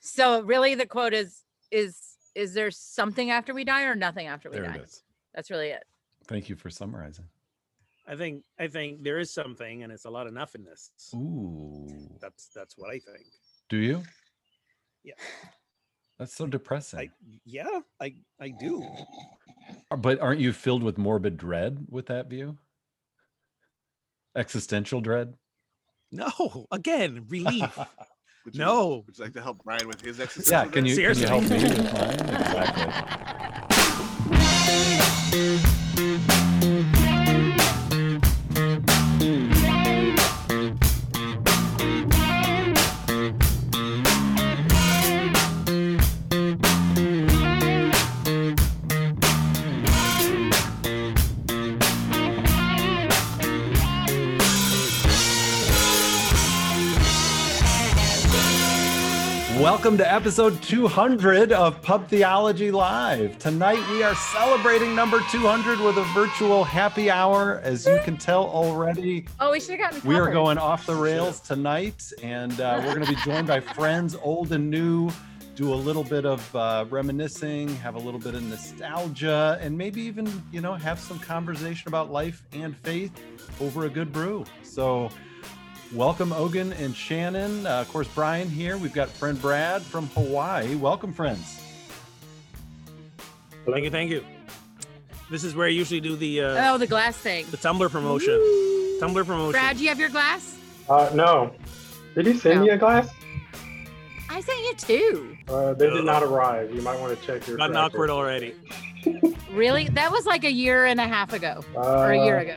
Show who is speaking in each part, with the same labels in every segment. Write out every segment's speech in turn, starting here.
Speaker 1: So really the quote is, is, is there something after we die or nothing after we
Speaker 2: There
Speaker 1: die?
Speaker 2: it is.
Speaker 1: That's really it.
Speaker 2: Thank you for summarizing.
Speaker 3: I think I think there is something, and it's a lot of nothingness.
Speaker 2: Ooh.
Speaker 3: That's that's what I think.
Speaker 2: Do you?
Speaker 3: Yeah.
Speaker 2: That's so depressing.
Speaker 3: I yeah, I I do.
Speaker 2: Uh, But aren't you filled with morbid dread with that view? Existential dread?
Speaker 3: No, again, relief.
Speaker 4: Would you-
Speaker 3: No.
Speaker 4: Would you like to help Brian with his exercise?
Speaker 2: yeah, can you, can you
Speaker 3: Seriously.
Speaker 2: help me with mine? Exactly. Welcome to episode 200 of Pub Theology Live. Tonight we are celebrating number 200 with a virtual happy hour. As you can tell already,
Speaker 1: Oh, we should have gotten.
Speaker 2: we are
Speaker 1: covered.
Speaker 2: going off the rails tonight, and uh, we're going to be joined by friends old and new, do a little bit of uh, reminiscing, have a little bit of nostalgia, and maybe even, you know, have some conversation about life and faith over a good brew. So, welcome, Ogan and Shannon. Uh, of course, Brian here. We've got friend Brad from Hawaii. Welcome, friends.
Speaker 3: thank you, thank you. This is where I usually do the uh,
Speaker 1: Oh, the glass thing.
Speaker 3: the Tumblr promotion. Tumblr promotion.
Speaker 1: Brad, do you have your glass?
Speaker 5: Uh, no. Did you send
Speaker 1: No.
Speaker 5: me a glass?
Speaker 1: I sent you two.
Speaker 5: Uh, they did not arrive. You might want to check your.
Speaker 3: Gotten awkward
Speaker 5: tracker.
Speaker 3: already.
Speaker 1: Really? That was like a year and a half ago or a year
Speaker 5: Uh,
Speaker 1: ago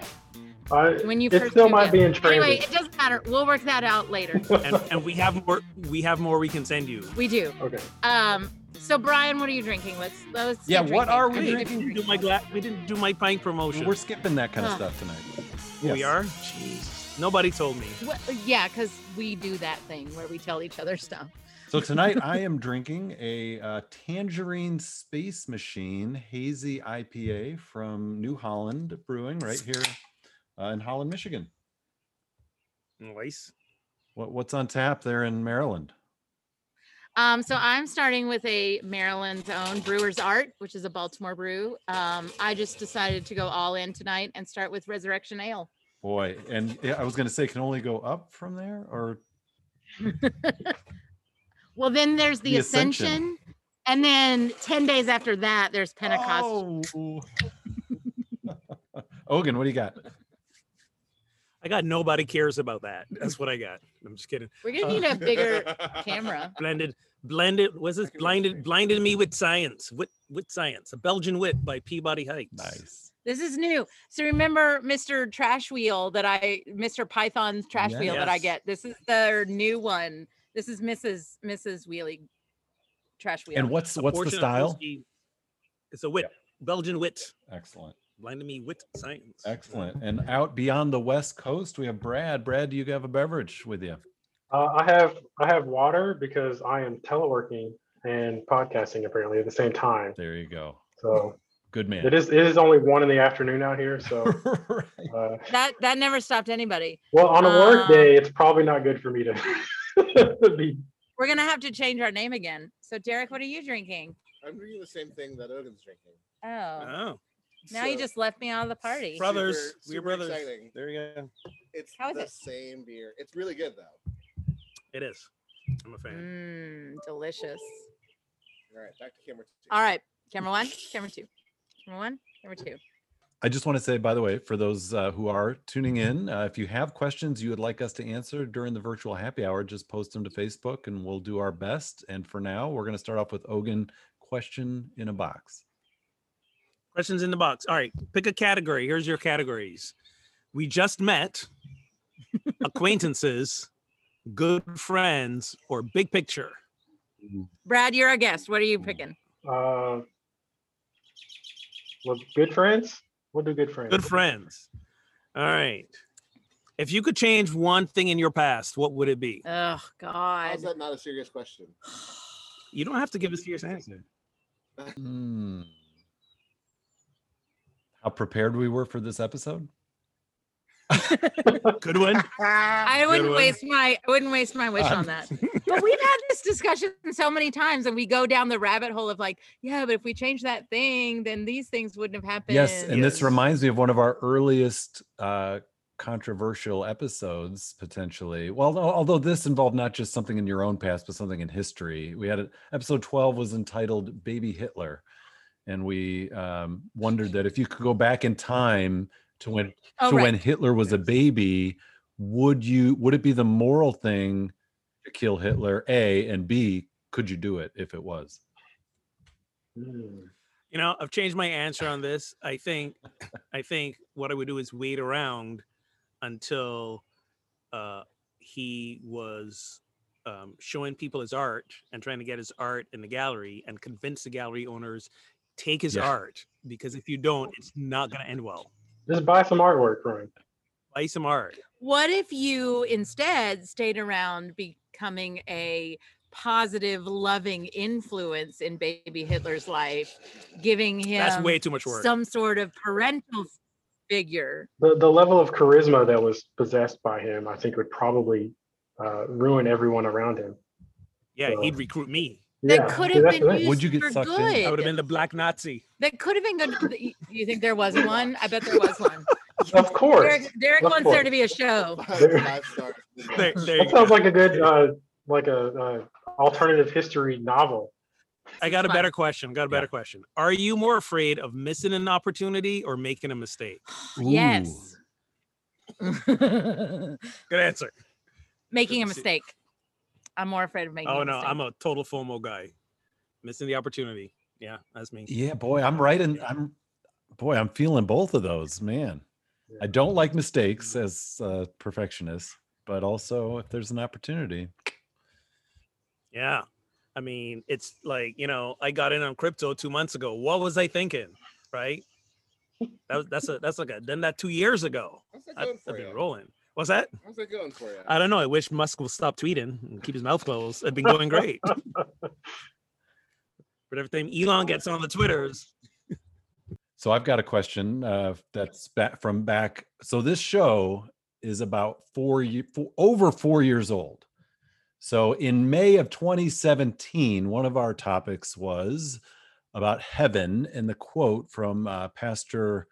Speaker 5: I,
Speaker 1: when you
Speaker 5: it
Speaker 1: first
Speaker 5: still
Speaker 1: moved
Speaker 5: might
Speaker 1: in.
Speaker 5: be in transit.
Speaker 1: Anyway, it doesn't matter. We'll work that out later.
Speaker 3: And, and we have more. We have more. We can send you.
Speaker 1: We do.
Speaker 5: okay.
Speaker 1: Um. So Brian, what are you drinking? Let's let's. keep
Speaker 2: Yeah, what
Speaker 1: drinking.
Speaker 2: are
Speaker 1: I
Speaker 2: we
Speaker 1: need to be
Speaker 2: drinking?
Speaker 3: We didn't do my gla- we didn't do my pint promotion.
Speaker 2: We're skipping that kind of
Speaker 1: Huh.
Speaker 2: stuff tonight.
Speaker 3: We
Speaker 2: Yes.
Speaker 3: are. Jeez. Nobody told me.
Speaker 1: What, yeah, because we do that thing where we tell each other stuff.
Speaker 2: So tonight I am drinking a uh, Tangerine Space Machine Hazy IPA from New Holland Brewing right here uh, in Holland, Michigan.
Speaker 3: Nice.
Speaker 2: What, what's on tap there in Maryland?
Speaker 1: Um, so I'm starting with a Maryland's own Brewer's Art, which is a Baltimore brew. Um, I just decided to go all in tonight and start with Resurrection Ale.
Speaker 2: Boy, and yeah, I was going to say can only go up from there or
Speaker 1: Well, then there's the,
Speaker 2: The
Speaker 1: Ascension.
Speaker 2: Ascension.
Speaker 1: and then ten days after that, there's Pentecost.
Speaker 2: Oh. Ogan, what do you got?
Speaker 3: I got nobody cares about that. That's what I got. I'm just kidding.
Speaker 1: We're gonna need a bigger camera.
Speaker 3: Blended, blended. Was this blinded? Blinded me with science. Wit, wit science. A Belgian wit by Peabody Heights.
Speaker 2: Nice.
Speaker 1: This is new. So remember Mr. Trash Wheel that I Mr. Python's Trash Wheel that I
Speaker 3: Yes.
Speaker 1: get. This is their new one. This is Mrs. Mrs. Wheelie Trash Wheel.
Speaker 2: And what's
Speaker 3: A
Speaker 2: what's the
Speaker 3: portion of
Speaker 2: style?
Speaker 3: whiskey- It's a wit. Belgian wit.
Speaker 2: Excellent.
Speaker 3: Blinded me with science.
Speaker 2: Excellent. And out beyond the West Coast, we have Brad. Brad, do you have a beverage with you?
Speaker 5: Uh, I have I have water because I am teleworking and podcasting apparently at the same time.
Speaker 2: There you go.
Speaker 5: So
Speaker 2: Good man.
Speaker 5: it is it is only one in the afternoon out here. So
Speaker 2: right.
Speaker 5: uh,
Speaker 1: that that never stopped anybody.
Speaker 5: well, on a work
Speaker 1: Um,
Speaker 5: day, it's probably not good for me to be.
Speaker 1: We're gonna have to change our name again. So Derek, what are you drinking?
Speaker 4: I'm drinking the same thing that Ogan's drinking.
Speaker 1: Oh,
Speaker 3: Oh,
Speaker 1: now you
Speaker 4: So,
Speaker 1: just left me out of the party.
Speaker 4: Prob-
Speaker 3: brothers.
Speaker 4: Super-
Speaker 3: We're
Speaker 4: super
Speaker 3: brothers.
Speaker 4: exciting.
Speaker 3: There you go.
Speaker 4: It's
Speaker 1: How is
Speaker 4: the
Speaker 1: it?
Speaker 4: same beer. It's really good though.
Speaker 3: It is. I'm a fan.
Speaker 1: Mmm, delicious.
Speaker 4: All right, back to camera. two.
Speaker 1: All right, camera one, camera two, camera one, camera two.
Speaker 2: I just want to say, by the way, for those uh, who are tuning in, uh, if you have questions you would like us to answer during the virtual happy hour, just post them to Facebook and we'll do our best. And for now, we're going to start off with Ogan question in a box.
Speaker 3: Questions in the box. All right, pick a category. Here's your categories. We just met, acquaintances, good friends, or big picture.
Speaker 1: Brad, you're our guest. What are you picking?
Speaker 5: Uh, well, good friends. We'll do good friends.
Speaker 3: Good friends. All right. If you could change one thing in your past, what would it be?
Speaker 1: Oh
Speaker 4: How's
Speaker 1: God.
Speaker 4: that not a serious question?
Speaker 3: You don't have to give a serious answer.
Speaker 2: Hmm. How prepared we were for this episode?
Speaker 3: Good one.
Speaker 1: I wouldn't
Speaker 3: one.
Speaker 1: waste my I wouldn't waste my wish on that. But we've had this discussion so many times, and we go down the rabbit hole of like, yeah, but if we change that thing, then these things wouldn't have happened.
Speaker 2: Yes, and this
Speaker 3: Yes.
Speaker 2: reminds me of one of our earliest uh, controversial episodes, potentially. Well, al- although this involved not just something in your own past, but something in history. We had a, episode twelve was entitled "Baby Hitler," and we um, wondered that if you could go back in time to when
Speaker 1: oh,
Speaker 2: to
Speaker 1: right.
Speaker 2: when Hitler was a baby, would you would it be the moral thing to kill Hitler? A and B, could you do it if it was?
Speaker 5: Hmm.
Speaker 3: You know, I've changed my answer on this. I think, I think what I would do is wait around until uh, he was um, showing people his art and trying to get his art in the gallery and convince the gallery owners take his
Speaker 2: Yeah.
Speaker 3: art because if you don't, it's not going to end well.
Speaker 5: Just buy some artwork from him.
Speaker 3: Buy some art.
Speaker 1: What if you instead stayed around becoming a positive, loving influence in baby Hitler's life, giving him
Speaker 3: That's way too much work.
Speaker 1: some sort of parental figure?
Speaker 5: The, the level of charisma that was possessed by him, I think, would probably uh, ruin everyone around him.
Speaker 3: yeah, he'd
Speaker 5: uh,
Speaker 3: recruit me.
Speaker 1: That could have
Speaker 5: that's the
Speaker 1: been
Speaker 5: thing.
Speaker 1: used
Speaker 2: Would you get
Speaker 1: for
Speaker 2: sucked in?
Speaker 1: good.
Speaker 2: I
Speaker 3: I would have been the black Nazi.
Speaker 1: That could have been good. e, Do you think there was one? I bet there was one.
Speaker 5: Of course.
Speaker 1: Derek, Derek
Speaker 5: Of
Speaker 1: wants there to be a show.
Speaker 5: There-
Speaker 4: Five stars.
Speaker 3: There, there you
Speaker 5: That
Speaker 3: go.
Speaker 5: sounds like a good, uh, like a uh, alternative history novel.
Speaker 3: I got a
Speaker 1: Fine.
Speaker 3: better question. Got a
Speaker 2: Yeah.
Speaker 3: better question. Are you more afraid of missing an opportunity or making a mistake?
Speaker 1: Yes.
Speaker 3: Good answer.
Speaker 1: making a
Speaker 3: Let's see.
Speaker 1: mistake. I'm more afraid of making
Speaker 3: Oh
Speaker 1: a
Speaker 3: no,
Speaker 1: mistake.
Speaker 3: I'm a total FOMO guy. Missing the opportunity. Yeah, that's me.
Speaker 2: Yeah, boy, I'm right in. I'm boy, I'm feeling both of those, man. I
Speaker 5: Yeah.
Speaker 2: don't like mistakes as a perfectionist, but also if there's an opportunity,
Speaker 3: Yeah. I mean, it's like, you know, I got in on crypto two months ago. What was I thinking? Right? That was that's a that's like a done that two years ago.
Speaker 4: How's that
Speaker 3: I,
Speaker 4: going
Speaker 3: I've
Speaker 4: for
Speaker 3: been
Speaker 4: you?
Speaker 3: rolling. What's that?
Speaker 4: How's that going for you?
Speaker 3: I don't know. I wish Musk will stop tweeting and keep his mouth closed. It'd been going great. but every time Elon gets on the Twitters,
Speaker 2: So I've got a question uh, that's back from back. So this show is about four, ye- four over four years old. So in May of 2017, one of our topics was about heaven, and the quote from uh, Pastor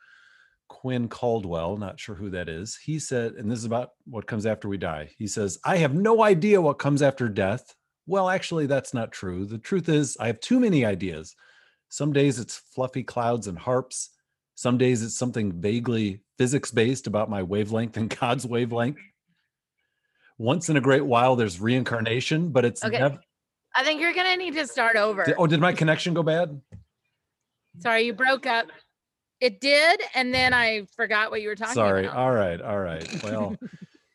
Speaker 2: Quinn Caldwell, not sure who that is. He said, and this is about what comes after we die. He says, "I have no idea what comes after death." Well, actually, that's not true. The truth is, I have too many ideas. Some days it's fluffy clouds and harps. Some days it's something vaguely physics based about my wavelength and God's wavelength. Once in a great while, there's reincarnation, but it's
Speaker 1: Okay.
Speaker 2: never.
Speaker 1: I think you're gonna need to start over.
Speaker 2: Did- oh, did my connection go bad?
Speaker 1: Sorry, you broke up. It did, and then I forgot what you were talking
Speaker 2: Sorry. uh,
Speaker 1: about.
Speaker 2: All right. All right. Well,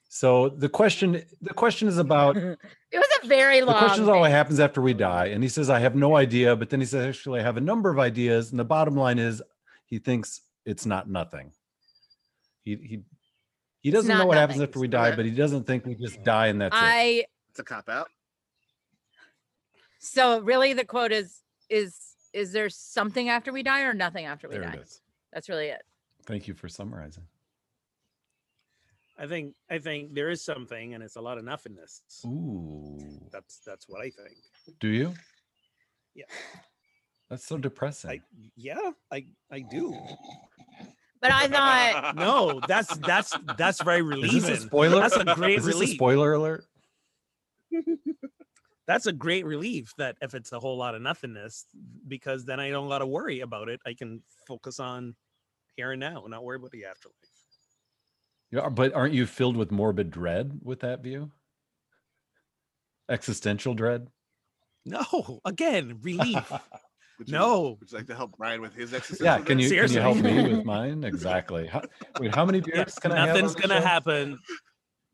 Speaker 2: so the question the question is about
Speaker 1: It was a very
Speaker 2: the
Speaker 1: long.
Speaker 2: question is all what
Speaker 1: thing.
Speaker 2: happens after we die. And he says, I have no idea. But then he says, actually, I have a number of ideas. And the bottom line is, he thinks it's not nothing. He he he doesn't know
Speaker 1: not
Speaker 2: what happens
Speaker 1: nothing.
Speaker 2: after we die,
Speaker 4: Okay.
Speaker 2: but he doesn't think we just die and that's it.
Speaker 1: I
Speaker 4: It's a cop out.
Speaker 1: so really the quote is is is there something after we die or nothing after we
Speaker 2: There
Speaker 1: die?
Speaker 2: it is.
Speaker 1: That's really it.
Speaker 2: Thank you for summarizing.
Speaker 3: I think I think there is something and it's a lot of nothingness.
Speaker 2: Ooh.
Speaker 3: That's that's what I think.
Speaker 2: Do you?
Speaker 3: Yeah.
Speaker 2: That's so depressing.
Speaker 3: I yeah, I I do.
Speaker 1: But I thought
Speaker 3: No, that's that's that's very
Speaker 2: is
Speaker 3: relieving.
Speaker 2: this a spoiler?
Speaker 3: That's a great
Speaker 2: is this a
Speaker 3: relief.
Speaker 2: spoiler alert?
Speaker 3: that's a great relief that if it's a whole lot of nothingness, because then I don't gotta worry about it. I can focus on here and now and not worry about the afterlife.
Speaker 2: Yeah, uh, but aren't you filled with morbid dread with that view? Existential dread?
Speaker 3: No, again, relief.
Speaker 4: Would you-
Speaker 3: no.
Speaker 4: Would you like to help Brian with his exercise?
Speaker 2: Yeah, can you
Speaker 3: Seriously.
Speaker 2: can you help me with mine? Exactly. How, wait, how many beers can I have?
Speaker 3: Nothing's
Speaker 2: on the
Speaker 3: gonna
Speaker 2: show?
Speaker 3: happen.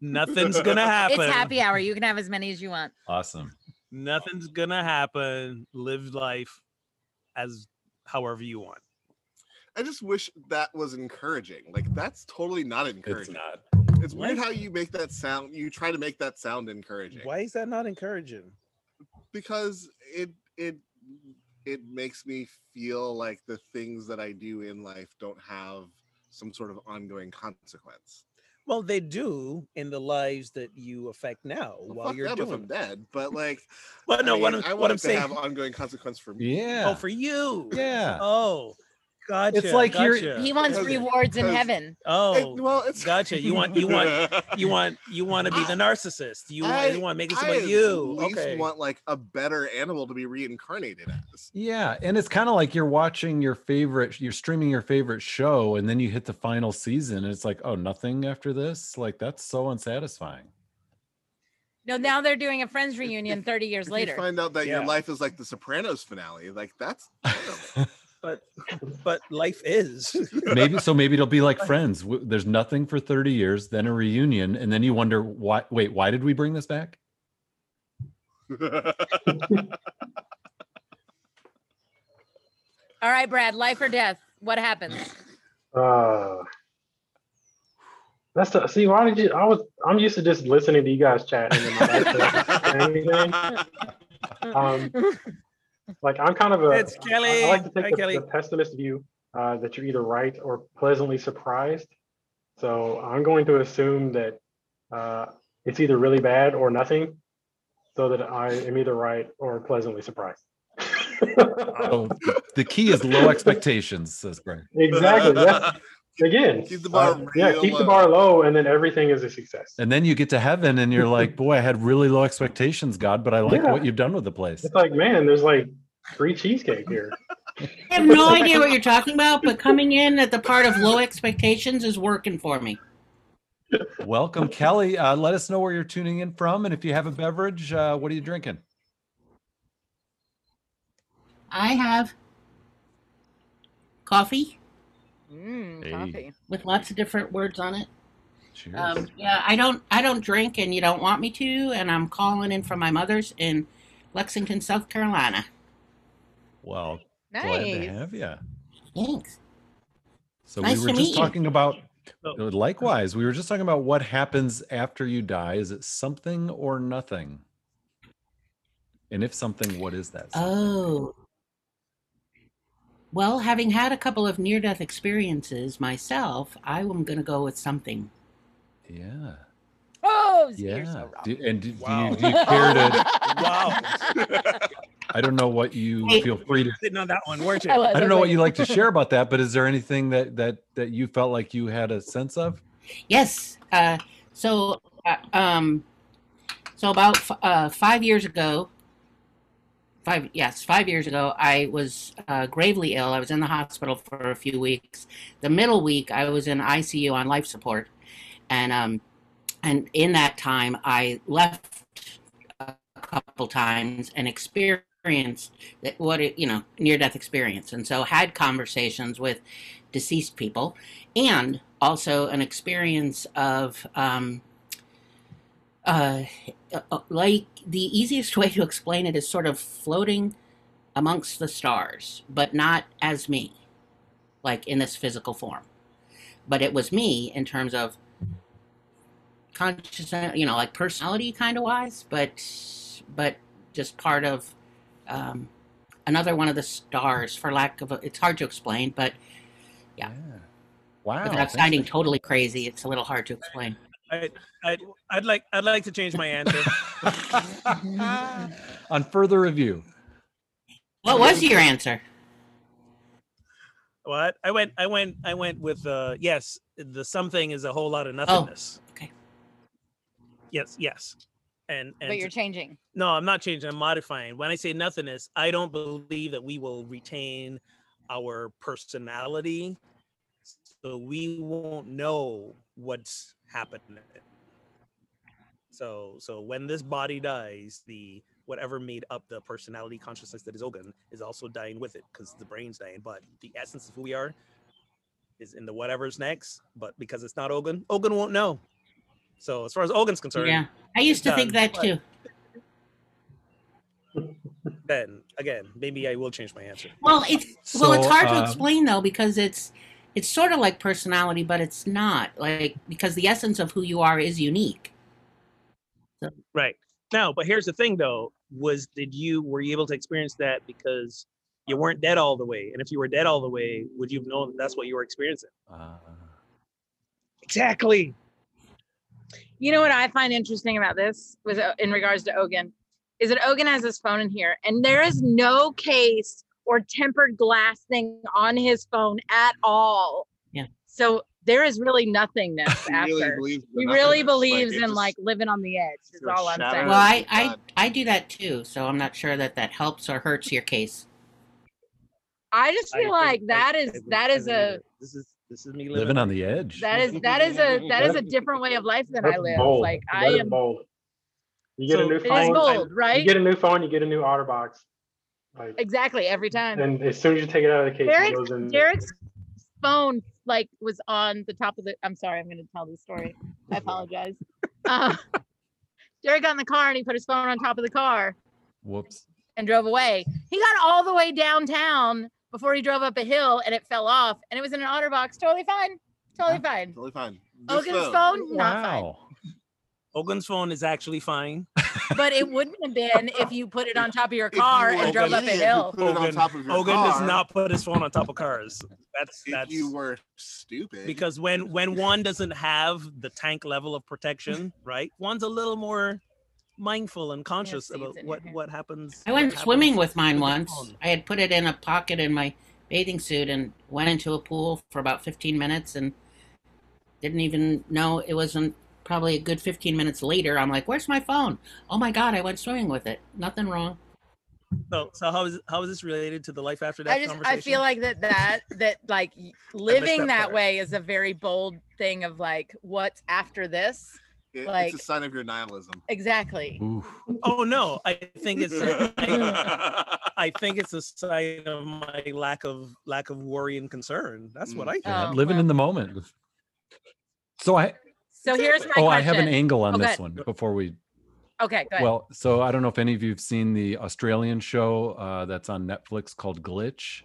Speaker 3: Nothing's gonna happen.
Speaker 1: it's happy hour. You can have as many as you want.
Speaker 2: Awesome.
Speaker 3: Nothing's gonna happen. Live life as however you want.
Speaker 4: I just wish that was encouraging. Like that's totally not
Speaker 2: It's
Speaker 4: encouraging.
Speaker 2: not.
Speaker 4: It's, weird
Speaker 3: What?
Speaker 4: how you make that sound. You try to make that sound encouraging
Speaker 3: is that not encouraging?
Speaker 4: because it it it makes me feel like the things that I do in life don't have some sort of ongoing consequence.
Speaker 3: Well, they do in the lives that you affect now
Speaker 4: Well,
Speaker 3: while
Speaker 4: fuck
Speaker 3: you're
Speaker 4: them if
Speaker 3: doing.
Speaker 4: I'm dead, but like,
Speaker 3: But no,
Speaker 4: I,
Speaker 3: what
Speaker 4: mean,
Speaker 3: I'm,
Speaker 4: I
Speaker 3: what
Speaker 4: want
Speaker 3: I'm
Speaker 4: it to
Speaker 3: saying.
Speaker 4: have ongoing consequence for me.
Speaker 2: Yeah.
Speaker 3: Oh, for you.
Speaker 2: yeah.
Speaker 3: Oh, gotcha.
Speaker 2: It's like you're-
Speaker 3: gotcha.
Speaker 1: He wants
Speaker 4: Because-
Speaker 1: rewards in
Speaker 4: because-
Speaker 1: heaven.
Speaker 4: It-
Speaker 3: Oh,
Speaker 4: well, it's
Speaker 3: gotcha. You want you want you want you want to be
Speaker 4: I-
Speaker 3: the narcissist. You want
Speaker 4: I-
Speaker 3: you want to make it
Speaker 4: I
Speaker 3: about
Speaker 4: at
Speaker 3: you.
Speaker 4: least
Speaker 3: Okay.
Speaker 4: want like a better animal to be reincarnated as.
Speaker 2: Yeah, and it's kind of like you're watching your favorite, you're streaming your favorite show, and then you hit the final season, and it's like, oh, nothing after this. Like that's so unsatisfying.
Speaker 1: No, now they're doing a friends reunion 30 years
Speaker 4: If
Speaker 1: later.
Speaker 4: you find out that your
Speaker 3: Yeah.
Speaker 4: life is like the Sopranos finale, like that's terrible.
Speaker 3: but but life is.
Speaker 2: maybe so. Maybe it'll be like Friends. w- There's nothing for 30 years, then a reunion, and then you wonder why. Wait, why did we bring this back?
Speaker 1: All right, Brad, life or death. What happens?
Speaker 5: Uh, that's the, see why did you? I was I'm used to just listening to you guys chat and then my back to anything. Um, like I'm kind of a
Speaker 3: It's
Speaker 5: I-
Speaker 3: Kelly.
Speaker 5: I like to
Speaker 3: Hi,
Speaker 5: take the-
Speaker 3: Kelly.
Speaker 5: the pessimist view uh, that you're either right or pleasantly surprised. So I'm going to assume that uh, it's either really bad or nothing, so that I am either right or pleasantly surprised.
Speaker 2: Oh, the key is low expectations, says Greg.
Speaker 5: exactly. That's, again, uh,
Speaker 4: Keep the bar
Speaker 5: yeah,
Speaker 4: real
Speaker 5: keep the
Speaker 4: low.
Speaker 5: bar low, and then everything is a success.
Speaker 2: And then you get to heaven, and you're like, boy, I had really low expectations, God, but I like
Speaker 5: Yeah.
Speaker 2: what you've done with the place.
Speaker 5: It's like, man, there's like free cheesecake here.
Speaker 6: I have no idea what you're talking about, but coming in at the part of low expectations is working for me.
Speaker 2: Welcome, Kelly. Uh, let us know where you're tuning in from, and if you have a beverage, uh, what are you drinking?
Speaker 6: I have coffee
Speaker 1: Mm,
Speaker 2: Hey.
Speaker 1: coffee.
Speaker 6: with lots of different words on it.
Speaker 2: Cheers.
Speaker 6: Um, yeah, I don't, I don't drink, and you don't want me to. And I'm calling in from my mother's in Lexington, South Carolina.
Speaker 2: well, glad to
Speaker 1: Nice.
Speaker 2: have you.
Speaker 6: Thanks.
Speaker 2: So
Speaker 6: Nice
Speaker 2: we were
Speaker 6: to
Speaker 2: just
Speaker 6: meet you.
Speaker 2: talking about. uh,
Speaker 3: Oh.
Speaker 2: Likewise, we were just talking about what happens after you die. Is it something or nothing? And if something, what is that? something?
Speaker 6: Oh. Well, having had a couple of near death experiences myself, I am going to go with something.
Speaker 2: yeah,
Speaker 1: Oh, you're
Speaker 2: yeah.
Speaker 1: so wrong.
Speaker 2: Do- and do, do
Speaker 3: Wow.
Speaker 2: you, do you care to?
Speaker 3: Wow.
Speaker 2: I don't know what you
Speaker 6: Hey.
Speaker 2: feel free to.
Speaker 3: Didn't know that one, weren't you?
Speaker 1: I, was,
Speaker 2: I
Speaker 1: was
Speaker 2: don't know what
Speaker 1: like-
Speaker 2: you like to share about that, but is there anything that that that you felt like you had a sense of?
Speaker 6: Yes. Uh, so, uh, um, so about f- uh, five years ago, five yes, five years ago, I was uh, gravely ill. I was in the hospital for a few weeks. The middle week, I was in ICU on life support, and um, and in that time, I left a couple times and experienced that what it, you know near death experience, and so had conversations with deceased people and also an experience of um, uh, uh, like the easiest way to explain it is sort of floating amongst the stars, but not as me, like in this physical form. But it was me in terms of consciousness, you know, like personality kind of wise, but but just part of um, another one of the stars, for lack of a, it's hard to explain, but Yeah.
Speaker 2: Wow.
Speaker 6: without
Speaker 2: thanks
Speaker 6: sounding
Speaker 2: for-
Speaker 6: totally crazy, it's a little hard to explain.
Speaker 3: I'd like I'd like to change my answer.
Speaker 2: On further review,
Speaker 6: What was your answer?
Speaker 3: what? I went I went I went with uh yes, the something is a whole lot
Speaker 1: Oh,
Speaker 3: of nothingness.
Speaker 6: okay.
Speaker 3: Yes, yes. And and
Speaker 1: But you're changing.
Speaker 3: No, I'm not changing. I'm modifying. When I say nothingness, I don't believe that we will retain our personality. So we won't know what's happening. So so when this body dies, the whatever made up the personality consciousness that is Ogun is also dying with it because the brain's dying, but the essence of who we are is in the whatever's next. But because it's not Ogun, Ogun won't know. So as far as Ogun's concerned,
Speaker 6: Yeah, I used to think
Speaker 3: done,
Speaker 6: that
Speaker 3: but-
Speaker 6: too.
Speaker 3: then again, maybe I will change my answer.
Speaker 6: Well, it's well, it's
Speaker 2: So,
Speaker 6: hard to
Speaker 2: um,
Speaker 6: explain though because it's it's sort of like personality, but it's not like because the essence of who you are is unique.
Speaker 3: Right. No, but here's the thing though, was did you were you able to experience that because you weren't dead all the way? And if you were dead all the way, would you have known that's what you were experiencing?
Speaker 2: uh,
Speaker 3: Exactly.
Speaker 1: You know what I find interesting about this was uh, in regards to Ogan is that Ogan has his phone in here and there is no case or tempered glass thing on his phone at all.
Speaker 6: Yeah.
Speaker 1: So there is really nothingness
Speaker 4: He
Speaker 1: after.
Speaker 4: really believes,
Speaker 1: he
Speaker 4: in
Speaker 1: really
Speaker 4: nothingness,
Speaker 1: believes
Speaker 4: it
Speaker 1: in
Speaker 4: just-
Speaker 1: like living on the edge. Is
Speaker 4: You're
Speaker 1: all I'm
Speaker 4: shattered.
Speaker 1: saying.
Speaker 6: Well, I, I
Speaker 4: God.
Speaker 6: I do that too, so I'm not sure that that helps or hurts your case.
Speaker 1: I just feel like that is that is a
Speaker 7: This is this is me
Speaker 2: Living on the edge.
Speaker 1: that is that is a that is a different way of life than I
Speaker 5: That's
Speaker 1: live.
Speaker 5: bold.
Speaker 1: Like
Speaker 5: That
Speaker 1: I
Speaker 5: is
Speaker 1: am.
Speaker 5: bold. You get
Speaker 3: So-
Speaker 5: a
Speaker 3: It
Speaker 5: new
Speaker 1: It
Speaker 3: is
Speaker 5: phone.
Speaker 1: is
Speaker 5: I-
Speaker 1: bold,
Speaker 5: You
Speaker 1: right?
Speaker 5: get a new phone. You get a new OtterBox. Like,
Speaker 1: Exactly. Every time.
Speaker 5: and as soon as you take it out of the case, it
Speaker 1: Derek's-
Speaker 5: goes in.
Speaker 1: Derek's phone like was on the top of the. I'm sorry, I'm going to tell this story. I apologize. Uh, Derek got in the car and he put his phone on top of the car
Speaker 2: Whoops.
Speaker 1: and drove away. He got all the way downtown before he drove up a hill and it fell off and it was in an OtterBox. Totally fine. Totally fine.
Speaker 4: Totally fine. This
Speaker 1: Ogan's
Speaker 4: phone.
Speaker 1: phone, Oh, not fine.
Speaker 2: Wow.
Speaker 3: Ogun's phone is actually fine.
Speaker 1: But it wouldn't have been if you put it on top of your
Speaker 4: If you
Speaker 1: car
Speaker 4: were
Speaker 1: and
Speaker 4: an
Speaker 1: drove up a
Speaker 4: idiot who
Speaker 1: hill.
Speaker 4: Put it on
Speaker 3: Ogan-
Speaker 4: top of your
Speaker 3: Ogun does
Speaker 4: car,
Speaker 3: not put his phone on top of cars. That's
Speaker 4: If
Speaker 3: that's
Speaker 4: you were stupid,
Speaker 3: because when when one doesn't have the tank level of protection, right? One's a little more mindful and conscious
Speaker 1: seeds
Speaker 3: about
Speaker 1: in your
Speaker 3: what
Speaker 1: hair.
Speaker 3: what happens.
Speaker 6: I
Speaker 3: what
Speaker 6: went swimming
Speaker 3: happens
Speaker 6: with mine
Speaker 3: with the
Speaker 6: once.
Speaker 3: phone.
Speaker 6: I had put it in a pocket in my bathing suit and went into a pool for about 15 minutes and didn't even know it wasn't probably a good 15 minutes later. I'm like, where's my phone? Oh my God, I went swimming with it. Nothing wrong.
Speaker 3: So so how is how is this related to the life after death
Speaker 1: I just
Speaker 3: conversation?
Speaker 1: I feel like that that that like y- living
Speaker 3: that
Speaker 1: that
Speaker 3: part.
Speaker 1: way is a very bold thing of like what's after this
Speaker 4: it-
Speaker 1: like-
Speaker 4: it's a sign of your nihilism.
Speaker 1: exactly.
Speaker 2: Oof.
Speaker 3: oh no, I think it's a- I, I think it's a sign of my lack of lack of worry and concern. That's what
Speaker 4: Mm.
Speaker 3: I think.
Speaker 2: Yeah,
Speaker 1: Oh,
Speaker 2: living
Speaker 1: well.
Speaker 2: in the moment. So I
Speaker 1: So here's my
Speaker 2: oh
Speaker 1: question.
Speaker 2: I have an angle on
Speaker 1: Oh, go
Speaker 2: this
Speaker 1: ahead.
Speaker 2: one before we
Speaker 1: okay, go ahead.
Speaker 2: well so I don't know if any of you've seen the Australian show uh, that's on Netflix called Glitch,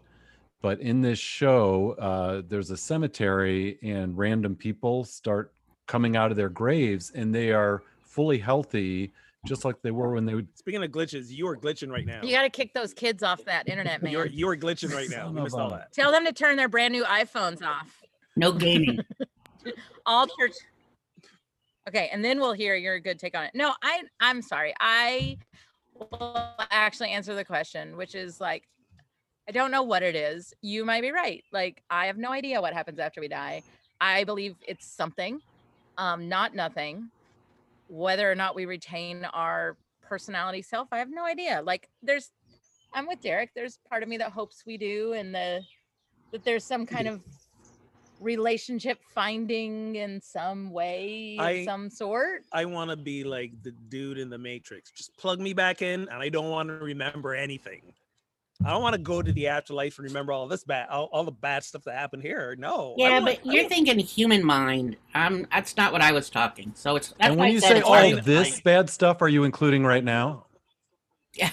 Speaker 2: but in this show uh, there's a cemetery and random people start coming out of their graves and they are fully healthy just like they were when they would
Speaker 3: Speaking of glitches, you are glitching right now.
Speaker 1: you got to kick those kids off that internet, man.
Speaker 3: You're you're glitching right now.
Speaker 2: Son
Speaker 3: We
Speaker 2: of
Speaker 3: missed all
Speaker 2: a-
Speaker 3: that.
Speaker 1: Tell them to turn their brand new iPhones off.
Speaker 6: No gaming.
Speaker 1: All church. Okay, and then we'll hear your good take on it. No, I I'm sorry. I will actually answer the question, which is like I don't know what it is. You might be right. Like I have no idea what happens after we die. I believe it's something, um, not nothing. Whether or not we retain our personality self, I have no idea. Like there's, I'm with Derek. There's part of me that hopes we do, and the that there's some kind of relationship finding in some way, of
Speaker 3: I-
Speaker 1: some sort.
Speaker 3: I want to be like the dude in the Matrix. Just plug me back in, and I don't want to remember anything. I don't want to go to the afterlife and remember all this bad, all, all the bad stuff that happened here. No. I
Speaker 6: yeah,
Speaker 3: want-
Speaker 6: but
Speaker 3: I
Speaker 6: you're
Speaker 3: want-
Speaker 6: thinking human mind. Um, that's not what I was talking. So it's that's
Speaker 2: and
Speaker 6: why
Speaker 2: when
Speaker 6: I
Speaker 2: you
Speaker 6: said
Speaker 2: say
Speaker 6: it's
Speaker 2: all
Speaker 6: hard to
Speaker 2: this
Speaker 6: find.
Speaker 2: bad stuff are you including right now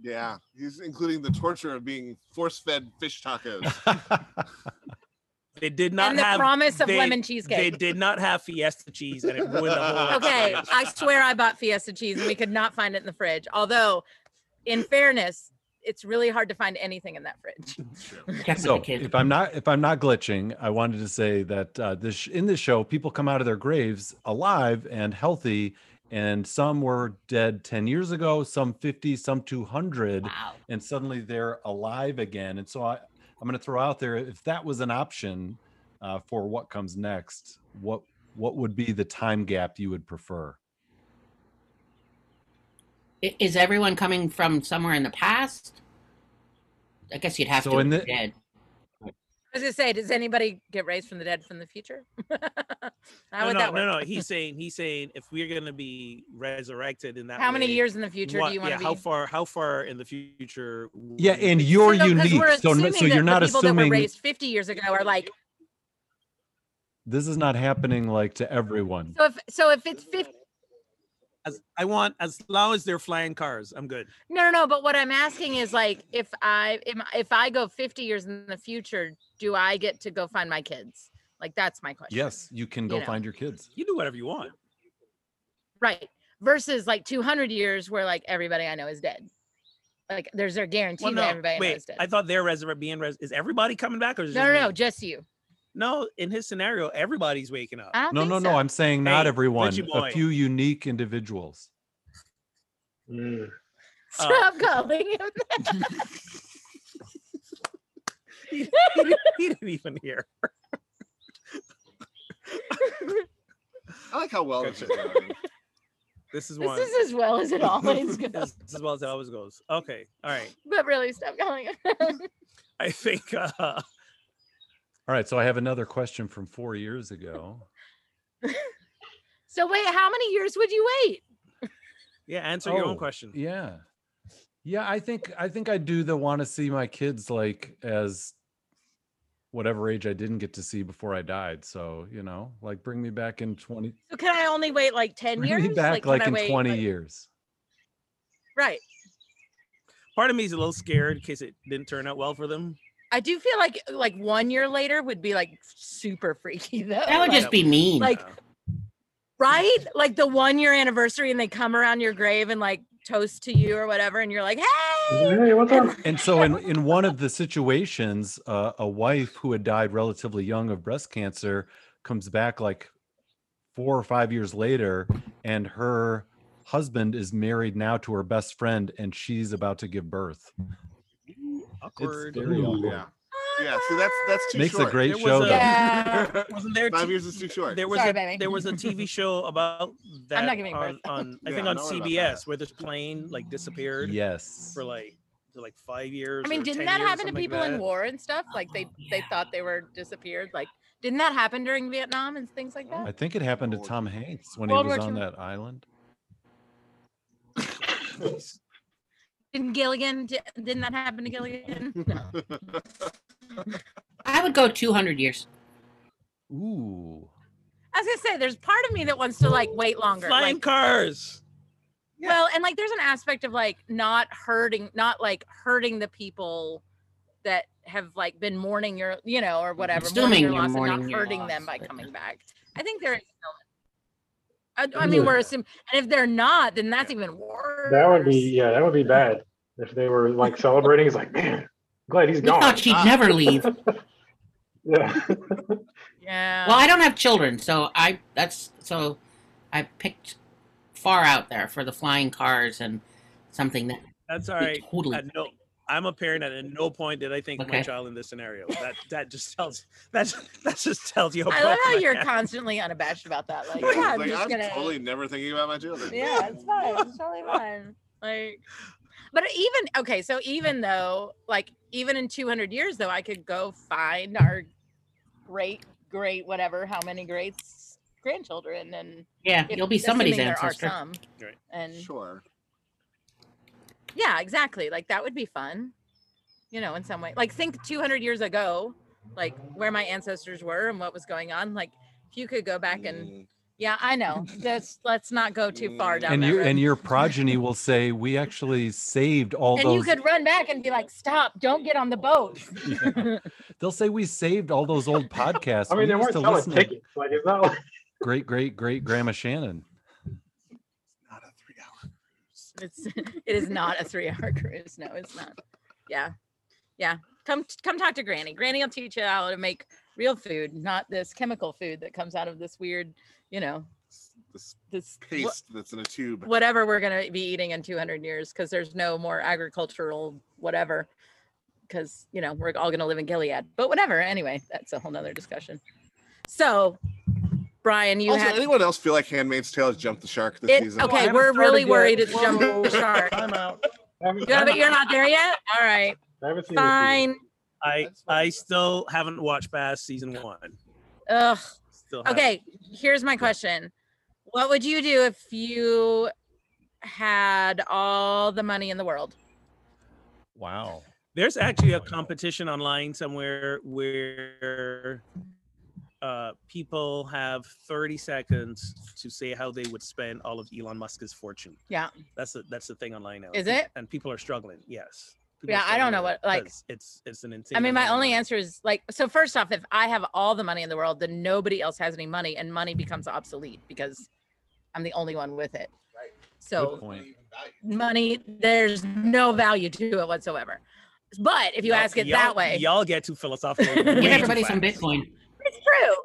Speaker 4: yeah, he's including the torture of being force-fed fish tacos.
Speaker 3: they did not
Speaker 1: and the
Speaker 3: have.
Speaker 1: promise of
Speaker 3: they-
Speaker 1: lemon
Speaker 3: they
Speaker 1: cheesecake.
Speaker 3: did not have Fiesta cheese, and it ruined the whole.
Speaker 1: okay,
Speaker 3: experience.
Speaker 1: I swear I bought Fiesta cheese and we could not find it in the fridge. Although, in fairness, it's really hard to find anything in that fridge.
Speaker 6: Check with the
Speaker 2: so
Speaker 6: kid.
Speaker 2: if i'm not if i'm not glitching i wanted to say that uh, this sh- in this show people come out of their graves alive and healthy and some were dead 10 years ago some 50 some 200
Speaker 6: Wow.
Speaker 2: and suddenly they're alive again and so i i'm going to throw out there if that was an option uh, for what comes next what what would be the time gap you would prefer
Speaker 6: I- Is everyone coming from somewhere in the past? I guess you'd have
Speaker 2: So
Speaker 6: to.
Speaker 2: in
Speaker 6: if
Speaker 2: the-
Speaker 6: you're dead.
Speaker 1: I was gonna say, does anybody get raised from the dead from the future? How
Speaker 3: No,
Speaker 1: would
Speaker 3: no,
Speaker 1: that work?
Speaker 3: no, no. He's saying he's saying if we're gonna be resurrected in that.
Speaker 1: How many
Speaker 3: way,
Speaker 1: years in the future
Speaker 3: what-
Speaker 1: do you want
Speaker 3: yeah,
Speaker 1: to be?
Speaker 3: How far? How far in the future? would
Speaker 2: yeah
Speaker 3: we
Speaker 2: and
Speaker 3: be?
Speaker 2: you're
Speaker 1: So, Mm. 'cause
Speaker 2: unique
Speaker 1: we're
Speaker 2: so, no-
Speaker 1: assuming
Speaker 2: so
Speaker 1: that
Speaker 2: you're
Speaker 1: the
Speaker 2: not
Speaker 1: people that
Speaker 2: assuming
Speaker 1: were raised 50 years ago are like
Speaker 2: this is not happening like to everyone
Speaker 1: so if so if it's 50
Speaker 3: As, I want as long as they're flying cars. I'm good.
Speaker 1: No, no, no. But what I'm asking is like, if I am, if I go 50 years in the future, do I get to go find my kids? Like that's my question.
Speaker 2: yes you can go
Speaker 1: know.
Speaker 2: find your kids
Speaker 3: You do whatever you want.
Speaker 1: Right. Versus like 200 years where like everybody I know is dead. Like there's a guarantee
Speaker 3: Well,
Speaker 1: that
Speaker 3: no,
Speaker 1: everybody I know
Speaker 3: wait.
Speaker 1: is dead.
Speaker 3: I thought they're resurrected. Being res- is everybody coming back or is it
Speaker 1: no,
Speaker 3: just
Speaker 1: no, no,
Speaker 3: me?
Speaker 1: just you.
Speaker 3: No, in his scenario, everybody's waking up.
Speaker 1: I don't
Speaker 2: No,
Speaker 1: think
Speaker 2: no,
Speaker 1: so.
Speaker 2: no.
Speaker 3: Uh,
Speaker 2: I'm saying not
Speaker 3: Hey,
Speaker 2: everyone,
Speaker 3: Richie boy.
Speaker 2: a few unique individuals.
Speaker 5: Mm.
Speaker 1: Stop calling him.
Speaker 3: He didn't, he didn't even hear.
Speaker 4: I like how well this is going.
Speaker 3: This is one.
Speaker 7: This is as well as it always goes.
Speaker 3: This is as well as it always goes. Okay. All right.
Speaker 7: But really, stop calling it.
Speaker 3: I think uh
Speaker 2: All right. So I have another question from four years ago.
Speaker 1: So wait, how many years would you wait?
Speaker 3: yeah, answer your own
Speaker 2: Oh,
Speaker 3: question.
Speaker 2: Yeah. Yeah, I think I think I do the want to see my kids like as whatever age I didn't get to see before I died. So, you know, like bring me back in 20
Speaker 1: So can I only wait like 10
Speaker 2: bring
Speaker 1: years?
Speaker 2: me back
Speaker 1: can
Speaker 2: like,
Speaker 1: I
Speaker 2: in
Speaker 1: wait,
Speaker 2: 20
Speaker 1: like-
Speaker 2: years.
Speaker 1: Right.
Speaker 3: Part of me is a little scared in case it didn't turn out well for them.
Speaker 1: I do feel like like one year later would be like super freaky though.
Speaker 6: That would
Speaker 1: Like,
Speaker 6: just be mean.
Speaker 1: Like-
Speaker 3: Uh,
Speaker 1: right? Like the one year anniversary and they come around your grave and like toast to you or whatever and you're like,
Speaker 3: Mm-hmm.
Speaker 1: "Hey!"
Speaker 5: Hey, what's up?
Speaker 2: And so in in one of the situations, uh, a wife who had died relatively young of breast cancer comes back like 4 or 5 years later and her husband is married now to her best friend and she's about to give birth.
Speaker 3: awkward.
Speaker 2: very
Speaker 5: Ooh.
Speaker 2: awkward.
Speaker 4: Yeah. Yeah. So that's that's too
Speaker 2: Makes
Speaker 4: short.
Speaker 2: a great
Speaker 3: There
Speaker 2: show.
Speaker 3: was a-
Speaker 2: though.
Speaker 1: Yeah.
Speaker 3: Wasn't there
Speaker 4: Five
Speaker 3: t-
Speaker 4: years is too short.
Speaker 3: There was
Speaker 1: Sorry,
Speaker 3: a,
Speaker 1: baby.
Speaker 3: there was a TV show about that
Speaker 1: not giving
Speaker 3: on,
Speaker 1: birth.
Speaker 3: on I
Speaker 4: Yeah,
Speaker 3: think
Speaker 4: I
Speaker 3: on
Speaker 4: know about that.
Speaker 3: CBS where this plane like disappeared
Speaker 2: Yes.
Speaker 3: for like for like five years.
Speaker 1: I mean,
Speaker 3: or
Speaker 1: didn't
Speaker 3: 10
Speaker 1: that
Speaker 3: years,
Speaker 1: happen to
Speaker 3: something like
Speaker 1: people in
Speaker 3: that.
Speaker 1: war and stuff? Like they they thought they were disappeared. Like didn't that happen during Vietnam and things like that?
Speaker 2: I think it happened to
Speaker 4: Lord.
Speaker 2: Tom Hanks when
Speaker 1: World
Speaker 2: he was
Speaker 1: War
Speaker 2: on
Speaker 1: Two.
Speaker 2: that island.
Speaker 1: Didn't Gilligan? di- Didn't that happen to Gilligan? No.
Speaker 6: I would go 200 years.
Speaker 2: Ooh.
Speaker 1: I was gonna say, there's part of me that wants to like wait longer.
Speaker 3: Flying
Speaker 1: like,
Speaker 3: cars. yeah.
Speaker 1: well, and like there's an aspect of like not hurting, not like hurting the people that have like been mourning your, you know, or whatever,
Speaker 6: Assuming
Speaker 1: mourning your
Speaker 6: you're
Speaker 1: loss and
Speaker 6: mourning
Speaker 1: not
Speaker 6: your
Speaker 1: hurting
Speaker 6: loss,
Speaker 1: them by
Speaker 6: but-
Speaker 1: coming back. I think there is. still- I, I mean, we're assuming, and if they're not, then that's even worse.
Speaker 5: That would be yeah, that would be bad if they were like celebrating. It's like, man, glad he's
Speaker 6: We thought
Speaker 5: gone.
Speaker 6: she'd
Speaker 4: Ah.
Speaker 6: never leave. Well,
Speaker 5: Yeah.
Speaker 1: Yeah.
Speaker 6: I don't have children, so I that's so I picked far out there for the flying cars and something that
Speaker 3: That's all
Speaker 6: we
Speaker 3: right.
Speaker 6: totally
Speaker 3: At no, I'm a parent, and at no point did I think of my
Speaker 6: Okay.
Speaker 3: child in this scenario. That that just tells that that just tells you.
Speaker 1: I love
Speaker 3: broke
Speaker 1: how
Speaker 3: my
Speaker 1: you're
Speaker 3: hand-
Speaker 1: constantly unabashed about that. Like,
Speaker 4: Yeah,
Speaker 1: yeah,
Speaker 4: it's
Speaker 1: I'm
Speaker 4: like,
Speaker 1: just
Speaker 4: I'm
Speaker 1: gonna.
Speaker 4: totally never thinking about my children.
Speaker 1: Yeah, it's fine. It's totally fine. Like, but even okay, so even though, like, even in 200 years, though, I could go find our great, great, whatever, how many greats grandchildren, and
Speaker 6: yeah,
Speaker 1: if-
Speaker 6: you'll be somebody's
Speaker 1: assuming there
Speaker 6: ancestor.
Speaker 1: Are some,
Speaker 3: Right.
Speaker 1: And
Speaker 4: Sure.
Speaker 1: yeah, exactly. Like that would be fun, you know, in some way. Like think 200 years ago, like where my ancestors were and what was going on. Like if you could go back and
Speaker 4: Mm,
Speaker 1: yeah, I know. That's let's not go too far down
Speaker 2: And
Speaker 1: that
Speaker 2: you
Speaker 1: road.
Speaker 2: and your progeny will say we actually saved all
Speaker 1: and you
Speaker 2: those
Speaker 1: could run back and be like, "Stop! Don't get on the boat."
Speaker 2: Yeah. They'll say we saved all those old podcasts.
Speaker 5: I mean,
Speaker 2: we
Speaker 5: they
Speaker 2: used to
Speaker 5: weren't selling
Speaker 2: listen to
Speaker 5: tickets. Like it's not like
Speaker 2: great great great grandma Shannon.
Speaker 4: Not a three-hour cruise.
Speaker 1: It's it is not a three-hour cruise. No, it's not. Yeah, yeah. Come come talk to Granny. Granny will teach you how to make real food, not this chemical food that comes out of this weird, you know,
Speaker 4: This
Speaker 1: this wha-
Speaker 4: paste that's in a tube.
Speaker 1: whatever we're gonna be eating in 200 years because there's no more agricultural whatever. Because you know we're all gonna live in Gilead, but whatever. Anyway, that's a whole nother discussion. So, Brian, you
Speaker 4: also,
Speaker 1: had
Speaker 4: anyone else feel like Handmaid's Tale has jumped the shark this
Speaker 1: It-
Speaker 4: season?
Speaker 3: I
Speaker 1: okay,
Speaker 3: haven't
Speaker 1: we're
Speaker 3: started
Speaker 1: really
Speaker 3: yet.
Speaker 1: worried it's jumped
Speaker 4: Whoa.
Speaker 1: the shark.
Speaker 2: I'm out.
Speaker 5: I haven't,
Speaker 1: Yeah, but you're not there yet. All right,
Speaker 5: I haven't seen this season.
Speaker 1: fine.
Speaker 3: I
Speaker 4: That's fine.
Speaker 3: I still haven't watched past season one.
Speaker 1: Ugh.
Speaker 3: Still haven't.
Speaker 1: Okay, here's my question: What would you do if you had all the money in the world?
Speaker 2: Wow.
Speaker 3: There's actually a competition online somewhere where uh, people have 30 seconds to say how they would spend all of Elon Musk's fortune.
Speaker 1: Yeah.
Speaker 3: that's the that's the thing online now.
Speaker 1: Is it?
Speaker 3: And people are struggling. Yes. People are
Speaker 1: Yeah, I don't
Speaker 3: struggling
Speaker 1: know
Speaker 3: with it
Speaker 1: what- like-
Speaker 3: 'cause it's it's an insane.
Speaker 1: I mean, my
Speaker 3: amount of
Speaker 1: only
Speaker 3: money.
Speaker 1: answer is like, so first off, if I have all the money in the world, then nobody else has any money, and money becomes obsolete because I'm the only one with it.
Speaker 4: Right.
Speaker 1: So
Speaker 2: Good point.
Speaker 1: money, there's no value to it whatsoever. But if you
Speaker 3: Y'all-
Speaker 1: ask it
Speaker 3: y'all-
Speaker 1: that way,
Speaker 3: y'all get too philosophical.
Speaker 1: Give
Speaker 3: way
Speaker 6: Give
Speaker 3: too
Speaker 6: everybody some
Speaker 3: fast.
Speaker 6: Bitcoin.
Speaker 1: it's true.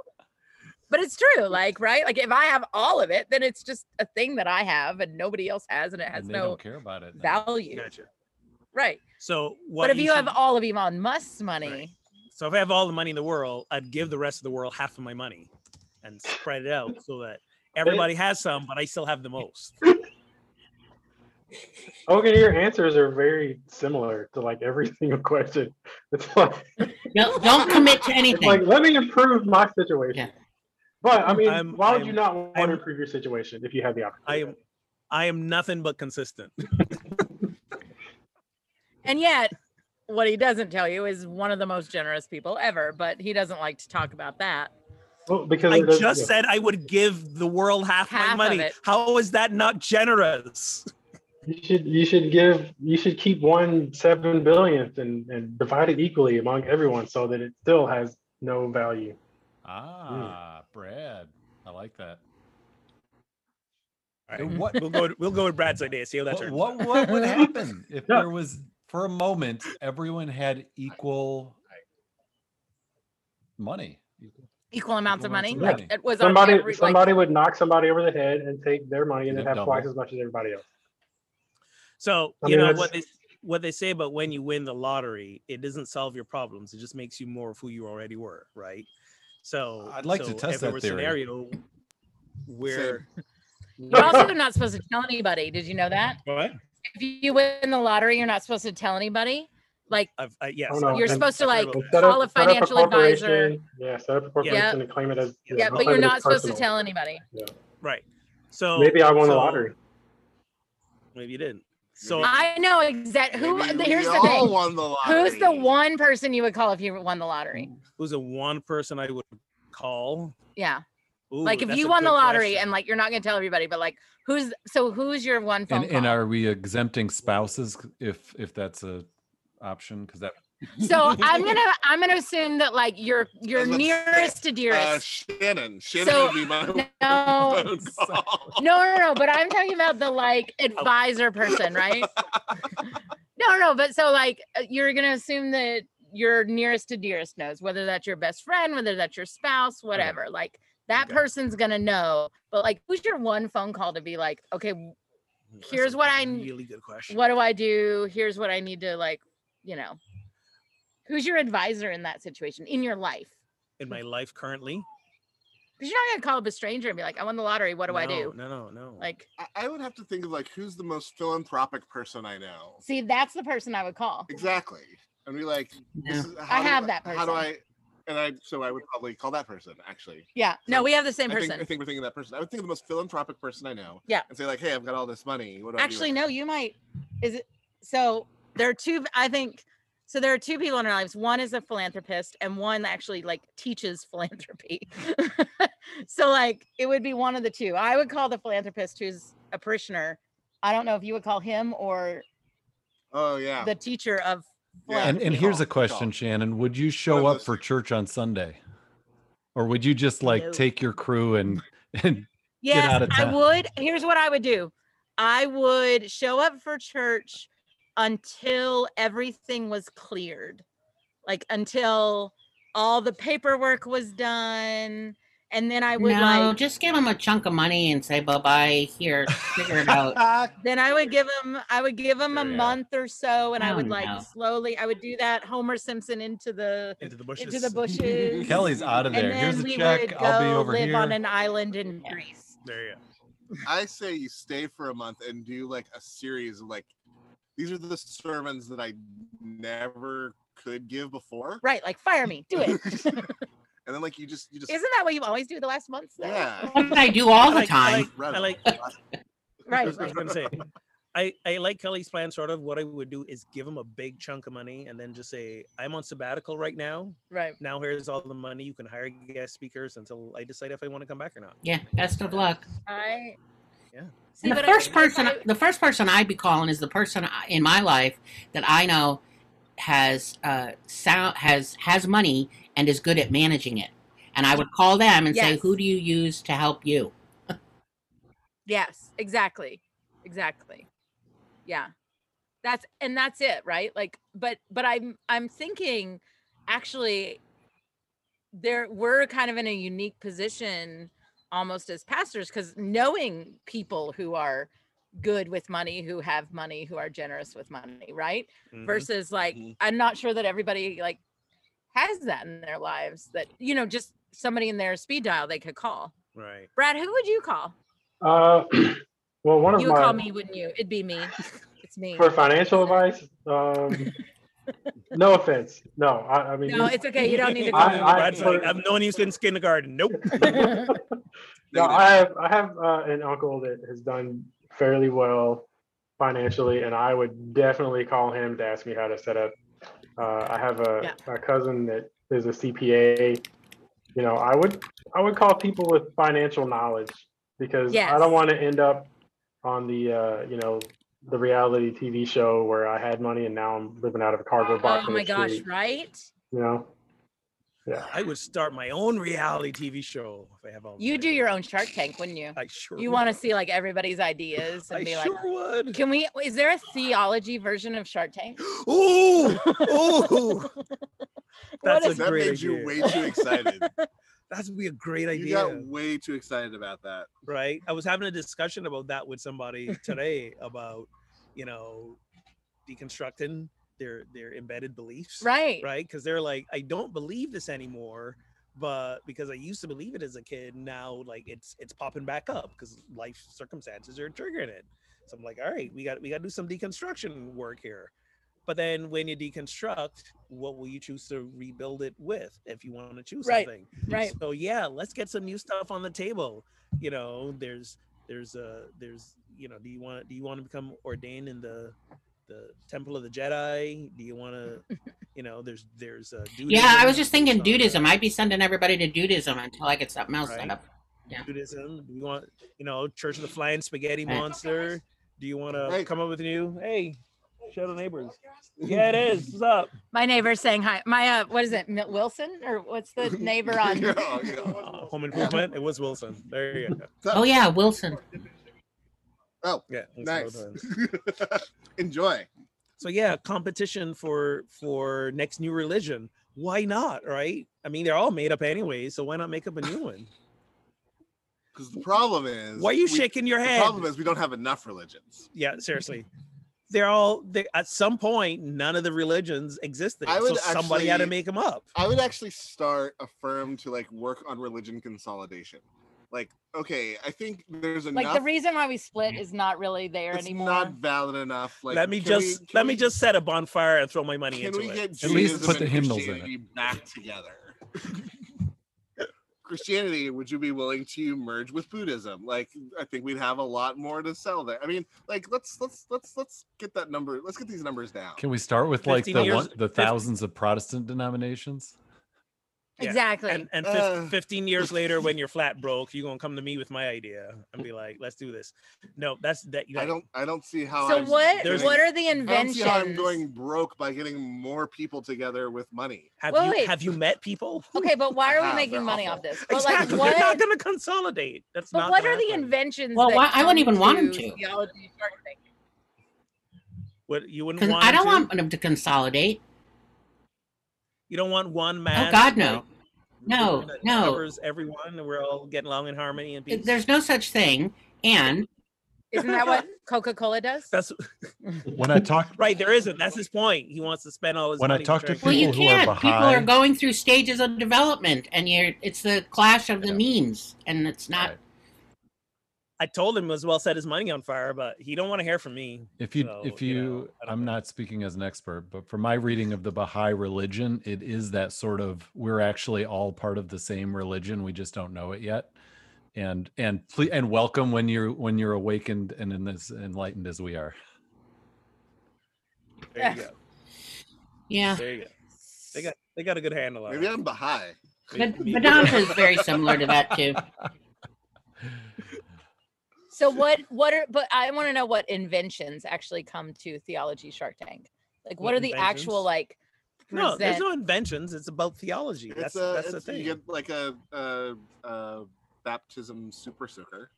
Speaker 1: But it's true, like right, like if I have all of it, then it's just a thing that I have and nobody else has, and it has
Speaker 2: and they
Speaker 1: no
Speaker 2: don't care about it. now.
Speaker 1: value,
Speaker 3: Gotcha.
Speaker 1: right?
Speaker 3: So what?
Speaker 1: but if you,
Speaker 3: should-
Speaker 1: have all of Elon Musk's money,
Speaker 3: so if I have all the money in the world, I'd give the rest of the world half of my money, and spread it out so that everybody has some, but I still have the most.
Speaker 5: Okay, your answers are very similar to like every single question. It's like,
Speaker 6: No, don't commit to
Speaker 5: it's like
Speaker 6: anything.
Speaker 5: let me improve my situation. But I mean,
Speaker 3: I'm-
Speaker 5: why would you
Speaker 3: I'm-
Speaker 5: not want
Speaker 3: I'm-
Speaker 5: to improve your situation if you had the
Speaker 3: I
Speaker 5: opportunity?
Speaker 3: am, I am nothing but consistent.
Speaker 1: and yet what he doesn't tell you is one of the most generous people ever. But he doesn't like to talk about that.
Speaker 5: Well, because
Speaker 3: I
Speaker 5: it does-
Speaker 3: just
Speaker 5: yeah.
Speaker 3: said I would give the world half,
Speaker 1: Half
Speaker 3: my
Speaker 1: of
Speaker 3: money.
Speaker 1: it.
Speaker 3: How is that not generous?
Speaker 5: you should you should give you should keep one seven billionth and and divide it equally among everyone so that it still has no value.
Speaker 2: Ah,
Speaker 5: Mm.
Speaker 2: Brad, I like that.
Speaker 3: All
Speaker 2: So
Speaker 3: right,
Speaker 2: what-
Speaker 3: we'll go. We'll go with Brad's idea. See how that
Speaker 2: What,
Speaker 3: turns.
Speaker 2: what
Speaker 3: out.
Speaker 2: what would happen if
Speaker 5: Yeah.
Speaker 2: there was for a moment everyone had equal money?
Speaker 1: Equal amounts of
Speaker 2: Equal amounts
Speaker 1: money.
Speaker 2: of
Speaker 1: Like
Speaker 2: money.
Speaker 1: it was on
Speaker 5: Somebody
Speaker 1: every, like-
Speaker 5: somebody would knock somebody over the head and take their money and
Speaker 2: Get
Speaker 5: then have
Speaker 2: double.
Speaker 5: twice as much as everybody else.
Speaker 3: So
Speaker 5: I
Speaker 3: you
Speaker 5: mean,
Speaker 3: know
Speaker 5: that's-
Speaker 3: what they what they say about when you win the lottery, it doesn't solve your problems. It just makes you more of who you already were, right? So
Speaker 2: I'd like to
Speaker 3: so
Speaker 2: test
Speaker 3: if there
Speaker 2: that
Speaker 3: were a
Speaker 2: theory.
Speaker 3: Scenario where
Speaker 1: You're also not supposed to tell anybody. Did you know that?
Speaker 3: what?
Speaker 1: If you win the lottery, you're not supposed to tell anybody. Like
Speaker 3: I've, I, uh, yes,
Speaker 5: no,
Speaker 1: you're
Speaker 5: and-
Speaker 1: supposed to
Speaker 3: I've heard
Speaker 1: like
Speaker 3: about that.
Speaker 5: And set
Speaker 1: Call a
Speaker 5: set up
Speaker 1: financial advisor.
Speaker 5: corporation. Yeah, set up a corporation and claim it as
Speaker 1: yeah, but
Speaker 5: claim
Speaker 1: you're
Speaker 5: it as
Speaker 1: not supposed to
Speaker 5: personal.
Speaker 1: tell anybody.
Speaker 3: right. So
Speaker 5: Maybe I won the
Speaker 3: so-
Speaker 5: lottery.
Speaker 3: Maybe you didn't. So
Speaker 1: I know exactly who.
Speaker 4: Maybe
Speaker 1: the-
Speaker 4: we
Speaker 1: Here's the
Speaker 4: all
Speaker 1: thing.
Speaker 4: won the
Speaker 1: Who's the
Speaker 4: lottery.
Speaker 1: one person you would call if you won the lottery?
Speaker 3: who's the one person I would call?
Speaker 1: Yeah,
Speaker 3: Ooh,
Speaker 1: like if
Speaker 3: that's
Speaker 1: you
Speaker 3: a
Speaker 1: won the
Speaker 3: good
Speaker 1: lottery
Speaker 3: question.
Speaker 1: and like you're not gonna tell everybody, but like who's so who's your one phone
Speaker 2: And and
Speaker 1: call?
Speaker 2: are we exempting spouses if if that's a option? Because that
Speaker 1: so I'm gonna I'm gonna assume that like your your
Speaker 4: was about to say,
Speaker 1: nearest to
Speaker 4: Uh,
Speaker 1: dearest.
Speaker 4: Shannon. Shannon
Speaker 1: So,
Speaker 4: would be my
Speaker 1: no,
Speaker 4: phone call.
Speaker 1: no, no, no. But I'm talking about the like
Speaker 4: Oh.
Speaker 1: advisor person, right? No, no. But so like uh, you're gonna assume that your nearest to dearest knows, whether that's your best friend, whether that's your spouse, whatever. Like that
Speaker 3: Okay.
Speaker 1: person's gonna know. But like, who's your one phone call to be like, okay, w-
Speaker 3: Ooh, that's
Speaker 1: here's
Speaker 3: a
Speaker 1: what I n-
Speaker 3: really good question.
Speaker 1: what do I do? Here's what I need to like, you know. Who's your advisor in that situation in your life?
Speaker 3: in my life currently.
Speaker 1: Because you're not gonna call up a stranger and be like, I won the lottery. What do I
Speaker 3: No,
Speaker 1: do?
Speaker 3: No, no, no.
Speaker 1: Like,
Speaker 4: I- I would have to think of like who's the most philanthropic person I know.
Speaker 1: see, that's the person I would call.
Speaker 4: Exactly. And be like,
Speaker 6: No.
Speaker 4: this is, how do
Speaker 1: have
Speaker 4: I-
Speaker 1: that
Speaker 4: How do
Speaker 1: person.
Speaker 4: I? And I, so I would probably call that person actually.
Speaker 1: Yeah. No,
Speaker 4: So,
Speaker 1: we have the same
Speaker 4: I think,
Speaker 1: person.
Speaker 4: I think we're thinking that person. I would think of the most philanthropic person I know.
Speaker 1: Yeah.
Speaker 4: And say like, hey, I've got all this money. What do
Speaker 1: Actually,
Speaker 4: I do
Speaker 1: no, you might. Is it so? There are two, I think. So there are two people in our lives. One is a philanthropist, and one actually like teaches philanthropy. so like it would be one of the two. I would call the philanthropist who's a parishioner. I don't know if you would call him or
Speaker 4: Oh yeah.
Speaker 1: the teacher of
Speaker 4: yeah.
Speaker 2: and and
Speaker 4: good
Speaker 2: here's
Speaker 4: call,
Speaker 2: a
Speaker 4: good
Speaker 2: question,
Speaker 4: call.
Speaker 2: Shannon. Would you show
Speaker 4: One of
Speaker 2: up
Speaker 4: those
Speaker 2: for
Speaker 4: two.
Speaker 2: church on Sunday, or would you just like
Speaker 1: No.
Speaker 2: take your crew and and
Speaker 1: Yes,
Speaker 2: out of
Speaker 1: I
Speaker 2: town.
Speaker 1: would. Here's what I would do. I would show up for church until everything was cleared. Like until all the paperwork was done and then I would
Speaker 6: No,
Speaker 1: like
Speaker 6: just give them a chunk of money and say bye bye. Here, figure it out.
Speaker 1: then I would give them I would give them a
Speaker 2: Yeah.
Speaker 1: month or so and I
Speaker 6: Oh,
Speaker 1: would like
Speaker 6: no.
Speaker 1: slowly I would do that Homer Simpson into the
Speaker 3: Into the bushes.
Speaker 1: into the bushes.
Speaker 2: Kelly's out of
Speaker 1: And
Speaker 2: there.
Speaker 1: then
Speaker 2: Here's a
Speaker 1: we
Speaker 2: check.
Speaker 1: would go
Speaker 2: I'll be over
Speaker 1: live
Speaker 2: here.
Speaker 1: on an island in
Speaker 6: Yeah.
Speaker 1: Greece.
Speaker 3: There you go.
Speaker 4: I say you stay for a month and do like a series of like, these are the sermons that I never could give before,
Speaker 1: Right, like fire me. Do it.
Speaker 4: and then like you just you just
Speaker 1: Isn't that what you always do the last month? though?
Speaker 4: yeah.
Speaker 6: What I do all
Speaker 3: I
Speaker 6: the
Speaker 3: like- I
Speaker 6: time.
Speaker 3: like- I
Speaker 4: Rather-
Speaker 3: like
Speaker 1: Right.
Speaker 3: I was
Speaker 1: right.
Speaker 3: gonna say, I, I like Kelly's plan. Sort of what I would do is give him a big chunk of money and then just say, I'm on sabbatical right now.
Speaker 1: Right.
Speaker 3: Now here's all the money. You can hire guest speakers until I decide if I want to come back or not.
Speaker 6: Yeah, best of luck.
Speaker 1: I
Speaker 3: Yeah.
Speaker 1: See,
Speaker 6: And the
Speaker 1: but
Speaker 6: first
Speaker 1: I,
Speaker 6: person,
Speaker 1: I,
Speaker 6: the first person I'd be calling is the person I- in my life that I know has uh, sound has has money and is good at managing it. And I would call them and say,
Speaker 1: Yes.
Speaker 6: "Who do you use to help you?"
Speaker 1: yes, exactly, exactly, yeah. That's and that's it, right? Like, but but I'm I'm thinking, actually, there we're kind of in a unique position almost as pastors because knowing people who are good with money who have money who are generous with money right
Speaker 3: Mm-hmm.
Speaker 1: versus like
Speaker 4: Mhm.
Speaker 1: i'm not sure that everybody like has that in their lives that you know just somebody in their speed dial they could call
Speaker 3: right.
Speaker 1: brad who would you call
Speaker 5: Uh, well, one of
Speaker 1: you
Speaker 5: my
Speaker 1: would call me wouldn't you it'd be me it's me
Speaker 5: for financial advice. Um, no offense. No, I, I mean,
Speaker 1: no it's okay you don't need to call me
Speaker 5: I-
Speaker 3: Brad's like, I've known you since kindergarten. Nope.
Speaker 5: No, I have I have uh, an uncle that has done fairly well financially, and I would definitely call him to ask me how to set up. Uh, I have a, a cousin that is a CPA. You know, I would I would call people with financial knowledge because I
Speaker 1: Yes.
Speaker 5: don't want to end up on the uh, you know the reality TV show where I had money and now I'm living out of a cardboard box.
Speaker 1: oh
Speaker 5: in
Speaker 1: my
Speaker 5: the
Speaker 1: gosh
Speaker 5: street,
Speaker 1: right
Speaker 5: You know,
Speaker 3: I would start my own reality TV show if I have all. the
Speaker 1: you do
Speaker 3: money.
Speaker 1: your own shark tank wouldn't you
Speaker 3: I sure.
Speaker 1: you
Speaker 3: would.
Speaker 1: want to see like everybody's ideas and
Speaker 3: I
Speaker 1: be like
Speaker 3: sure would.
Speaker 1: Can we? Is there a theology version of Shark Tank?
Speaker 3: Ooh, ooh. That's
Speaker 1: What
Speaker 3: a
Speaker 1: is-
Speaker 4: that
Speaker 3: great
Speaker 4: made you
Speaker 3: idea.
Speaker 4: way too excited.
Speaker 3: That would be a great
Speaker 4: you
Speaker 3: idea,
Speaker 4: got way too excited about that.
Speaker 3: right? I was having a discussion about that with somebody today about, you know, deconstructing their their embedded beliefs,
Speaker 1: Right.
Speaker 3: Right? Because they're like, I don't believe this anymore, but because I used to believe it as a kid, now like it's it's popping back up because life circumstances are triggering it. So I'm like, all right, we got we got to do some deconstruction work here. But then when you deconstruct, what will you choose to rebuild it with if you want to choose
Speaker 1: Right.
Speaker 3: something?
Speaker 1: Right.
Speaker 3: So yeah, let's get some new stuff on the table. You know, there's there's uh there's you know, do you want do you want to become ordained in the the temple of the Jedi? Do you want to you know, there's there's uh
Speaker 6: Yeah, I was just thinking
Speaker 3: there's, uh,
Speaker 6: dudism. I'd be sending everybody to dudism until I get something else
Speaker 3: Right.
Speaker 6: set up. yeah.
Speaker 3: Buddhism. Do you want you know, Church of the Flying Spaghetti
Speaker 6: Right.
Speaker 3: Monster? Do you want to
Speaker 4: Right.
Speaker 3: come up with new? Hey, shadow neighbors. Yeah, it is. What's up?
Speaker 1: My neighbor's saying hi. My uh, what is it? Mil- Wilson or what's the neighbor on?
Speaker 4: Yeah, yeah.
Speaker 3: Uh, home improvement. It was Wilson. There you go.
Speaker 6: Oh yeah, Wilson.
Speaker 3: Yeah. it was
Speaker 4: Oh, Nice.
Speaker 3: Wilson.
Speaker 4: Enjoy.
Speaker 3: so yeah competition for for next new religion why not right i mean they're all made up anyway so why not make up a new one
Speaker 4: Because the problem is,
Speaker 3: why are you
Speaker 4: we-
Speaker 3: shaking your
Speaker 4: The
Speaker 3: head
Speaker 4: problem is we don't have enough religions.
Speaker 3: yeah seriously they're all they, at some point none of the religions existed
Speaker 4: I
Speaker 3: so
Speaker 4: would
Speaker 3: somebody had to
Speaker 4: actually-
Speaker 3: make them up
Speaker 4: I would actually start a firm to like work on religion consolidation. Like, okay, I think there's enough.
Speaker 1: Like the reason why we split
Speaker 6: Mm-hmm.
Speaker 1: is not really there
Speaker 4: it's
Speaker 1: anymore.
Speaker 4: not valid enough. Like,
Speaker 3: let me
Speaker 4: can we-
Speaker 3: just
Speaker 4: can
Speaker 3: let
Speaker 4: we-
Speaker 3: me just set a bonfire and throw my money
Speaker 4: Can
Speaker 3: into
Speaker 4: we
Speaker 3: it
Speaker 4: get
Speaker 2: At least
Speaker 4: Judaism
Speaker 2: put the
Speaker 4: and
Speaker 2: hymnals in it.
Speaker 4: Christianity back together? Christianity, would you be willing to merge with Buddhism? Like, I think we'd have a lot more to sell there. I mean, like, let's let's let's let's get that number. Let's get these numbers down.
Speaker 2: Can we start with like
Speaker 3: 15
Speaker 2: the
Speaker 3: years-
Speaker 2: one, the
Speaker 3: fif-
Speaker 2: thousands of Protestant denominations?
Speaker 3: yeah,
Speaker 1: Exactly.
Speaker 3: and, and fif-
Speaker 4: Uh.
Speaker 3: 15 years later when you're flat broke you're gonna come to me with my idea and be like let's do this no that's that you
Speaker 4: I don't I don't see how.
Speaker 1: so
Speaker 4: I'm
Speaker 1: what?
Speaker 3: there's-
Speaker 1: What are the
Speaker 4: I don't see how I'm
Speaker 1: inventions?
Speaker 4: going broke by getting more people together with money.
Speaker 3: have
Speaker 1: Well,
Speaker 3: you
Speaker 1: wait.
Speaker 3: have you met people
Speaker 1: Okay, but why are
Speaker 4: Ah,
Speaker 1: we
Speaker 4: they're
Speaker 1: making money
Speaker 4: awful.
Speaker 1: off this? But
Speaker 3: Exactly.
Speaker 1: like
Speaker 3: They're not
Speaker 1: what?
Speaker 3: going to consolidate. That's
Speaker 1: But
Speaker 3: not
Speaker 1: what
Speaker 3: gonna
Speaker 1: are the
Speaker 3: happen.
Speaker 1: inventions?
Speaker 6: Well,
Speaker 1: that
Speaker 6: why- I wouldn't
Speaker 1: come
Speaker 6: even want 'em
Speaker 1: to
Speaker 6: to.
Speaker 1: theology and Shark Tank?
Speaker 3: What you wouldn't
Speaker 6: Because
Speaker 3: want?
Speaker 6: I don't
Speaker 3: to?
Speaker 6: want them to consolidate.
Speaker 3: You don't want one man.
Speaker 6: Oh, God, no.
Speaker 3: like,
Speaker 6: No,
Speaker 3: that
Speaker 6: no.
Speaker 3: Covers everyone, and we're all getting along in harmony and peace.
Speaker 6: There's no such thing. And
Speaker 1: Isn't that what Coca Cola does?
Speaker 3: That's
Speaker 2: When I talk
Speaker 3: right. There isn't. That's his point. He wants to spend all his.
Speaker 2: When I
Speaker 3: money
Speaker 2: talk to
Speaker 3: try
Speaker 6: well, you
Speaker 2: People who are
Speaker 6: can't. People are
Speaker 2: behind-
Speaker 6: going through stages of development, and you're. It's the clash of the means, and it's not.
Speaker 2: Right.
Speaker 3: I told him as well. Set his money on fire, but he don't want to hear from me.
Speaker 2: if you
Speaker 3: So,
Speaker 2: if you,
Speaker 3: you know, I don't
Speaker 2: I'm
Speaker 3: know.
Speaker 2: not speaking as an expert, but from my reading of the Baha'i religion, it is that sort of we're actually all part of the same religion, we just don't know it yet. And and ple- and welcome when you're when you're awakened and in as enlightened as we are.
Speaker 3: There you go.
Speaker 6: Yeah,
Speaker 3: There you go. They got they got a good handle on
Speaker 4: Maybe
Speaker 3: it.
Speaker 4: I'm Baha'i.
Speaker 6: but
Speaker 3: Me-
Speaker 6: Vedanta is very similar to that too.
Speaker 1: So what what are but I want to know what inventions actually come to theology Shark Tank. Like what,
Speaker 3: What
Speaker 1: are the actual
Speaker 3: inventions?
Speaker 1: like
Speaker 3: No, there's
Speaker 1: present-
Speaker 3: no inventions. It's about theology.
Speaker 4: It's
Speaker 3: That's
Speaker 4: a,
Speaker 3: that's the
Speaker 4: it's-
Speaker 3: thing.
Speaker 4: You get like a, a, a baptism super soaker,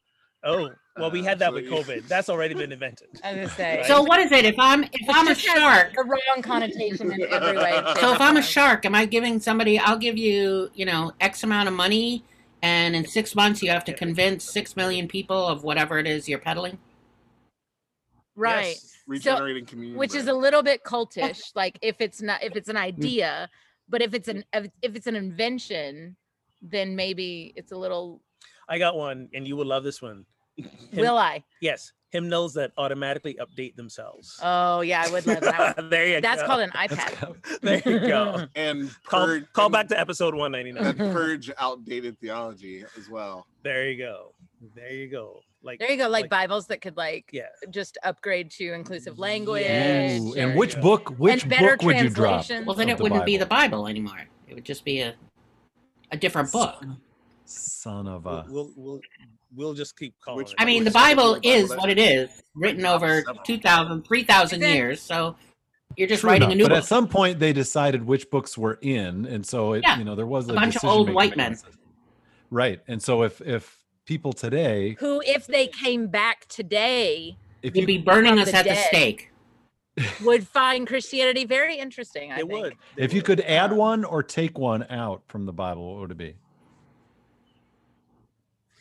Speaker 8: Oh, well, we
Speaker 4: Uh,
Speaker 8: had that
Speaker 4: so
Speaker 8: with
Speaker 4: you-
Speaker 8: COVID. That's already been invented.
Speaker 1: I was gonna say.
Speaker 6: So what is it? If I'm if
Speaker 1: It
Speaker 6: I'm a
Speaker 1: just has
Speaker 6: shark,
Speaker 1: The wrong connotation in every way.
Speaker 6: so if I'm a shark, am I giving somebody? I'll give you you know X amount of money, and in six months you have to convince six million people of whatever it is you're peddling.
Speaker 1: right?
Speaker 8: Yes.
Speaker 4: regenerating community,
Speaker 1: Which is a little bit cultish. Like if it's not, if
Speaker 8: Mm.
Speaker 1: it's an idea, but if it's an if if it's an invention, then maybe it's a little.
Speaker 8: I got one, and you will love this one. Hym-
Speaker 1: Will I?
Speaker 8: yes, hymnals that automatically update themselves.
Speaker 1: Oh yeah, I would love that. One.
Speaker 8: there you
Speaker 1: That's
Speaker 8: go.
Speaker 1: called an iPad.
Speaker 8: There you go.
Speaker 4: and
Speaker 8: Call,
Speaker 4: purge,
Speaker 8: call
Speaker 4: and-
Speaker 8: back to episode 199.
Speaker 4: and purge outdated theology as well.
Speaker 8: There you go. There you go. Like
Speaker 1: There you go. Like,
Speaker 8: Like-
Speaker 1: Bibles that could like
Speaker 8: yeah.
Speaker 1: just upgrade to inclusive language.
Speaker 8: Yes.
Speaker 1: or-
Speaker 8: there
Speaker 2: and which
Speaker 8: you go.
Speaker 2: book? Which
Speaker 1: and better
Speaker 2: book would you drop?
Speaker 1: translations.
Speaker 6: Well, then
Speaker 2: Of
Speaker 6: it
Speaker 2: the
Speaker 6: wouldn't be
Speaker 2: Bible.
Speaker 6: the Bible anymore. It would just be a a different book.
Speaker 2: Son of
Speaker 8: We'll,
Speaker 2: a.
Speaker 8: we'll we'll we'll just keep calling.
Speaker 4: Which-
Speaker 8: it.
Speaker 6: I mean,
Speaker 4: Which
Speaker 6: the
Speaker 4: is the
Speaker 6: Bible
Speaker 4: Bible
Speaker 6: is
Speaker 4: that-
Speaker 6: what it is, written over 2,000, 3,000
Speaker 1: Exactly.
Speaker 6: years. So you're just
Speaker 2: True
Speaker 6: writing
Speaker 2: enough,
Speaker 6: a new
Speaker 2: but
Speaker 6: book.
Speaker 2: at some point they decided which books were in, and so it,
Speaker 6: Yeah,
Speaker 2: you know there was a,
Speaker 6: bunch of
Speaker 2: decision
Speaker 6: old
Speaker 2: making
Speaker 6: white men.
Speaker 2: process. Right, and so if if people today,
Speaker 1: who, if they came back today,
Speaker 2: if
Speaker 6: You'd
Speaker 2: you
Speaker 6: be burning
Speaker 1: From
Speaker 6: us
Speaker 1: the
Speaker 6: at the
Speaker 1: dead.
Speaker 6: stake.
Speaker 1: would find Christianity very interesting. I
Speaker 8: They
Speaker 1: think.
Speaker 8: would. They
Speaker 2: if you
Speaker 8: would.
Speaker 2: could
Speaker 8: Uh,
Speaker 2: add one or take one out from the Bible, what would it be?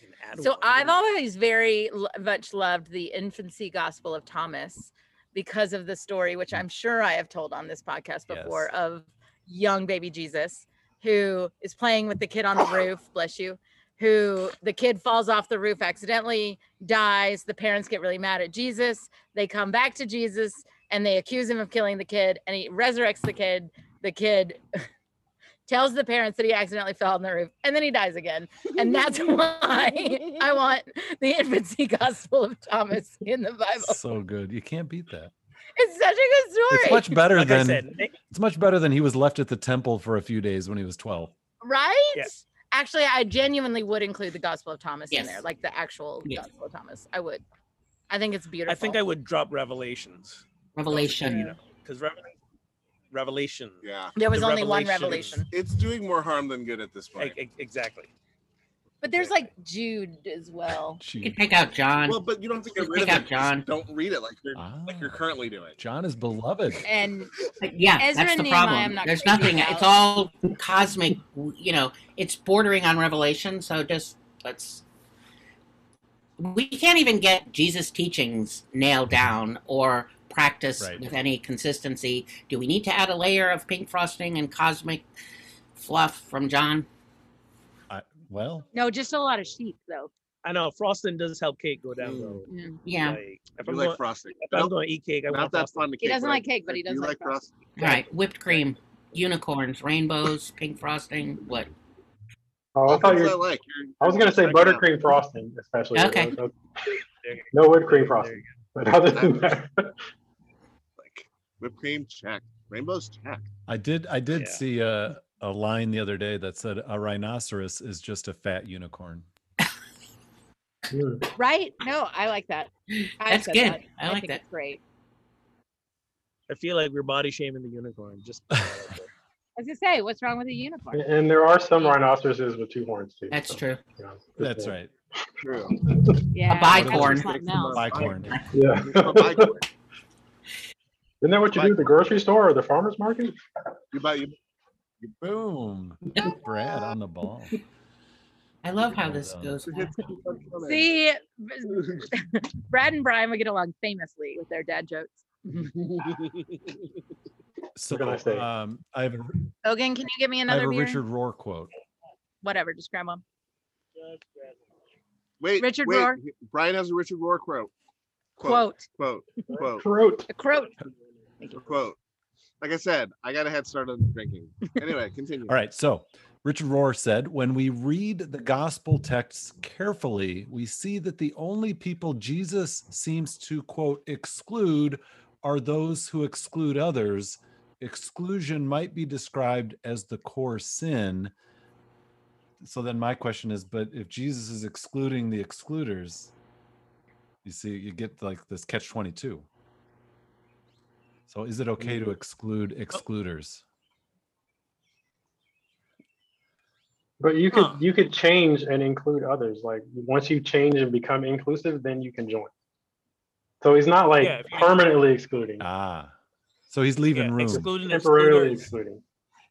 Speaker 8: You can add
Speaker 1: So
Speaker 8: one.
Speaker 1: I've always very l- much loved the infancy gospel of Thomas because of the story, which I'm sure I have told on this podcast before, of young baby Jesus who is playing with the kid on the roof, bless you, who the kid falls off the roof accidentally, dies. The parents get really mad at Jesus. They come back to Jesus and they accuse him of killing the kid and he resurrects the kid. The kid tells the parents that he accidentally fell on the roof and then he dies again. And that's why I want the infancy gospel of Thomas in the Bible.
Speaker 2: So good, you can't beat that.
Speaker 1: It's such a good story.
Speaker 2: It's much better
Speaker 8: like I
Speaker 2: than
Speaker 8: said, Nick-
Speaker 2: it's much better than he was left at the temple for a few days when he was twelve.
Speaker 1: right?
Speaker 8: Yeah.
Speaker 1: Actually, I genuinely would include the Gospel of Thomas in there,
Speaker 6: Yes.
Speaker 1: like the actual
Speaker 6: Yes.
Speaker 1: Gospel of Thomas. I would. I think it's beautiful.
Speaker 8: I think I would drop Revelations.
Speaker 6: Revelation.
Speaker 8: You know, because Revelation.
Speaker 4: Yeah,
Speaker 1: there was
Speaker 8: the
Speaker 1: only one
Speaker 8: Revelations.
Speaker 1: revelation,
Speaker 4: it's doing more harm than good at this point.
Speaker 8: E- e- exactly.
Speaker 1: but there's like Jude as well.
Speaker 6: You
Speaker 2: Gee,
Speaker 6: could take out John.
Speaker 4: well, but you don't have to get
Speaker 6: Just
Speaker 4: rid of
Speaker 6: pick
Speaker 4: it.
Speaker 6: out John.
Speaker 4: Just Don't read it like you're
Speaker 8: Uh,
Speaker 2: ah,
Speaker 4: like you're currently doing.
Speaker 2: John is beloved.
Speaker 1: And
Speaker 6: yeah,
Speaker 1: Ezra
Speaker 6: that's
Speaker 1: and
Speaker 6: the
Speaker 1: Nehemiah,
Speaker 6: problem.
Speaker 1: I'm not
Speaker 6: There's
Speaker 1: crazy
Speaker 6: nothing.
Speaker 1: about.
Speaker 6: It's all cosmic. You know, it's bordering on Revelation. So just let's. We can't even get Jesus' teachings nailed down or practiced
Speaker 2: Right.
Speaker 6: with any consistency. Do we need to add a layer of pink frosting and cosmic fluff from John?
Speaker 2: I, well,
Speaker 1: no, just a lot of sheep though.
Speaker 8: I know frosting does help cake go down
Speaker 4: Mm.
Speaker 8: though.
Speaker 6: Yeah.
Speaker 8: Like, if
Speaker 4: You
Speaker 8: I'm,
Speaker 4: like
Speaker 8: going,
Speaker 4: frosting?
Speaker 8: if I'm
Speaker 4: Nope,
Speaker 8: going to eat cake, I
Speaker 4: not
Speaker 8: want
Speaker 4: that
Speaker 8: frosting.
Speaker 4: fun.
Speaker 1: He doesn't like cake, but he does
Speaker 4: You
Speaker 1: like
Speaker 4: like frosting.
Speaker 6: All right, whipped cream, unicorns, rainbows, pink frosting. What?
Speaker 5: Oh, I
Speaker 4: All
Speaker 5: thought you.
Speaker 4: things I
Speaker 5: were-
Speaker 4: like. You're-
Speaker 5: I was gonna say
Speaker 4: check it out.
Speaker 5: buttercream frosting, especially.
Speaker 6: Okay.
Speaker 5: No whipped cream
Speaker 8: There
Speaker 5: frosting,
Speaker 8: you go.
Speaker 5: but other than that,
Speaker 4: Like whipped cream, check. Rainbows, check.
Speaker 2: I did. I did
Speaker 8: Yeah.
Speaker 2: see a a line the other day that said a rhinoceros is just a fat unicorn.
Speaker 5: mm,
Speaker 1: Right? No, I like that. I
Speaker 6: That's
Speaker 1: said
Speaker 6: good.
Speaker 1: that.
Speaker 6: I like
Speaker 1: think
Speaker 6: that.
Speaker 1: it's great.
Speaker 8: I feel like we're body shaming the unicorn. Just put that out there.
Speaker 1: As I say, what's wrong with a unicorn?
Speaker 5: and there are some rhinoceroses with two horns too.
Speaker 6: That's
Speaker 5: so,
Speaker 6: true.
Speaker 5: you know, just
Speaker 2: That's
Speaker 5: saying.
Speaker 2: right.
Speaker 4: True.
Speaker 1: Yeah,
Speaker 6: bicorn.
Speaker 1: that's something else.
Speaker 2: Bicorn.
Speaker 5: Yeah.
Speaker 4: Oh, my God.
Speaker 5: Isn't that what you do at the grocery store or the farmer's market?
Speaker 4: you buy you.
Speaker 2: Boom. Brad on the ball.
Speaker 6: I love how this
Speaker 2: Well
Speaker 6: goes.
Speaker 1: See, Brad and Brian would get along famously with their dad jokes.
Speaker 2: So
Speaker 5: can I say?
Speaker 2: um, I have a,
Speaker 1: Ogan, can you give me
Speaker 2: I have
Speaker 1: another
Speaker 2: a
Speaker 1: beer?
Speaker 2: Richard Rohr quote.
Speaker 1: Whatever, just grab one.
Speaker 4: Wait,
Speaker 1: Richard
Speaker 4: wait.
Speaker 1: Rohr.
Speaker 4: Brian has a Richard Rohr quote.
Speaker 1: Quote.
Speaker 4: Quote. Quote.
Speaker 5: Throat.
Speaker 1: A quote.
Speaker 4: Quote. Like I said, I got a head start on drinking. Anyway, continue.
Speaker 2: All right. So Richard Rohr said, when we read the gospel texts carefully, we see that the only people Jesus seems to, quote, exclude are those who exclude others. Exclusion might be described as the core sin. So then my question is, but if Jesus is excluding the excluders, you see, you get like this catch 22. So is it okay to exclude excluders?
Speaker 5: But you could
Speaker 3: Huh.
Speaker 5: you could change and include others. Like once you change and become inclusive, then you can join. So he's not like
Speaker 3: Yeah, if you-
Speaker 5: permanently excluding,
Speaker 2: Ah, so he's leaving
Speaker 3: Yeah,
Speaker 2: room.
Speaker 3: excluding
Speaker 5: temporarily
Speaker 3: excluders,
Speaker 5: excluding.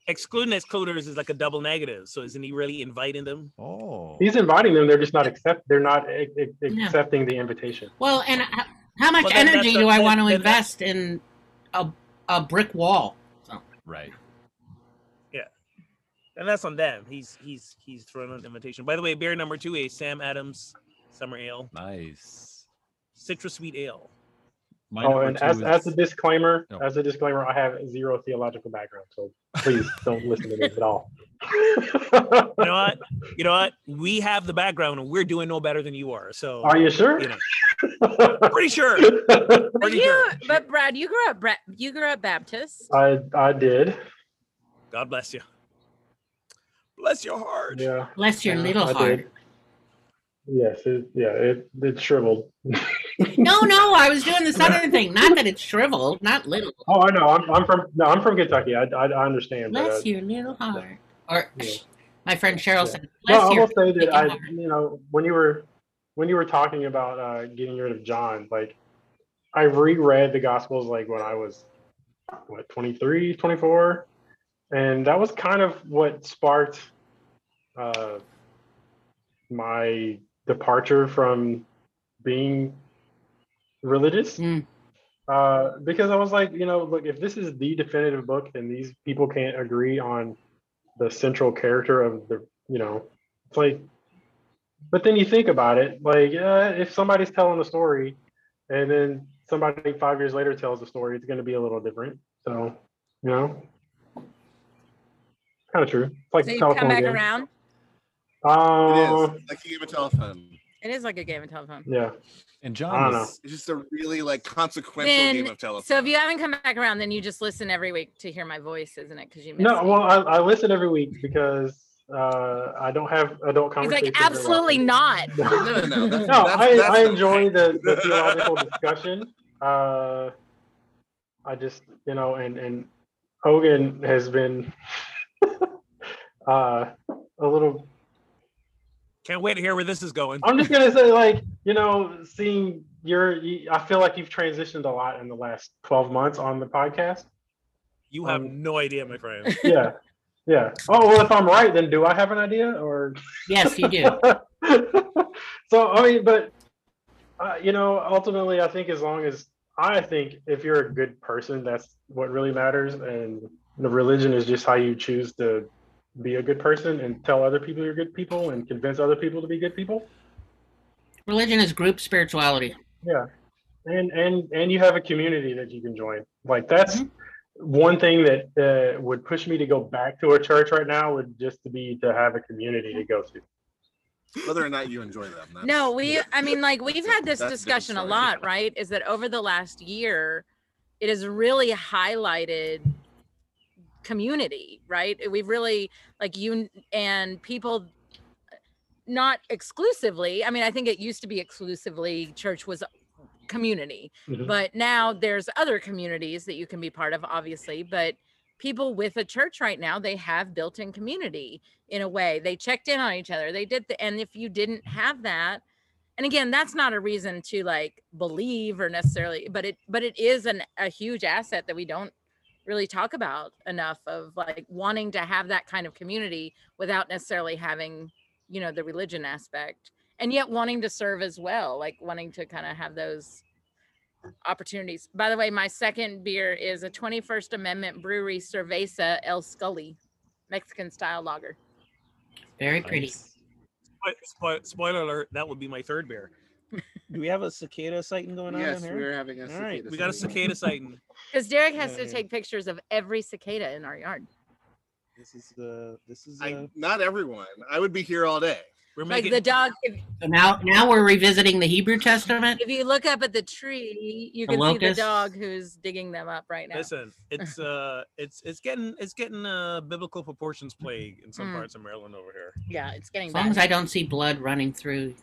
Speaker 3: excluding excluders is like a double negative. So isn't he really inviting them?
Speaker 2: oh,
Speaker 5: He's inviting them. They're just not accept. They're not a- a-
Speaker 6: No.
Speaker 5: accepting the invitation.
Speaker 6: Well, and how, how much
Speaker 3: Well, then
Speaker 6: energy
Speaker 3: that's a-
Speaker 6: do I
Speaker 3: then-
Speaker 6: want to
Speaker 3: then
Speaker 6: invest in a, a brick wall?
Speaker 2: right.
Speaker 3: And that's on them. He's he's he's throwing out the invitation. By the way, beer number two is Sam Adams Summer Ale,
Speaker 2: Nice.
Speaker 3: citrus sweet ale.
Speaker 2: My
Speaker 5: Oh,
Speaker 2: number
Speaker 5: and
Speaker 2: two
Speaker 5: as,
Speaker 2: is- Oh.
Speaker 5: as a disclaimer,
Speaker 2: No.
Speaker 5: as a disclaimer, I have zero theological background, so please don't listen to this at all.
Speaker 3: You know what? You know what? We have the background, and we're doing no better than you are. So
Speaker 5: Are you sure?
Speaker 3: you know, pretty sure.
Speaker 1: But
Speaker 3: Pretty
Speaker 1: you,
Speaker 3: sure.
Speaker 1: but Brad, you grew up, Bra- you grew up Baptist.
Speaker 5: I I did.
Speaker 3: God bless you. Bless your heart.
Speaker 5: Yeah.
Speaker 6: Bless your
Speaker 5: Yeah,
Speaker 6: little
Speaker 5: I
Speaker 6: heart.
Speaker 5: did. Yes, it, yeah, it, it shriveled.
Speaker 6: No, no, I was doing the southern thing. Not that it's shriveled, not little.
Speaker 5: Oh, I know. I'm, I'm from no, I'm from Kentucky. I, I, I understand. But, uh,
Speaker 6: Bless your little heart. Or
Speaker 5: Yeah.
Speaker 6: my friend Cheryl
Speaker 5: Yeah.
Speaker 6: said,
Speaker 5: no,
Speaker 6: "Bless
Speaker 5: I
Speaker 6: your
Speaker 5: will say that
Speaker 6: freaking
Speaker 5: I,
Speaker 6: heart."
Speaker 5: you know, when you were when you were talking about uh, getting rid of John, like I reread the Gospels like when I was what 23, 24, and that was kind of what sparked uh, my departure from being religious.
Speaker 6: Mm.
Speaker 5: Uh, because I was like, you know, look, if this is the definitive book and these people can't agree on the central character of the, you know, it's like, but then you think about it, like, uh, if somebody's telling a story and then somebody five years later tells a story, it's going to be a little different. So, you know, kind of true. It's like
Speaker 1: So
Speaker 5: the
Speaker 1: you come
Speaker 5: telephone
Speaker 1: back
Speaker 5: game.
Speaker 1: around.
Speaker 5: Uh,
Speaker 4: it is like you give a telephone.
Speaker 1: It is like a game of telephone.
Speaker 5: Yeah.
Speaker 2: and
Speaker 5: I
Speaker 2: John
Speaker 5: don't
Speaker 2: was
Speaker 4: It's just a really like consequential
Speaker 1: Then-
Speaker 4: game of telephone.
Speaker 1: So if you haven't come back around, then you just listen every week to hear my voice, isn't it? Because you missed
Speaker 5: No,
Speaker 1: me.
Speaker 5: well, I, I listen every week because uh, I don't have adult
Speaker 1: He's
Speaker 5: conversations.
Speaker 1: like,
Speaker 5: very
Speaker 1: absolutely
Speaker 5: often.
Speaker 1: not.
Speaker 5: No,
Speaker 4: no, no, that's,
Speaker 5: No,
Speaker 4: that's,
Speaker 5: I,
Speaker 4: that's
Speaker 5: I
Speaker 4: the-
Speaker 5: enjoy the, the theological discussion. Uh, I just, you know, and and Hogan has been uh, a little
Speaker 3: Can't wait to hear where this is going.
Speaker 5: I'm just gonna say, like, you know, seeing your, you, I feel like you've transitioned a lot in the last 12 months on the podcast.
Speaker 3: You have
Speaker 5: um,
Speaker 3: no idea, my friend.
Speaker 5: Yeah, yeah. Oh well, if I'm right, then do I have an idea or?
Speaker 6: Yes, you do.
Speaker 5: so I mean, but uh, you know, ultimately, I think as long as I think if you're a good person, that's what really matters, and the religion is just how you choose to be a good person and tell other people you're good people and convince other people to be good people.
Speaker 6: Religion is group spirituality.
Speaker 5: Yeah, and and and you have a community that you can join. Like that's. One thing that uh, would push me to go back to a church right now would just to be to have a community to go to.
Speaker 4: whether or not you enjoy them. that's-
Speaker 1: No, we, I mean, like, we've had this
Speaker 4: That's a different
Speaker 1: discussion a
Speaker 4: story.
Speaker 1: lot, right? Is that over the last year, it has really highlighted community, right? We've really, like, you and people, not exclusively. I mean, I think it used to be exclusively church was community,
Speaker 4: Mm-hmm.
Speaker 5: Mhm.
Speaker 1: but now there's other communities that you can be part of, obviously. But people with a church right now, they have built in community in a way. They checked in on each other. They did, the, and if you didn't have that, and again, that's not a reason to like believe or necessarily, but it but it is an a huge asset that we don't really talk about enough of like wanting to have that kind of community without necessarily having, you know, the religion aspect and yet wanting to serve as well, like wanting to kind of have those opportunities. By the way, my second beer is a 21st Amendment Brewery Cerveza El Scully, Mexican style lager.
Speaker 6: Very pretty.
Speaker 2: nice.
Speaker 3: Spoil- spoil- Spoiler alert, that would be my third beer. Do we have a cicada sighting going on
Speaker 4: Yes,
Speaker 3: in here?
Speaker 4: we're having a
Speaker 3: All right,
Speaker 4: cicada
Speaker 3: we got a
Speaker 4: sighting.
Speaker 3: cicada sighting.
Speaker 1: Because Derek has
Speaker 3: Yeah,
Speaker 1: to
Speaker 3: yeah.
Speaker 1: take pictures of every cicada in our yard.
Speaker 3: This is the this is uh,
Speaker 4: I, not everyone. I would be here all day.
Speaker 3: we're
Speaker 1: Like
Speaker 3: making
Speaker 1: the dog, if,
Speaker 6: So now, now we're revisiting the Hebrew Testament.
Speaker 1: if you look up at the tree, you
Speaker 6: The
Speaker 1: can see the
Speaker 6: locusts.
Speaker 1: dog who's digging them up right now.
Speaker 3: listen. It's uh, it's it's getting it's getting uh, biblical proportions plague in some
Speaker 1: Mm.
Speaker 3: parts of Maryland over here.
Speaker 1: Yeah, it's getting
Speaker 6: As long as
Speaker 1: bad.
Speaker 6: I don't see blood running through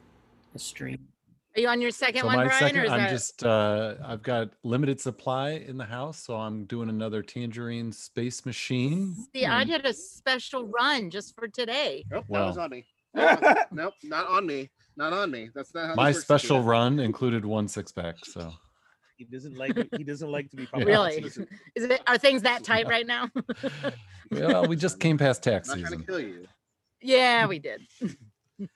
Speaker 6: a stream.
Speaker 1: Are you on your second
Speaker 2: So
Speaker 1: one,
Speaker 2: my
Speaker 1: Brian? or
Speaker 2: second,
Speaker 1: is
Speaker 2: I'm
Speaker 1: that...
Speaker 2: just uh, I've got limited supply in the house, so I'm doing another tangerine space machine.
Speaker 1: See, I
Speaker 2: and-
Speaker 1: did a special run just for today.
Speaker 4: Nope, that was
Speaker 2: Well.
Speaker 4: on me. Nope, nope, not on me. Not on me. That's not how
Speaker 2: my
Speaker 4: this works, Sakina.
Speaker 2: special run included one six pack. So
Speaker 8: He doesn't like he doesn't like to be popular.
Speaker 1: Really?
Speaker 8: Listen,
Speaker 1: Is it are things that tight right now?
Speaker 2: well, we just came past tax
Speaker 4: I'm not trying
Speaker 2: season.
Speaker 4: to kill you.
Speaker 1: yeah, we did.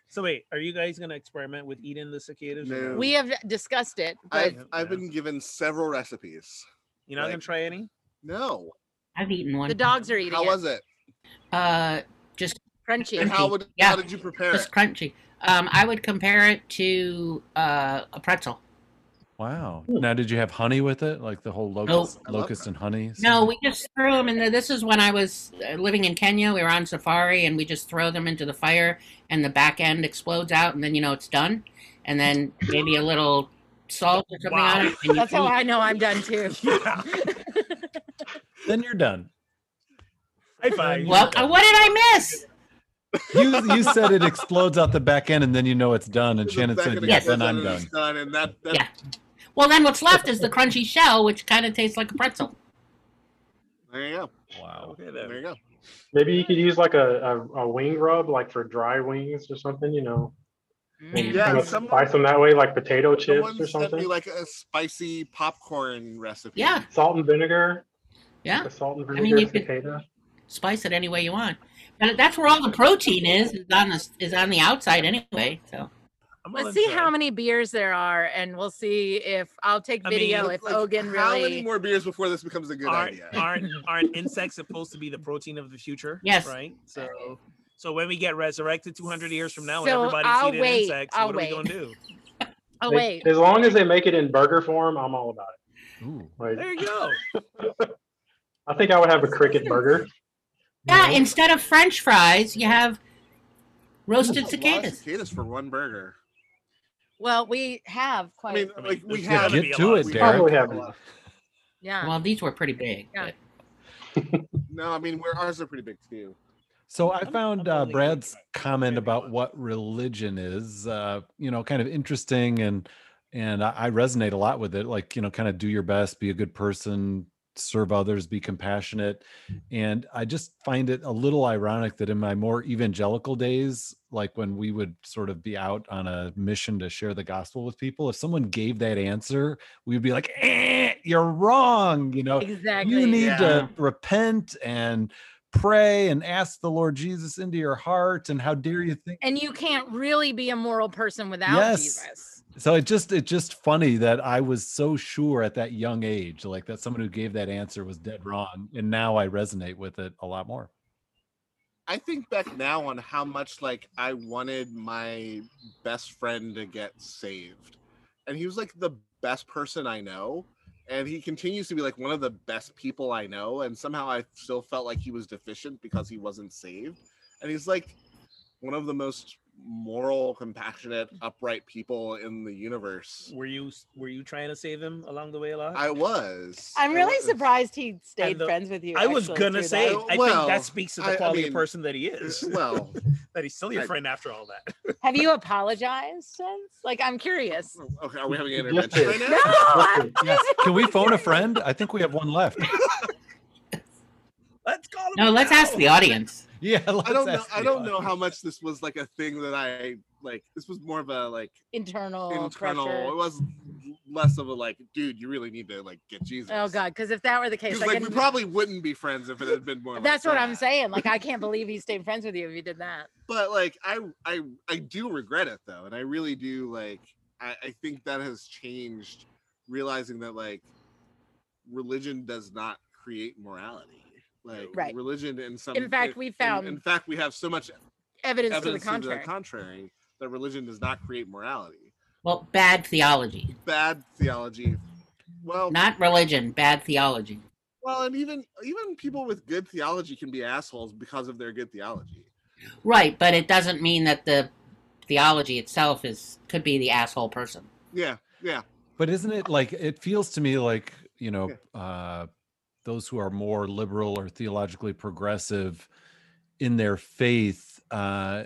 Speaker 8: So wait, are you guys gonna experiment with eating the cicadas? or
Speaker 4: No.
Speaker 1: We have discussed it, but
Speaker 4: I've, I've been given several recipes.
Speaker 8: You're not gonna
Speaker 4: Like-
Speaker 8: try any?
Speaker 4: No.
Speaker 6: I've eaten one.
Speaker 1: the dogs are eating
Speaker 4: How
Speaker 1: it.
Speaker 4: was it?
Speaker 6: Uh,
Speaker 1: Crunchy.
Speaker 4: And how would
Speaker 6: Yeah.
Speaker 4: how did you prepare
Speaker 6: it's
Speaker 4: it?
Speaker 6: crunchy. Um, I would compare it to uh, a pretzel.
Speaker 2: Wow.
Speaker 5: Hmm.
Speaker 2: Now, did you have honey with it, like the whole locust,
Speaker 4: I love
Speaker 2: locust
Speaker 4: that.
Speaker 2: and honey?
Speaker 6: No,
Speaker 2: scene?
Speaker 6: we just threw them, and this is when I was uh, living in Kenya. We were on safari, and we just throw them into the fire, and the back end explodes out, and then you know it's done. And then maybe a little salt or something on it. And you
Speaker 1: That's how I know I'm done too.
Speaker 2: Then you're done.
Speaker 8: High five.
Speaker 6: well, uh, what did I miss?
Speaker 2: You you said it explodes out the back end, and then you know it's done. And
Speaker 4: There's a
Speaker 2: Shannon
Speaker 4: second
Speaker 2: said,
Speaker 4: and
Speaker 2: "Yeah,
Speaker 4: it
Speaker 2: then
Speaker 4: goes on
Speaker 2: I'm
Speaker 4: and it's
Speaker 2: done."
Speaker 4: done, and that, that
Speaker 6: Yeah. Well, then what's left is the crunchy shell, which kind of tastes like a pretzel.
Speaker 4: there you go.
Speaker 2: Wow.
Speaker 8: Okay
Speaker 4: There you
Speaker 8: then.
Speaker 4: go.
Speaker 5: Maybe you could use like a, a, a wing rub, like for dry wings or something, you know.
Speaker 6: Mm.
Speaker 4: Yeah,
Speaker 5: Kind of
Speaker 4: someone-
Speaker 5: spice them that way, like potato chips
Speaker 4: Someone
Speaker 5: or
Speaker 4: sent me
Speaker 5: something.
Speaker 4: like a spicy popcorn recipe.
Speaker 6: Yeah,
Speaker 5: Salt and vinegar.
Speaker 6: yeah.
Speaker 5: The salt and
Speaker 6: mean,
Speaker 5: vinegar
Speaker 6: you could-
Speaker 5: cicada.
Speaker 6: Spice it any way you want, but that's where all the protein is is on the is on the outside anyway. So
Speaker 8: I'm all
Speaker 1: Let's see
Speaker 8: in
Speaker 1: how
Speaker 8: for it.
Speaker 1: many beers there are, and we'll see if I'll take
Speaker 8: I mean,
Speaker 1: video
Speaker 8: look
Speaker 1: if
Speaker 4: Like,
Speaker 1: Ogan
Speaker 4: how many
Speaker 1: really.
Speaker 4: more beers before this becomes a good
Speaker 8: aren't,
Speaker 4: idea?
Speaker 8: aren't aren't insects supposed to be the protein of the future?
Speaker 6: Yes.
Speaker 8: Right. So so when we get resurrected 200 years from now, and
Speaker 1: So
Speaker 8: everybody's
Speaker 1: I'll
Speaker 8: eating
Speaker 1: wait,
Speaker 8: insects,
Speaker 1: I'll
Speaker 8: what
Speaker 1: wait.
Speaker 8: are we gonna do?
Speaker 1: Oh
Speaker 5: They-
Speaker 1: wait,
Speaker 5: As long as they make it in burger form, I'm all about
Speaker 2: Ooh.
Speaker 5: it. Like,
Speaker 8: There you go.
Speaker 5: I think I would have a cricket burger.
Speaker 6: yeah, instead of French fries, you have
Speaker 4: That's a lot
Speaker 6: roasted
Speaker 4: of
Speaker 6: cicadas.
Speaker 4: Cicadas for one burger.
Speaker 1: well we have quite.
Speaker 4: I mean,
Speaker 8: I mean,
Speaker 4: like we
Speaker 8: there's
Speaker 4: have.
Speaker 8: gotta
Speaker 2: Get
Speaker 8: be a
Speaker 2: to
Speaker 8: lot.
Speaker 2: it,
Speaker 4: We
Speaker 2: Derek.
Speaker 5: Probably
Speaker 4: have
Speaker 5: have
Speaker 4: a lot.
Speaker 1: yeah.
Speaker 6: Well, these were pretty big.
Speaker 1: Um, Yeah.
Speaker 6: but-
Speaker 4: No, I mean, we're, ours are pretty big too.
Speaker 2: So I
Speaker 8: I'm-
Speaker 2: found
Speaker 8: I'm
Speaker 2: uh,
Speaker 8: only
Speaker 2: Brad's
Speaker 8: kidding.
Speaker 2: comment
Speaker 8: Maybe
Speaker 2: about
Speaker 8: not.
Speaker 2: what religion is, uh, you know, kind of interesting, and and I I resonate a lot with it. Like you know, kind of do your best, be a good person, serve others, be compassionate,
Speaker 8: Mm.
Speaker 2: and I just find it a little ironic that in my more evangelical days, like when we would sort of be out on a mission to share the gospel with people, if someone gave that answer, we'd be like, eh, "You're wrong," you know,
Speaker 1: exactly.
Speaker 2: you need
Speaker 6: Yeah.
Speaker 2: to repent and pray and ask the Lord Jesus into your heart. And how dare you think?
Speaker 1: and you can't really be a moral person without
Speaker 2: Yes.
Speaker 1: Jesus.
Speaker 2: So it just it's just funny that I was so sure at that young age, like that someone who gave that answer was dead wrong, and now I resonate with it a lot more.
Speaker 4: I think back now on how much like I wanted my best friend to get saved. And he was like the best person I know. And he continues to be like one of the best people I know. And somehow I still felt like he was deficient because he wasn't saved. And he's like one of the most moral, compassionate, upright people in the universe.
Speaker 8: Were you were you trying to save him along the way a lot?
Speaker 4: I was.
Speaker 7: I'm
Speaker 4: I
Speaker 7: really
Speaker 4: was.
Speaker 7: surprised he stayed
Speaker 8: And the-
Speaker 7: friends with you.
Speaker 8: I was
Speaker 7: actually,
Speaker 8: gonna
Speaker 7: through
Speaker 8: say,
Speaker 7: that.
Speaker 8: I
Speaker 4: Well,
Speaker 8: think that speaks to the
Speaker 4: I- I
Speaker 8: quality
Speaker 4: mean, uh,
Speaker 8: of person that he is.
Speaker 4: Well,
Speaker 8: that he's still your
Speaker 4: I-
Speaker 8: friend after all that.
Speaker 1: Have you apologized since? Like, I'm curious.
Speaker 4: okay, are we having an
Speaker 5: Yes,
Speaker 4: intervention right
Speaker 5: please.
Speaker 4: now?
Speaker 1: I'm
Speaker 2: Yes. Can we phone a friend? I think we have one left.
Speaker 8: Let's call him.
Speaker 6: No, let's ask the
Speaker 8: now.
Speaker 6: audience.
Speaker 2: Yeah.
Speaker 4: I don't know. I don't know how much this was like a thing that I like. This was more of a like
Speaker 7: internal,
Speaker 1: Oh,
Speaker 4: internal. It
Speaker 7: pressure.
Speaker 4: was less of a like, dude, you really need to like get Jesus.
Speaker 1: Oh God, because if that were the case,
Speaker 4: Because
Speaker 1: I
Speaker 4: like we
Speaker 1: couldn't-
Speaker 4: probably wouldn't be friends if it had been more. like
Speaker 1: that's what I'm
Speaker 4: that.
Speaker 1: saying. Like, I can't believe he stayed friends with you if you did that.
Speaker 4: But like, I I I do regret it though, and I really do like. I, I think that has changed, realizing that like, religion does not create morality. Like
Speaker 1: Right.
Speaker 4: religion in some.
Speaker 1: In fact,
Speaker 4: in-
Speaker 1: we
Speaker 4: in- in
Speaker 1: found-
Speaker 4: fact, we have so much
Speaker 1: Evidence,
Speaker 4: evidence
Speaker 1: to the contrary.
Speaker 4: contrary that religion does not create morality.
Speaker 6: Well, bad theology,
Speaker 4: Bad theology. Well,
Speaker 6: not religion, bad theology.
Speaker 4: well, and even even people with good theology can be assholes because of their good theology.
Speaker 6: Right, but it doesn't mean that the theology itself is could be the asshole person.
Speaker 4: Yeah, yeah.
Speaker 2: But isn't it like it feels to me like you know
Speaker 4: Yeah.
Speaker 2: uh, those who are more liberal or theologically progressive in their faith uh,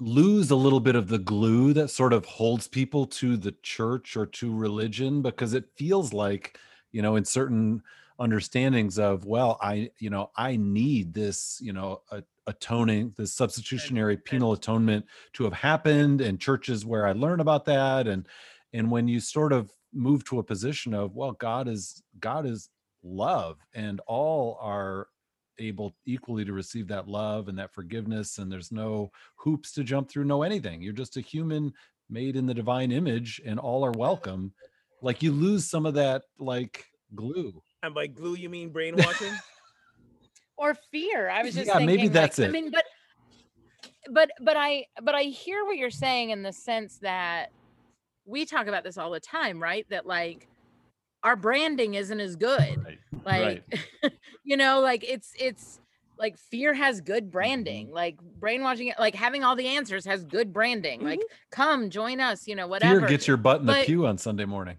Speaker 2: lose a little bit of the glue that sort of holds people to the church or to religion because it feels like you know in certain understandings of well i you know i need this you know a, atoning this substitutionary penal atonement to have happened and churches where i learn about that and and when you sort of move to a position of well god is god is love and all are able equally to receive that love and that forgiveness and there's no hoops to jump through no anything you're just a human made in the divine image and all are welcome like you lose some of that like glue
Speaker 3: And by glue, you mean brainwashing?
Speaker 1: or fear. I was just
Speaker 2: Yeah,
Speaker 1: thinking,
Speaker 2: maybe
Speaker 1: like-
Speaker 2: that's
Speaker 1: I
Speaker 2: it.
Speaker 1: mean, but but but I but I hear what you're saying in the sense that we talk about this all the time, right? That like our branding isn't as good.
Speaker 2: right
Speaker 1: Like you know, like it's it's like fear has
Speaker 2: Mm-hmm.
Speaker 1: good branding. Like brainwashing like having all the answers has good branding. Like come join us, you know, whatever.
Speaker 2: Mm-hmm. fear gets your butt in the
Speaker 1: But-
Speaker 2: pew on sunday morning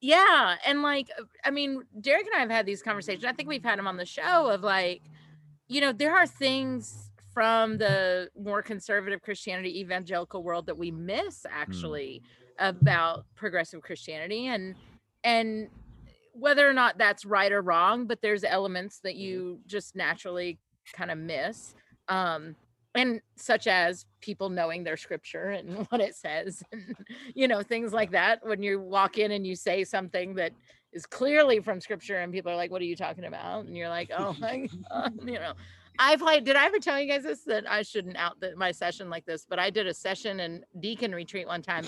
Speaker 1: Yeah. And like, uh, I mean, Derek and I have had these conversations. I think we've had them on the show of like, you know, there are things from the more conservative Christianity, evangelical world that we miss actually about progressive Christianity and, and, whether or not that's right or wrong, but there's elements that you just naturally kind of miss. Um, and such as people knowing their scripture and what it says and you know things like that when you walk in and you say something that is clearly from scripture and people are like what are you talking about and you're like oh my god you know i played did i ever tell you guys this that i shouldn't out the, my session like this but i did a session and deacon retreat one time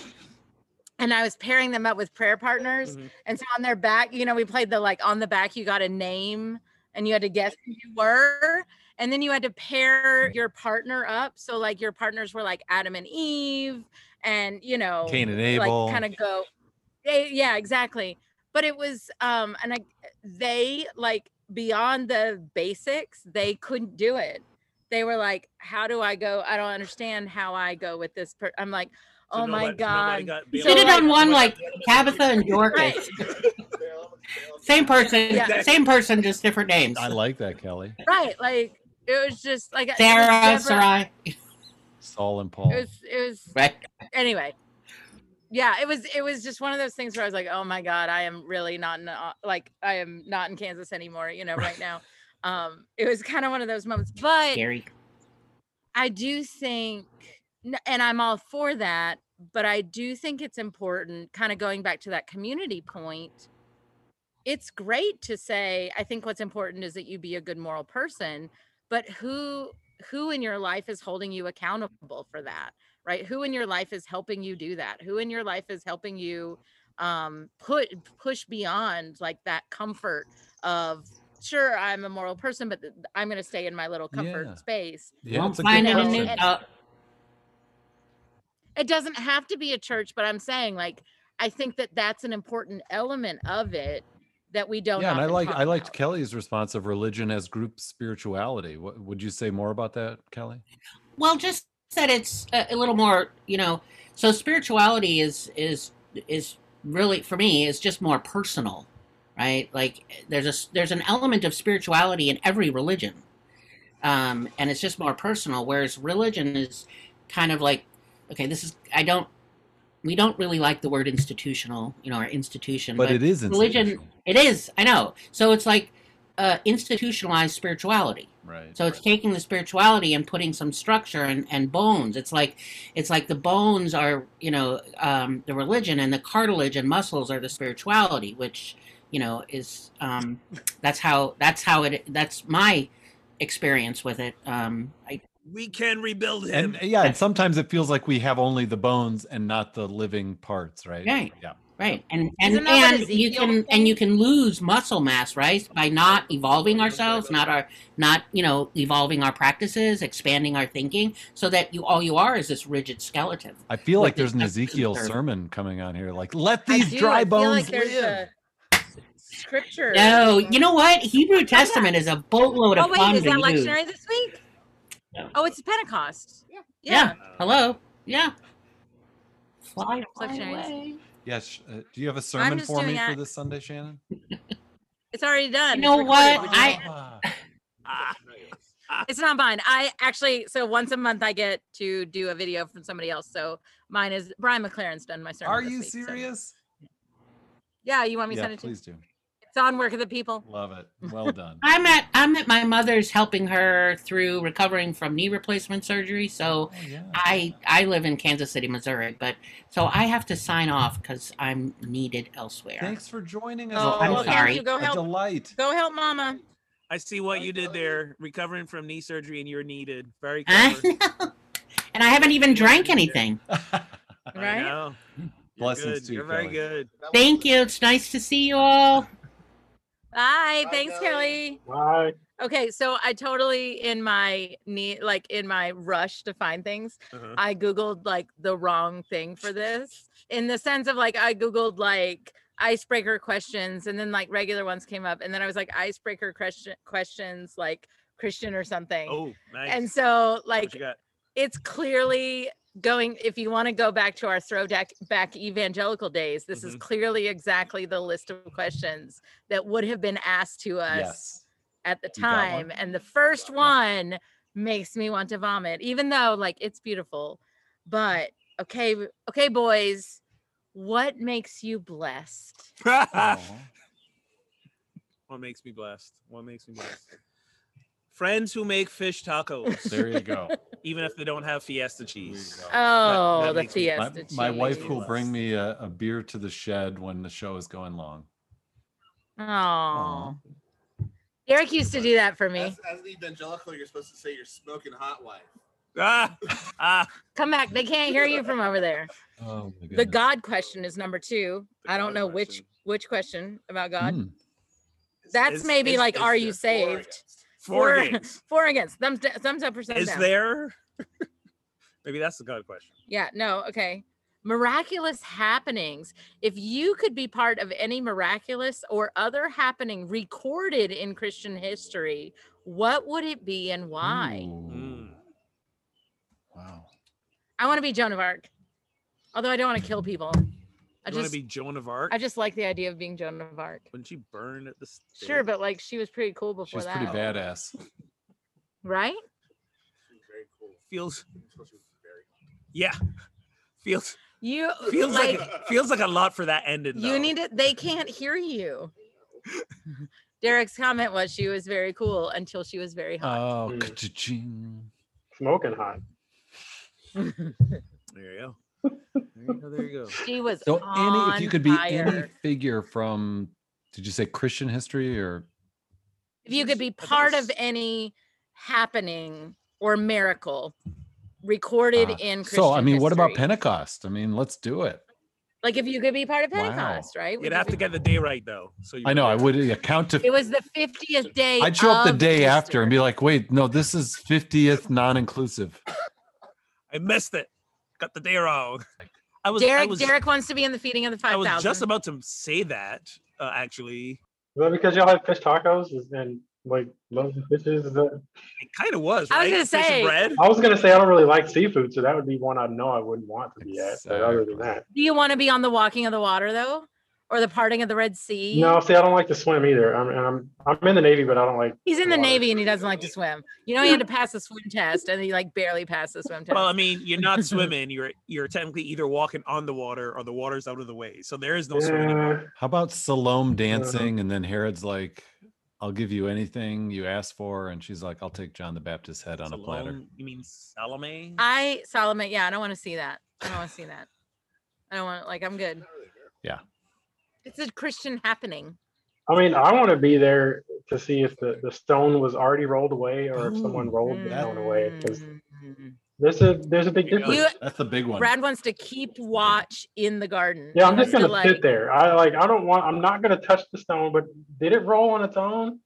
Speaker 1: and i was pairing them up with prayer partners
Speaker 3: Mhm.
Speaker 1: and so on their back you know we played the like on the back you got a name and you had to guess who you were and then you had to pair your partner up so like your partners were like adam and eve and you know
Speaker 2: cain and abel
Speaker 1: like kind of go they, yeah exactly but it was um and i they like beyond the basics they couldn't do it they were like how do i go i don't understand how i go with this per-. i'm like
Speaker 3: So
Speaker 1: oh my
Speaker 3: nobody- nobody
Speaker 1: god
Speaker 3: got
Speaker 1: Did
Speaker 3: bailed
Speaker 1: it
Speaker 3: out.
Speaker 1: on
Speaker 6: one,
Speaker 3: Nobody
Speaker 6: like,
Speaker 3: got bailed out.
Speaker 6: Tabitha and Dorcas. Same person,
Speaker 1: Yeah.
Speaker 6: same person, just different names.
Speaker 2: i like that kelly
Speaker 1: right like it was just like it was
Speaker 6: Sarah,
Speaker 1: Deborah-
Speaker 6: Sarai.
Speaker 2: saul and paul
Speaker 1: it was it was
Speaker 6: Right.
Speaker 1: anyway yeah it was it was just one of those things where i was like oh my god i am really not in uh, like i am not in kansas anymore you know right now um it was kind of one of those moments but
Speaker 6: Gary.
Speaker 1: I do think, n- and I'm all for that, but I do think it's important, kind of going back to that community point. It's great to say, I think what's important is that you be a good moral person, but who who in your life is holding you accountable for that right who in your life is helping you do that who in your life is helping you um put push beyond like that comfort of sure i'm a moral person but th- i'm going to stay in my little comfort
Speaker 2: Yeah.
Speaker 1: space
Speaker 2: yeah
Speaker 6: Won't
Speaker 2: it's a good
Speaker 6: find it in
Speaker 1: question.
Speaker 6: New
Speaker 2: question.
Speaker 6: uh,
Speaker 1: it doesn't have to be a church but i'm saying like i think that that's an important element of it that we don't
Speaker 2: yeah and i
Speaker 1: often
Speaker 2: like
Speaker 1: talk
Speaker 2: i liked
Speaker 1: about.
Speaker 2: kelly's response of religion as group spirituality what, would you say more about that kelly
Speaker 6: Mm, Well, just that it's a, a little more, you know. So spirituality is is is really for me is just more personal, right? Like there's a s- there's an element of spirituality in every religion, um, and it's just more personal. Whereas religion is kind of like, okay, this is I don't we don't really like the word institutional, you know, our institution,
Speaker 2: but it is
Speaker 6: religion.
Speaker 2: institutional,
Speaker 6: It is, I know. So it's like uh, institutionalized spirituality.
Speaker 2: right
Speaker 6: So it's taking the spirituality and putting some structure and, and bones. It's like it's like the bones are you know um, the religion and the cartilage and muscles are the spirituality, which you know is um, that's how that's how it that's my experience with it. Um, I,
Speaker 3: We can rebuild
Speaker 6: Mm,
Speaker 3: him.
Speaker 2: and yeah and sometimes it feels like we have only the bones and not the living parts right
Speaker 6: Right.
Speaker 2: yeah
Speaker 6: right and and,
Speaker 1: Isn't that what
Speaker 6: and you
Speaker 1: Ezekiel
Speaker 6: can
Speaker 1: said?
Speaker 6: and you can lose muscle mass right by not evolving ourselves not our not you know evolving our practices expanding our thinking so that you all you are is this rigid skeleton
Speaker 2: i feel
Speaker 6: Which
Speaker 2: like there's
Speaker 6: is
Speaker 2: an
Speaker 6: actually
Speaker 2: ezekiel
Speaker 6: conservative.
Speaker 2: sermon coming on here like let
Speaker 1: I
Speaker 2: these
Speaker 1: do,
Speaker 2: dry
Speaker 1: I feel
Speaker 2: bones
Speaker 1: like there's
Speaker 2: live
Speaker 1: a scripture
Speaker 6: No, you know what? Hebrew Testament is a boatload
Speaker 1: oh
Speaker 6: of
Speaker 1: wait
Speaker 6: fun
Speaker 1: is
Speaker 6: to
Speaker 1: that
Speaker 6: use.
Speaker 1: lectionary this week
Speaker 6: No.
Speaker 1: oh it's pentecost
Speaker 7: Yeah.
Speaker 6: Yeah. Hello, yeah. Fly, fly
Speaker 1: Lectionary.
Speaker 6: away.
Speaker 2: yes uh, do you have a sermon
Speaker 1: just
Speaker 2: for
Speaker 1: doing
Speaker 2: me for
Speaker 1: that.
Speaker 2: this sunday shannon
Speaker 1: it's already done
Speaker 6: You
Speaker 1: It's
Speaker 6: know
Speaker 1: recorded.
Speaker 6: what?
Speaker 1: Would you
Speaker 6: I-
Speaker 1: like-
Speaker 2: Ah.
Speaker 3: Ah,
Speaker 1: It's not mine. I actually so once a month I get to do a video from somebody else. So mine is Brian McLaren's done my sermon.
Speaker 2: Are
Speaker 1: this
Speaker 2: you
Speaker 1: week, so-
Speaker 2: serious?
Speaker 1: Yeah, you want me to
Speaker 2: Yeah,
Speaker 1: send it to you?
Speaker 2: please do.
Speaker 1: It's on Work of the People.
Speaker 2: Love it. Well done.
Speaker 6: I'm at I'm at my mother's helping her through recovering from knee replacement surgery. So
Speaker 2: Oh, yeah.
Speaker 6: I I live in Kansas City, Missouri, but so I have to sign off because I'm needed elsewhere.
Speaker 2: Thanks for joining us.
Speaker 1: Oh,
Speaker 6: I'm
Speaker 2: Molly.
Speaker 6: sorry.
Speaker 1: Andrew, go
Speaker 2: A
Speaker 1: help.
Speaker 2: delight.
Speaker 1: Go help mama.
Speaker 3: I see what you did there, recovering from knee surgery, and you're needed. Very
Speaker 6: I
Speaker 3: clever.
Speaker 6: know. And I haven't even drank anything.
Speaker 3: I
Speaker 1: Right?
Speaker 3: know.
Speaker 6: Hmm.
Speaker 3: You're
Speaker 2: Blessings
Speaker 3: good.
Speaker 2: to you,
Speaker 3: You're very
Speaker 2: Kelly.
Speaker 3: good.
Speaker 4: That was
Speaker 6: Thank
Speaker 4: it.
Speaker 6: you. It's nice to see you all.
Speaker 1: Bye.
Speaker 4: Bye,
Speaker 1: Thanks,
Speaker 4: Kelly.
Speaker 1: Kelly.
Speaker 5: Bye.
Speaker 1: Okay, so I totally in my need like in my rush to find things,
Speaker 3: Uh-huh.
Speaker 1: I googled like the wrong thing for this. In the sense of like I googled like icebreaker questions and then like regular ones came up and then I was like icebreaker question questions like Christian or something.
Speaker 3: Oh, nice.
Speaker 1: And so
Speaker 3: what
Speaker 1: like
Speaker 3: you got?
Speaker 1: it's clearly going if you want to go back to our throwback back evangelical days this is
Speaker 2: Mm-hmm.
Speaker 3: Mhm.
Speaker 1: clearly exactly the list of questions that would have been asked to us
Speaker 2: Yes.
Speaker 1: at the
Speaker 2: You got one?
Speaker 1: time and the first one makes me want to vomit even though like it's beautiful but okay w- okay boys what makes you blessed
Speaker 3: Ah.
Speaker 2: Aw.
Speaker 3: What makes me blessed? What makes me blessed? Friends who make fish tacos,
Speaker 2: There you go.
Speaker 3: even if they don't have fiesta cheese.
Speaker 2: There you go.
Speaker 1: oh
Speaker 3: that
Speaker 1: the
Speaker 3: makes me-
Speaker 2: My,
Speaker 1: fiesta
Speaker 2: my wife
Speaker 1: cheese.
Speaker 2: will bring me a, a beer to the shed when the show is going long.
Speaker 1: oh derek used to do that for me
Speaker 4: As, as an evangelical, you're supposed to say you're smoking hot wife.
Speaker 3: Ah, ah,
Speaker 1: come back they can't hear you from over there
Speaker 2: Oh my
Speaker 1: the god question is number two
Speaker 4: The
Speaker 1: i don't
Speaker 4: God
Speaker 1: know which
Speaker 4: question.
Speaker 1: which question about god
Speaker 2: Mm.
Speaker 1: that's
Speaker 3: Is-
Speaker 1: maybe
Speaker 3: is-
Speaker 1: like
Speaker 3: is
Speaker 1: are
Speaker 3: there
Speaker 1: you
Speaker 4: For or
Speaker 1: saved
Speaker 4: against?
Speaker 3: four
Speaker 1: Four-
Speaker 3: games.
Speaker 1: four against thumbs, d- thumbs up or thumbs
Speaker 3: Is
Speaker 1: down
Speaker 3: there? Maybe that's the God question.
Speaker 1: Yeah, no, okay. Miraculous happenings. If you could be part of any miraculous or other happening recorded in Christian history, what would it be and why?
Speaker 2: Ooh.
Speaker 3: Mm.
Speaker 2: Wow.
Speaker 1: I want to be Joan of Arc. Although I don't want to kill people. I
Speaker 3: You want to
Speaker 1: just
Speaker 3: be Joan of Arc?
Speaker 1: I just like the idea of being Joan of Arc.
Speaker 3: Wouldn't you burn at the stake?
Speaker 1: Sure, but like she was pretty cool before
Speaker 2: She's
Speaker 1: that.
Speaker 2: pretty badass.
Speaker 1: Right?
Speaker 4: Very cool.
Speaker 3: feels
Speaker 4: Supposed to be very hot.
Speaker 3: yeah, feels
Speaker 1: You
Speaker 3: feels like,
Speaker 1: like
Speaker 3: feels like a lot for that ending.
Speaker 1: You need it. They can't hear you. Derek's comment was she was very cool until she was very hot.
Speaker 2: Oh,
Speaker 5: Mm.
Speaker 2: ka-ching.
Speaker 5: Smoking hot.
Speaker 3: There you go. There you go. There you go.
Speaker 1: She was
Speaker 2: So
Speaker 1: on
Speaker 2: any if you could be any
Speaker 1: fire.
Speaker 2: figure from did you say Christian history or
Speaker 1: if you could be
Speaker 3: thought
Speaker 1: part of
Speaker 3: s-
Speaker 1: any happening or miracle recorded
Speaker 2: Ah,
Speaker 1: in Christian
Speaker 2: so I mean what about
Speaker 1: history.
Speaker 2: Pentecost? I mean, let's do it. like,
Speaker 1: Like if you could be part of
Speaker 2: Wow.
Speaker 1: Pentecost, right? Would
Speaker 3: You'd
Speaker 1: you
Speaker 3: have to
Speaker 1: be-
Speaker 3: get the day right though. So you
Speaker 2: I know I
Speaker 3: really-
Speaker 2: would yeah, count to
Speaker 1: It was the 50th day.
Speaker 2: I'd show up the
Speaker 1: of
Speaker 2: day after and
Speaker 1: Easter.
Speaker 2: be like, wait, no, this is 50th non-inclusive.
Speaker 3: I missed it. Got the day wrong. I was. I
Speaker 1: Derek,
Speaker 3: was,
Speaker 1: Derek wants to be in the feeding of the
Speaker 3: I was
Speaker 1: 5,000.
Speaker 3: just about to say that. Uh, actually,
Speaker 5: Is that because y'all had fish tacos and like loaves of fishes? Is that...
Speaker 3: it kind of was.
Speaker 1: I was
Speaker 3: right?
Speaker 1: gonna
Speaker 3: Fish and
Speaker 1: say-
Speaker 3: bread.
Speaker 5: I was gonna say I don't really like seafood, so that would be one I know I wouldn't want to be at. But other than
Speaker 2: Exactly.
Speaker 5: that,
Speaker 1: Do you want to be on the walking of the water though? Or the parting of the Red Sea?
Speaker 5: no. See, I don't like to swim either. I'm I'm I'm in the navy, but I don't like.
Speaker 1: He's in the
Speaker 5: water.
Speaker 1: Navy and he doesn't like to swim. You know, he had to pass the swim test and he like barely passed the swim test.
Speaker 3: Well, I mean, you're not swimming. You're you're technically either walking on the water or the water's out of the way. So there is no swimming.
Speaker 5: Yeah,
Speaker 2: How about Salome dancing and then Herod's like, I'll give you anything you ask for and she's like, I'll take John the Baptist's head on a platter.
Speaker 3: Salome- You mean Salome?
Speaker 1: I Solomon, yeah, I don't want to see that. I don't want to see that. I don't want like I'm good. It's a Christian happening.
Speaker 5: I mean, I want to be there to see if the, the stone was already rolled away or if someone rolled the
Speaker 2: that-
Speaker 5: stone away. Because
Speaker 1: Mm.
Speaker 5: there's a there's a big
Speaker 3: There you go.
Speaker 5: difference.
Speaker 1: You
Speaker 2: That's the big one.
Speaker 1: Brad wants to keep watch in the garden.
Speaker 5: Yeah, I'm
Speaker 1: He
Speaker 5: just
Speaker 1: wants
Speaker 5: gonna
Speaker 1: to,
Speaker 5: sit there. I like I don't want I'm not gonna touch the stone, but did it roll on its own?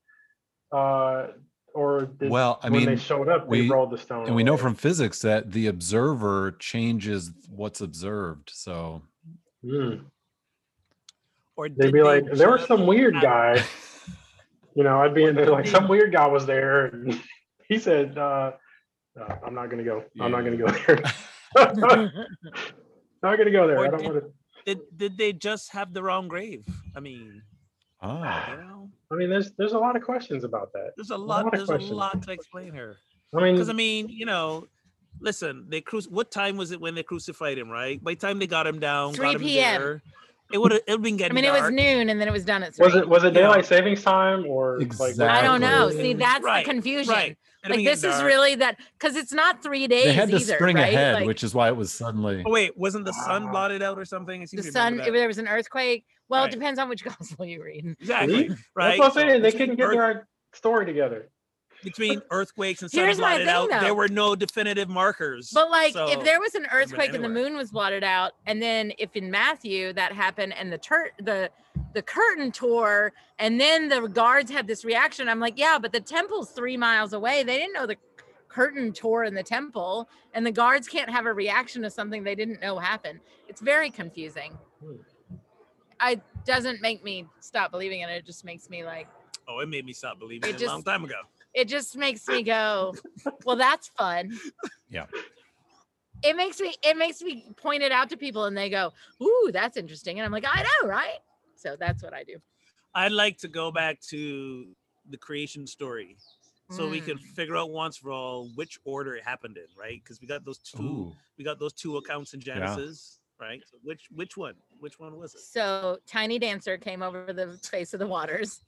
Speaker 5: Uh or did
Speaker 2: Well, I
Speaker 5: when
Speaker 2: mean,
Speaker 5: they showed up,
Speaker 2: we-
Speaker 5: they rolled the stone.
Speaker 2: and we know
Speaker 5: away.
Speaker 2: from physics that the observer changes what's observed. So
Speaker 5: Mm.
Speaker 3: Or
Speaker 5: they'd
Speaker 3: did
Speaker 5: be
Speaker 3: they
Speaker 5: like, there was
Speaker 3: just-
Speaker 5: some weird
Speaker 3: I-
Speaker 5: guy. You know, I'd be in there
Speaker 3: did
Speaker 5: like
Speaker 3: they-
Speaker 5: some weird guy was there and he said, uh, no, I'm not gonna go. I'm not gonna go there. not gonna go there.
Speaker 3: Or
Speaker 5: I don't
Speaker 3: did-
Speaker 5: want to
Speaker 3: Did, did they just have the wrong grave? I mean,
Speaker 2: Ah.
Speaker 3: Well,
Speaker 5: I mean, there's there's a lot of questions about that.
Speaker 3: there's a
Speaker 5: lot
Speaker 3: lot.
Speaker 5: of
Speaker 3: There's a
Speaker 5: questions.
Speaker 3: lot to explain here.
Speaker 5: I mean,
Speaker 3: Because I mean, you know, listen, they cru- What time was it when they crucified him? Right. By the time they got him down,
Speaker 1: 3
Speaker 3: got him
Speaker 1: p.m..
Speaker 3: there, it would have. It been
Speaker 1: I
Speaker 3: getting.
Speaker 1: mean, it was
Speaker 3: dark.
Speaker 1: noon and then it was done at three.
Speaker 5: was it was it
Speaker 3: you know.
Speaker 5: daylight savings time or
Speaker 2: Exactly.
Speaker 5: like?
Speaker 1: I don't know.
Speaker 2: Exactly.
Speaker 1: See, that's
Speaker 3: Right,
Speaker 1: the confusion.
Speaker 3: Right.
Speaker 1: Like
Speaker 3: it'd been getting
Speaker 1: this is
Speaker 3: dark.
Speaker 1: really that because it's not three days
Speaker 2: They had to
Speaker 1: either,
Speaker 2: spring
Speaker 1: right?
Speaker 2: ahead,
Speaker 1: like,
Speaker 2: which is why it was suddenly.
Speaker 3: Oh wait, wasn't the sun
Speaker 5: Wow.
Speaker 3: blotted out or something? I seem
Speaker 1: the
Speaker 3: to
Speaker 1: sun.
Speaker 3: remember
Speaker 1: If
Speaker 3: that.
Speaker 1: there was an earthquake, well, it
Speaker 3: Right.
Speaker 1: depends on which gospel you read.
Speaker 3: exactly.
Speaker 5: See?
Speaker 3: Right.
Speaker 5: That's what I'm
Speaker 3: So
Speaker 5: saying. They
Speaker 3: between
Speaker 5: couldn't get
Speaker 3: earth-
Speaker 5: their story together.
Speaker 3: between earthquakes and sun
Speaker 1: Here's my
Speaker 3: blotted
Speaker 1: thing,
Speaker 3: out. There
Speaker 1: though.
Speaker 3: were no definitive markers.
Speaker 1: But like,
Speaker 3: So-
Speaker 1: if there was an earthquake and the
Speaker 3: anywhere.
Speaker 1: moon was blotted out, and then if in Matthew that happened, and the tur- the the curtain tore, and then the guards had this reaction, I'm like, yeah, but the temple's three miles away. They didn't know the curtain tore in the temple, and the guards can't have a reaction to something they didn't know happened. It's very confusing.
Speaker 5: Hmm.
Speaker 1: I doesn't make me stop believing in it. It just makes me like,
Speaker 3: oh, it made me stop believing
Speaker 1: It
Speaker 3: it, a
Speaker 1: just-
Speaker 3: long time ago.
Speaker 1: it just makes me go, well, that's fun.
Speaker 2: Yeah.
Speaker 1: It makes me it makes me point it out to people and they go, ooh, that's interesting. And I'm like, I know, right? So that's what I do.
Speaker 3: I'd like to go back to the creation story so we
Speaker 1: Mm.
Speaker 3: can figure out once for all which order it happened in, right? Because we got those two
Speaker 2: Ooh.
Speaker 3: we got those two accounts in Genesis, right? So which which one? Which one was it?
Speaker 1: So Tiny Dancer came over the face of the waters.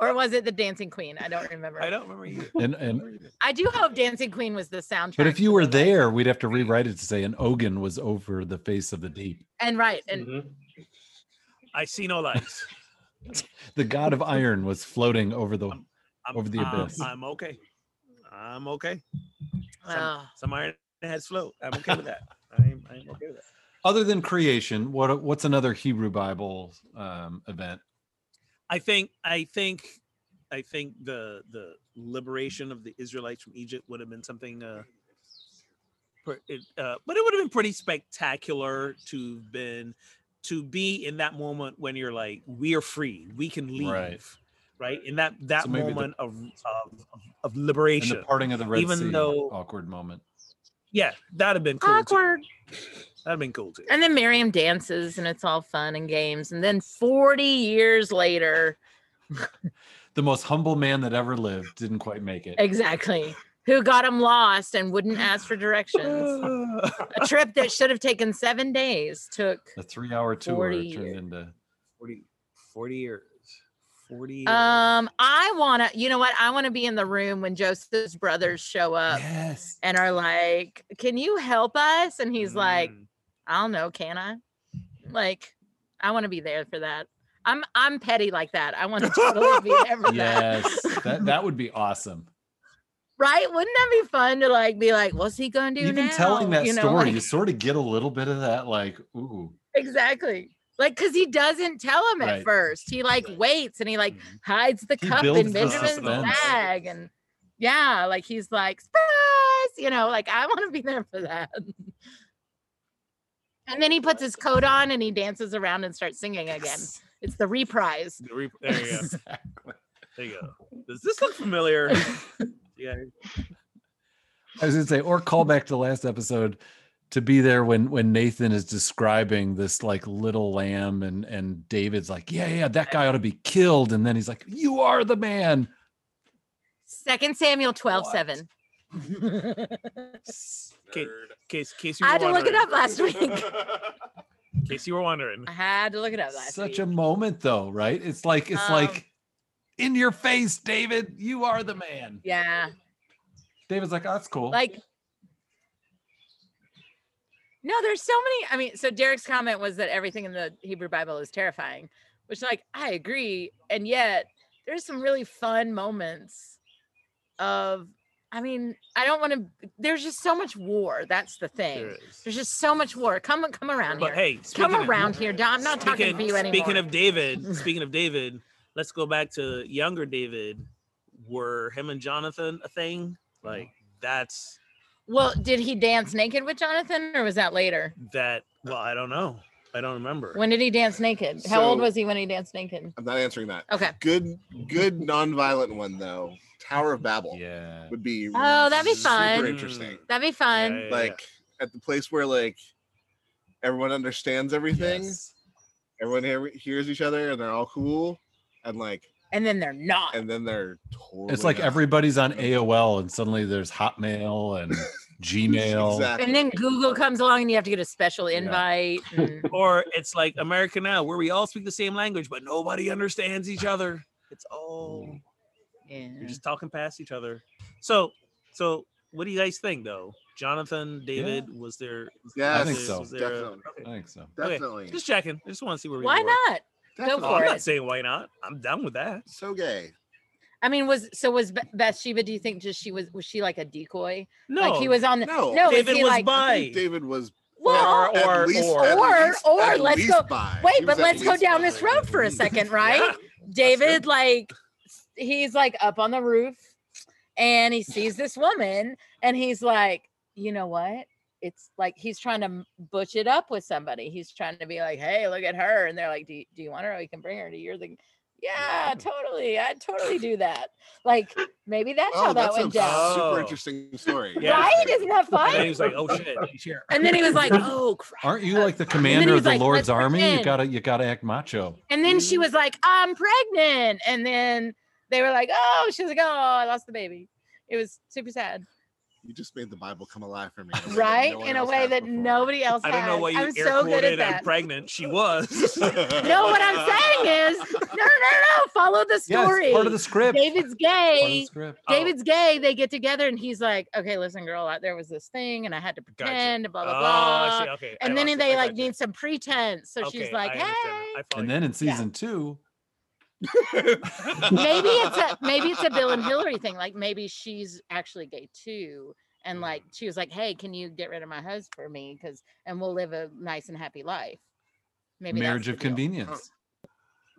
Speaker 1: or was it the Dancing Queen? I don't remember.
Speaker 3: I
Speaker 1: I,
Speaker 3: don't remember either.
Speaker 2: And and
Speaker 1: do hope Dancing Queen was the soundtrack.
Speaker 2: but if you
Speaker 1: to
Speaker 2: were
Speaker 1: it,
Speaker 2: there, we'd have to rewrite it to say an Ogan was over the face of the deep.
Speaker 1: and right, and
Speaker 5: Mhm.
Speaker 3: I see no lights.
Speaker 2: The god of iron was floating over the
Speaker 3: I'm,
Speaker 2: Over the
Speaker 3: I'm-
Speaker 2: abyss.
Speaker 3: I'm okay. I'm okay. Some,
Speaker 1: Ah.
Speaker 3: some iron has float. I'm okay with that. I'm, I'm okay with that.
Speaker 2: other than creation, what what's another Hebrew Bible um, event?
Speaker 3: I think I think I think the the liberation of the Israelites from Egypt would have been something uh, per- it, uh but it would have been pretty spectacular to have been to be in that moment when you're like we're free we can leave
Speaker 2: Right.
Speaker 3: right, in that that
Speaker 2: So maybe the-
Speaker 3: moment of, of of- of
Speaker 2: And
Speaker 3: liberation
Speaker 2: the parting of the Red
Speaker 3: Even
Speaker 2: Sea,
Speaker 3: though-
Speaker 2: awkward moment.
Speaker 3: yeah that'd have been cool too.
Speaker 1: awkward.
Speaker 3: that'd have been cool too
Speaker 1: And then Miriam dances and it's all fun and games. And then 40 years later,
Speaker 2: The most humble man that ever lived didn't quite make it.
Speaker 1: exactly, who got him lost and wouldn't ask for directions. A trip that should have taken seven days took.
Speaker 2: A three-hour tour
Speaker 1: 40
Speaker 2: turned
Speaker 1: years.
Speaker 2: into
Speaker 3: 40, 40 years 40 years.
Speaker 1: Um, I wanna, you know what? I wanna be in the room when Joseph's brothers show up
Speaker 2: yes.
Speaker 1: and are like, Can you help us? And he's like,
Speaker 3: Mm.
Speaker 1: I don't know, can I? Like, I wanna be there for that. I'm I'm petty like that. I want to totally be there for that.
Speaker 2: Yes, that that would be awesome.
Speaker 1: right? Wouldn't that be fun to like be like, what's he gonna do
Speaker 2: Even
Speaker 1: now?
Speaker 2: telling that
Speaker 1: You know,
Speaker 2: story,
Speaker 1: like-
Speaker 2: you sort of get a little bit of that, like, ooh,
Speaker 1: exactly. Like, cause he doesn't tell him
Speaker 2: Right.
Speaker 1: at first. He like waits and he like
Speaker 2: Mhm.
Speaker 1: hides the
Speaker 2: He
Speaker 1: cup
Speaker 2: builds
Speaker 1: in
Speaker 2: the
Speaker 1: Benjamin's
Speaker 2: suspense.
Speaker 1: bag, and yeah, like he's like surprise, you know, like I want to be there for that. and then he puts his coat on and he dances around and starts singing again. It's the reprise.
Speaker 3: The re- there you go.
Speaker 2: exactly.
Speaker 3: There you go. Does this look familiar? yeah.
Speaker 2: I was gonna say, or call back to last episode to be there when when Nathan is describing this like little lamb and and David's like, yeah, yeah, that guy ought to be killed, and then he's like, you are the man.
Speaker 1: Second Samuel twelve
Speaker 2: What?
Speaker 1: seven.
Speaker 3: Okay, case case you
Speaker 1: I
Speaker 3: were
Speaker 1: had to look it
Speaker 3: wondering.
Speaker 1: up last week.
Speaker 3: Case you were wondering.
Speaker 1: I had to look it up last week.
Speaker 2: Such a moment, though, right? It's like it's
Speaker 1: Um,
Speaker 2: like in your face, David. You are the man.
Speaker 1: yeah.
Speaker 2: David's like, oh, that's cool.
Speaker 1: like no there's so many i mean so derek's comment was that everything in the hebrew bible is terrifying which like i agree and yet there's some really fun moments of i mean i don't want to there's just so much war that's the thing
Speaker 3: There is.
Speaker 1: there's just so much war come come around here
Speaker 3: But hey,
Speaker 1: come
Speaker 3: speaking of-
Speaker 1: around here Dom. i'm not talking to
Speaker 3: speaking,
Speaker 1: you anymore
Speaker 3: speaking of David, speaking of David, let's go back to younger David. Were him and Jonathan a thing? Like that's
Speaker 1: well did he dance naked with jonathan or was that later
Speaker 3: that. Well, I don't know. I don't remember.
Speaker 1: when did he dance naked how old
Speaker 4: So-
Speaker 1: was he when he danced naked
Speaker 4: I'm not answering that.
Speaker 1: okay
Speaker 4: Good, good nonviolent one though. Tower of Babel
Speaker 2: yeah.
Speaker 4: would be.
Speaker 1: Oh, that'd be
Speaker 4: super
Speaker 1: fun.
Speaker 4: Interesting.
Speaker 1: that'd be fun
Speaker 3: Yeah, yeah, yeah.
Speaker 4: Like at the place where like everyone understands everything.
Speaker 2: Yes.
Speaker 4: everyone hear, hears each other and they're all cool and like
Speaker 1: and then they're not.
Speaker 4: and then they're totally
Speaker 2: It's like
Speaker 4: not.
Speaker 2: everybody's on AOL and suddenly there's Hotmail and Gmail.
Speaker 4: Exactly.
Speaker 1: And then Google comes along and you have to get a special invite. and-
Speaker 3: Or it's like America Now, where we all speak the same language, but nobody understands each other. It's all
Speaker 1: yeah.
Speaker 3: you're just talking past each other. So, so what do you guys think though? Jonathan, David, was there?
Speaker 4: Yes,
Speaker 2: I think
Speaker 3: was
Speaker 2: so.
Speaker 3: was there a-
Speaker 4: Definitely.
Speaker 3: okay.
Speaker 2: I think so.
Speaker 3: Okay.
Speaker 4: definitely
Speaker 3: Just checking. I just want to see where we
Speaker 1: Why
Speaker 3: were. Oh,
Speaker 1: not?
Speaker 4: Definitely.
Speaker 1: for
Speaker 3: I'm
Speaker 1: it.
Speaker 3: not saying why not. I'm down with that.
Speaker 4: so gay
Speaker 1: I mean, was so was Be- Bathsheba? Do you think just she was was she like a decoy?
Speaker 3: No,
Speaker 1: Like he was on the
Speaker 4: no,
Speaker 1: no. is
Speaker 3: David
Speaker 1: he
Speaker 3: was
Speaker 1: like
Speaker 4: I think
Speaker 3: by.
Speaker 4: David was
Speaker 1: well?
Speaker 4: at- at
Speaker 8: or-
Speaker 4: least-
Speaker 8: or-
Speaker 4: at
Speaker 1: Or-
Speaker 4: least-
Speaker 1: or
Speaker 4: at
Speaker 1: let's
Speaker 4: least
Speaker 1: go-
Speaker 4: bi. He
Speaker 1: Wait,
Speaker 4: was
Speaker 1: but
Speaker 4: at
Speaker 1: let's go
Speaker 4: least
Speaker 1: down
Speaker 4: bi.
Speaker 1: this road for a second, right?
Speaker 3: Yeah.
Speaker 1: David, like, he's like up on the roof and he sees this woman and he's like, you know what? It's like he's trying to m- butch it up with somebody. He's trying to be like, hey, look at her. And they're like, do you, do you want her? We can bring her to your thing. Yeah, totally. I'd totally do that. Like, maybe that's
Speaker 4: Oh,
Speaker 1: how that
Speaker 4: that's a
Speaker 1: went down.
Speaker 4: super
Speaker 3: Oh.
Speaker 4: interesting story.
Speaker 3: Yeah.
Speaker 1: Right? Isn't that
Speaker 3: And then he
Speaker 1: fun?
Speaker 3: was like, "Oh shit, she's here."
Speaker 1: And then he was like, oh, crap.
Speaker 2: Aren't you like the commander
Speaker 1: he's
Speaker 2: of the
Speaker 1: like, "Let's
Speaker 2: Lord's army? You
Speaker 1: pretend."
Speaker 2: gotta you gotta act macho.
Speaker 1: And then she was like, I'm pregnant. And then they were like, oh, she was like, oh, I lost the baby. It was super sad,
Speaker 4: You just made the Bible come alive for me. in a way that
Speaker 1: right?
Speaker 4: no one
Speaker 1: In a way that nobody else
Speaker 4: else has before.
Speaker 3: I don't know
Speaker 1: has.
Speaker 3: why you
Speaker 1: I'm
Speaker 3: air
Speaker 1: so good at
Speaker 3: quoted
Speaker 1: that.
Speaker 3: and pregnant. She was.
Speaker 1: no, what I'm saying is, no, no, no, no. Follow the
Speaker 2: Yeah,
Speaker 1: story.
Speaker 2: it's part of the script.
Speaker 1: David's
Speaker 2: Part of the
Speaker 1: gay.
Speaker 2: script.
Speaker 3: Oh.
Speaker 1: David's gay. They get together and he's like, okay, listen, girl, I- there was this thing and I had to
Speaker 3: Gotcha.
Speaker 1: pretend, blah, blah,
Speaker 3: Oh,
Speaker 1: blah.
Speaker 3: I see. Okay. I
Speaker 1: and then
Speaker 3: lost it.
Speaker 1: they
Speaker 3: I
Speaker 1: like
Speaker 3: gotcha.
Speaker 1: need some pretense. So she's
Speaker 3: Okay,
Speaker 1: like,
Speaker 3: I
Speaker 1: hey.
Speaker 3: understand now. I follow
Speaker 2: And
Speaker 3: you.
Speaker 2: then in season two,
Speaker 1: maybe it's a maybe it's a Bill and Hillary thing. Like maybe she's actually gay too, and like she was like, "Hey, can you get rid of my husband for me? Because and we'll live a nice and happy life." Maybe that's
Speaker 2: marriage
Speaker 1: the
Speaker 2: of
Speaker 1: deal.
Speaker 2: convenience.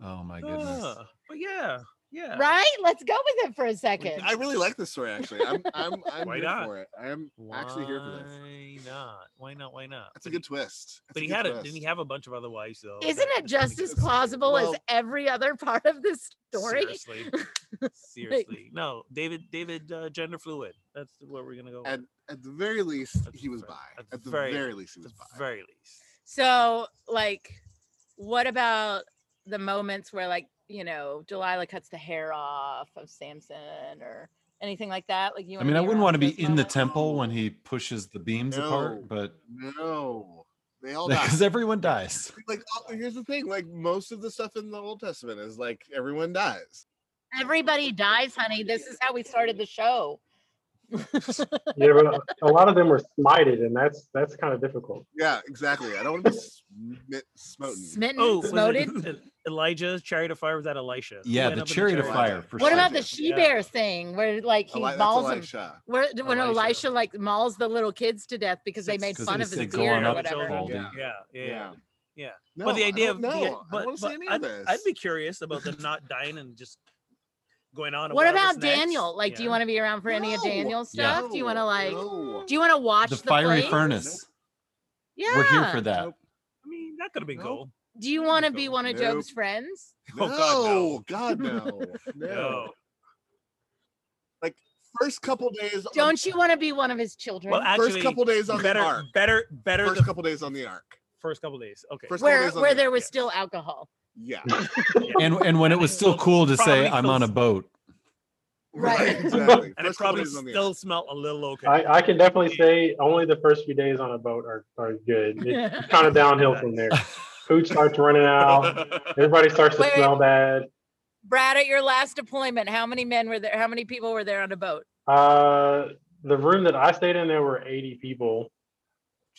Speaker 2: Oh my goodness.
Speaker 3: Ah, but yeah, yeah.
Speaker 1: Right? Let's go with it for a second.
Speaker 4: I really like this story actually. I'm I'm I'm
Speaker 3: Why
Speaker 4: here
Speaker 3: not?
Speaker 4: for it. I'm actually here for this.
Speaker 3: Why not? Why not? Why not?
Speaker 4: That's a good twist. That's
Speaker 3: But he
Speaker 4: good
Speaker 3: had a
Speaker 4: twist.
Speaker 3: didn't he have a bunch of other wives though?
Speaker 1: Isn't
Speaker 3: that-
Speaker 1: it
Speaker 3: that's
Speaker 1: just
Speaker 3: pretty
Speaker 1: as
Speaker 3: good.
Speaker 1: plausible
Speaker 4: Well-
Speaker 1: as every other part of this story?
Speaker 3: Seriously. Seriously. No, David David uh, gender fluid. That's what we're gonna go with.
Speaker 4: At, at the very least,
Speaker 3: At the
Speaker 4: he was
Speaker 3: ver-
Speaker 4: by.
Speaker 3: at the
Speaker 4: At the
Speaker 3: very-
Speaker 4: very, least, he
Speaker 3: At
Speaker 4: was
Speaker 3: the
Speaker 4: by.
Speaker 3: very least.
Speaker 1: So, like, what about the moments where, like, you know, Delilah cuts the hair off of Samson or anything like that? Like, you.
Speaker 2: I
Speaker 1: wanna
Speaker 2: mean, I wouldn't
Speaker 1: around
Speaker 2: want to
Speaker 1: for
Speaker 2: be
Speaker 1: those
Speaker 2: in the
Speaker 1: moments?
Speaker 2: temple when he pushes the beams
Speaker 4: No.
Speaker 2: apart, but
Speaker 4: no, they all died.
Speaker 2: because everyone dies.
Speaker 4: Like, all- here's the thing: like, most of the stuff in the Old Testament is like everyone dies.
Speaker 1: Everybody dies, honey. This is how we started the show.
Speaker 5: Yeah, but a lot of them were smited, and that's that's kind of difficult.
Speaker 4: Yeah, exactly. I don't want to be smit, smoten.
Speaker 1: Smitten,
Speaker 3: Oh, was it
Speaker 1: smoted.
Speaker 3: E- Elijah's chariot of fire? Was that Elisha? Who
Speaker 2: Yeah,
Speaker 3: went
Speaker 2: the
Speaker 3: up in
Speaker 2: chariot of
Speaker 4: chariot.
Speaker 2: fire. For
Speaker 1: What
Speaker 2: sure.
Speaker 1: about the she
Speaker 3: Yeah.
Speaker 1: bear thing where like he
Speaker 4: Eli- that's
Speaker 1: mauls him?
Speaker 4: Elisha.
Speaker 1: Where when
Speaker 3: Elisha.
Speaker 1: Elisha like mauls the little kids to death because they
Speaker 3: It's-
Speaker 1: made
Speaker 2: 'Cause
Speaker 1: fun
Speaker 2: they
Speaker 1: of his
Speaker 2: said, "Go
Speaker 1: beard
Speaker 2: on
Speaker 1: or
Speaker 2: up to
Speaker 1: whatever.
Speaker 2: Baldy."
Speaker 4: Yeah.
Speaker 3: Yeah, yeah. yeah. yeah.
Speaker 4: No,
Speaker 3: but the idea
Speaker 4: I
Speaker 3: of
Speaker 4: don't
Speaker 3: the-
Speaker 4: know. I
Speaker 3: but,
Speaker 4: don't want to
Speaker 3: but
Speaker 4: see any
Speaker 3: I'd,
Speaker 4: of this.
Speaker 3: I'd be curious about the not dying and just going on. to
Speaker 1: What
Speaker 3: whatever's
Speaker 1: about
Speaker 3: next.
Speaker 1: Daniel? Like, do you
Speaker 3: Yeah.
Speaker 1: want to be around for any of
Speaker 4: No,
Speaker 1: Daniel's
Speaker 2: Yeah.
Speaker 1: stuff? Do you want to like?
Speaker 4: no.
Speaker 1: Do you want to watch
Speaker 2: the
Speaker 1: the,
Speaker 2: fiery
Speaker 1: play?
Speaker 2: furnace?
Speaker 1: Yeah.
Speaker 2: We're here for that.
Speaker 4: Nope.
Speaker 3: I mean, that could have been
Speaker 4: No.
Speaker 3: cool.
Speaker 1: Do you want to be one of
Speaker 4: Nope.
Speaker 1: Job's friends?
Speaker 3: Oh, God,
Speaker 4: God, no. no.
Speaker 3: No.
Speaker 4: Like first couple days. on-
Speaker 1: Don't you want to be one of his children?
Speaker 3: Well, actually,
Speaker 4: first couple days on
Speaker 3: better,
Speaker 4: the ark.
Speaker 3: better, better.
Speaker 4: First
Speaker 3: the
Speaker 4: couple days on the ark.
Speaker 3: first couple days. Okay.
Speaker 4: First couple
Speaker 1: where
Speaker 4: days on
Speaker 1: where
Speaker 4: the
Speaker 1: there
Speaker 4: ark,
Speaker 1: was
Speaker 4: yeah.
Speaker 1: still alcohol.
Speaker 4: Yeah.
Speaker 2: And and when it was still cool to say
Speaker 3: Probably
Speaker 2: I'm on a
Speaker 3: feels-
Speaker 2: boat.
Speaker 1: Right.
Speaker 4: Exactly.
Speaker 3: and it
Speaker 4: First couple
Speaker 3: probably
Speaker 4: days on the ark.
Speaker 3: still smelled a little okay.
Speaker 5: I, I can definitely say only the first few days on a boat are, are good. It's kind of downhill from there. Food starts running out. Everybody starts to
Speaker 1: Wait.
Speaker 5: smell bad.
Speaker 1: Brad, at your last deployment, how many men were there? How many people were there on a boat?
Speaker 5: Uh, the room that I stayed in, there were 80 people.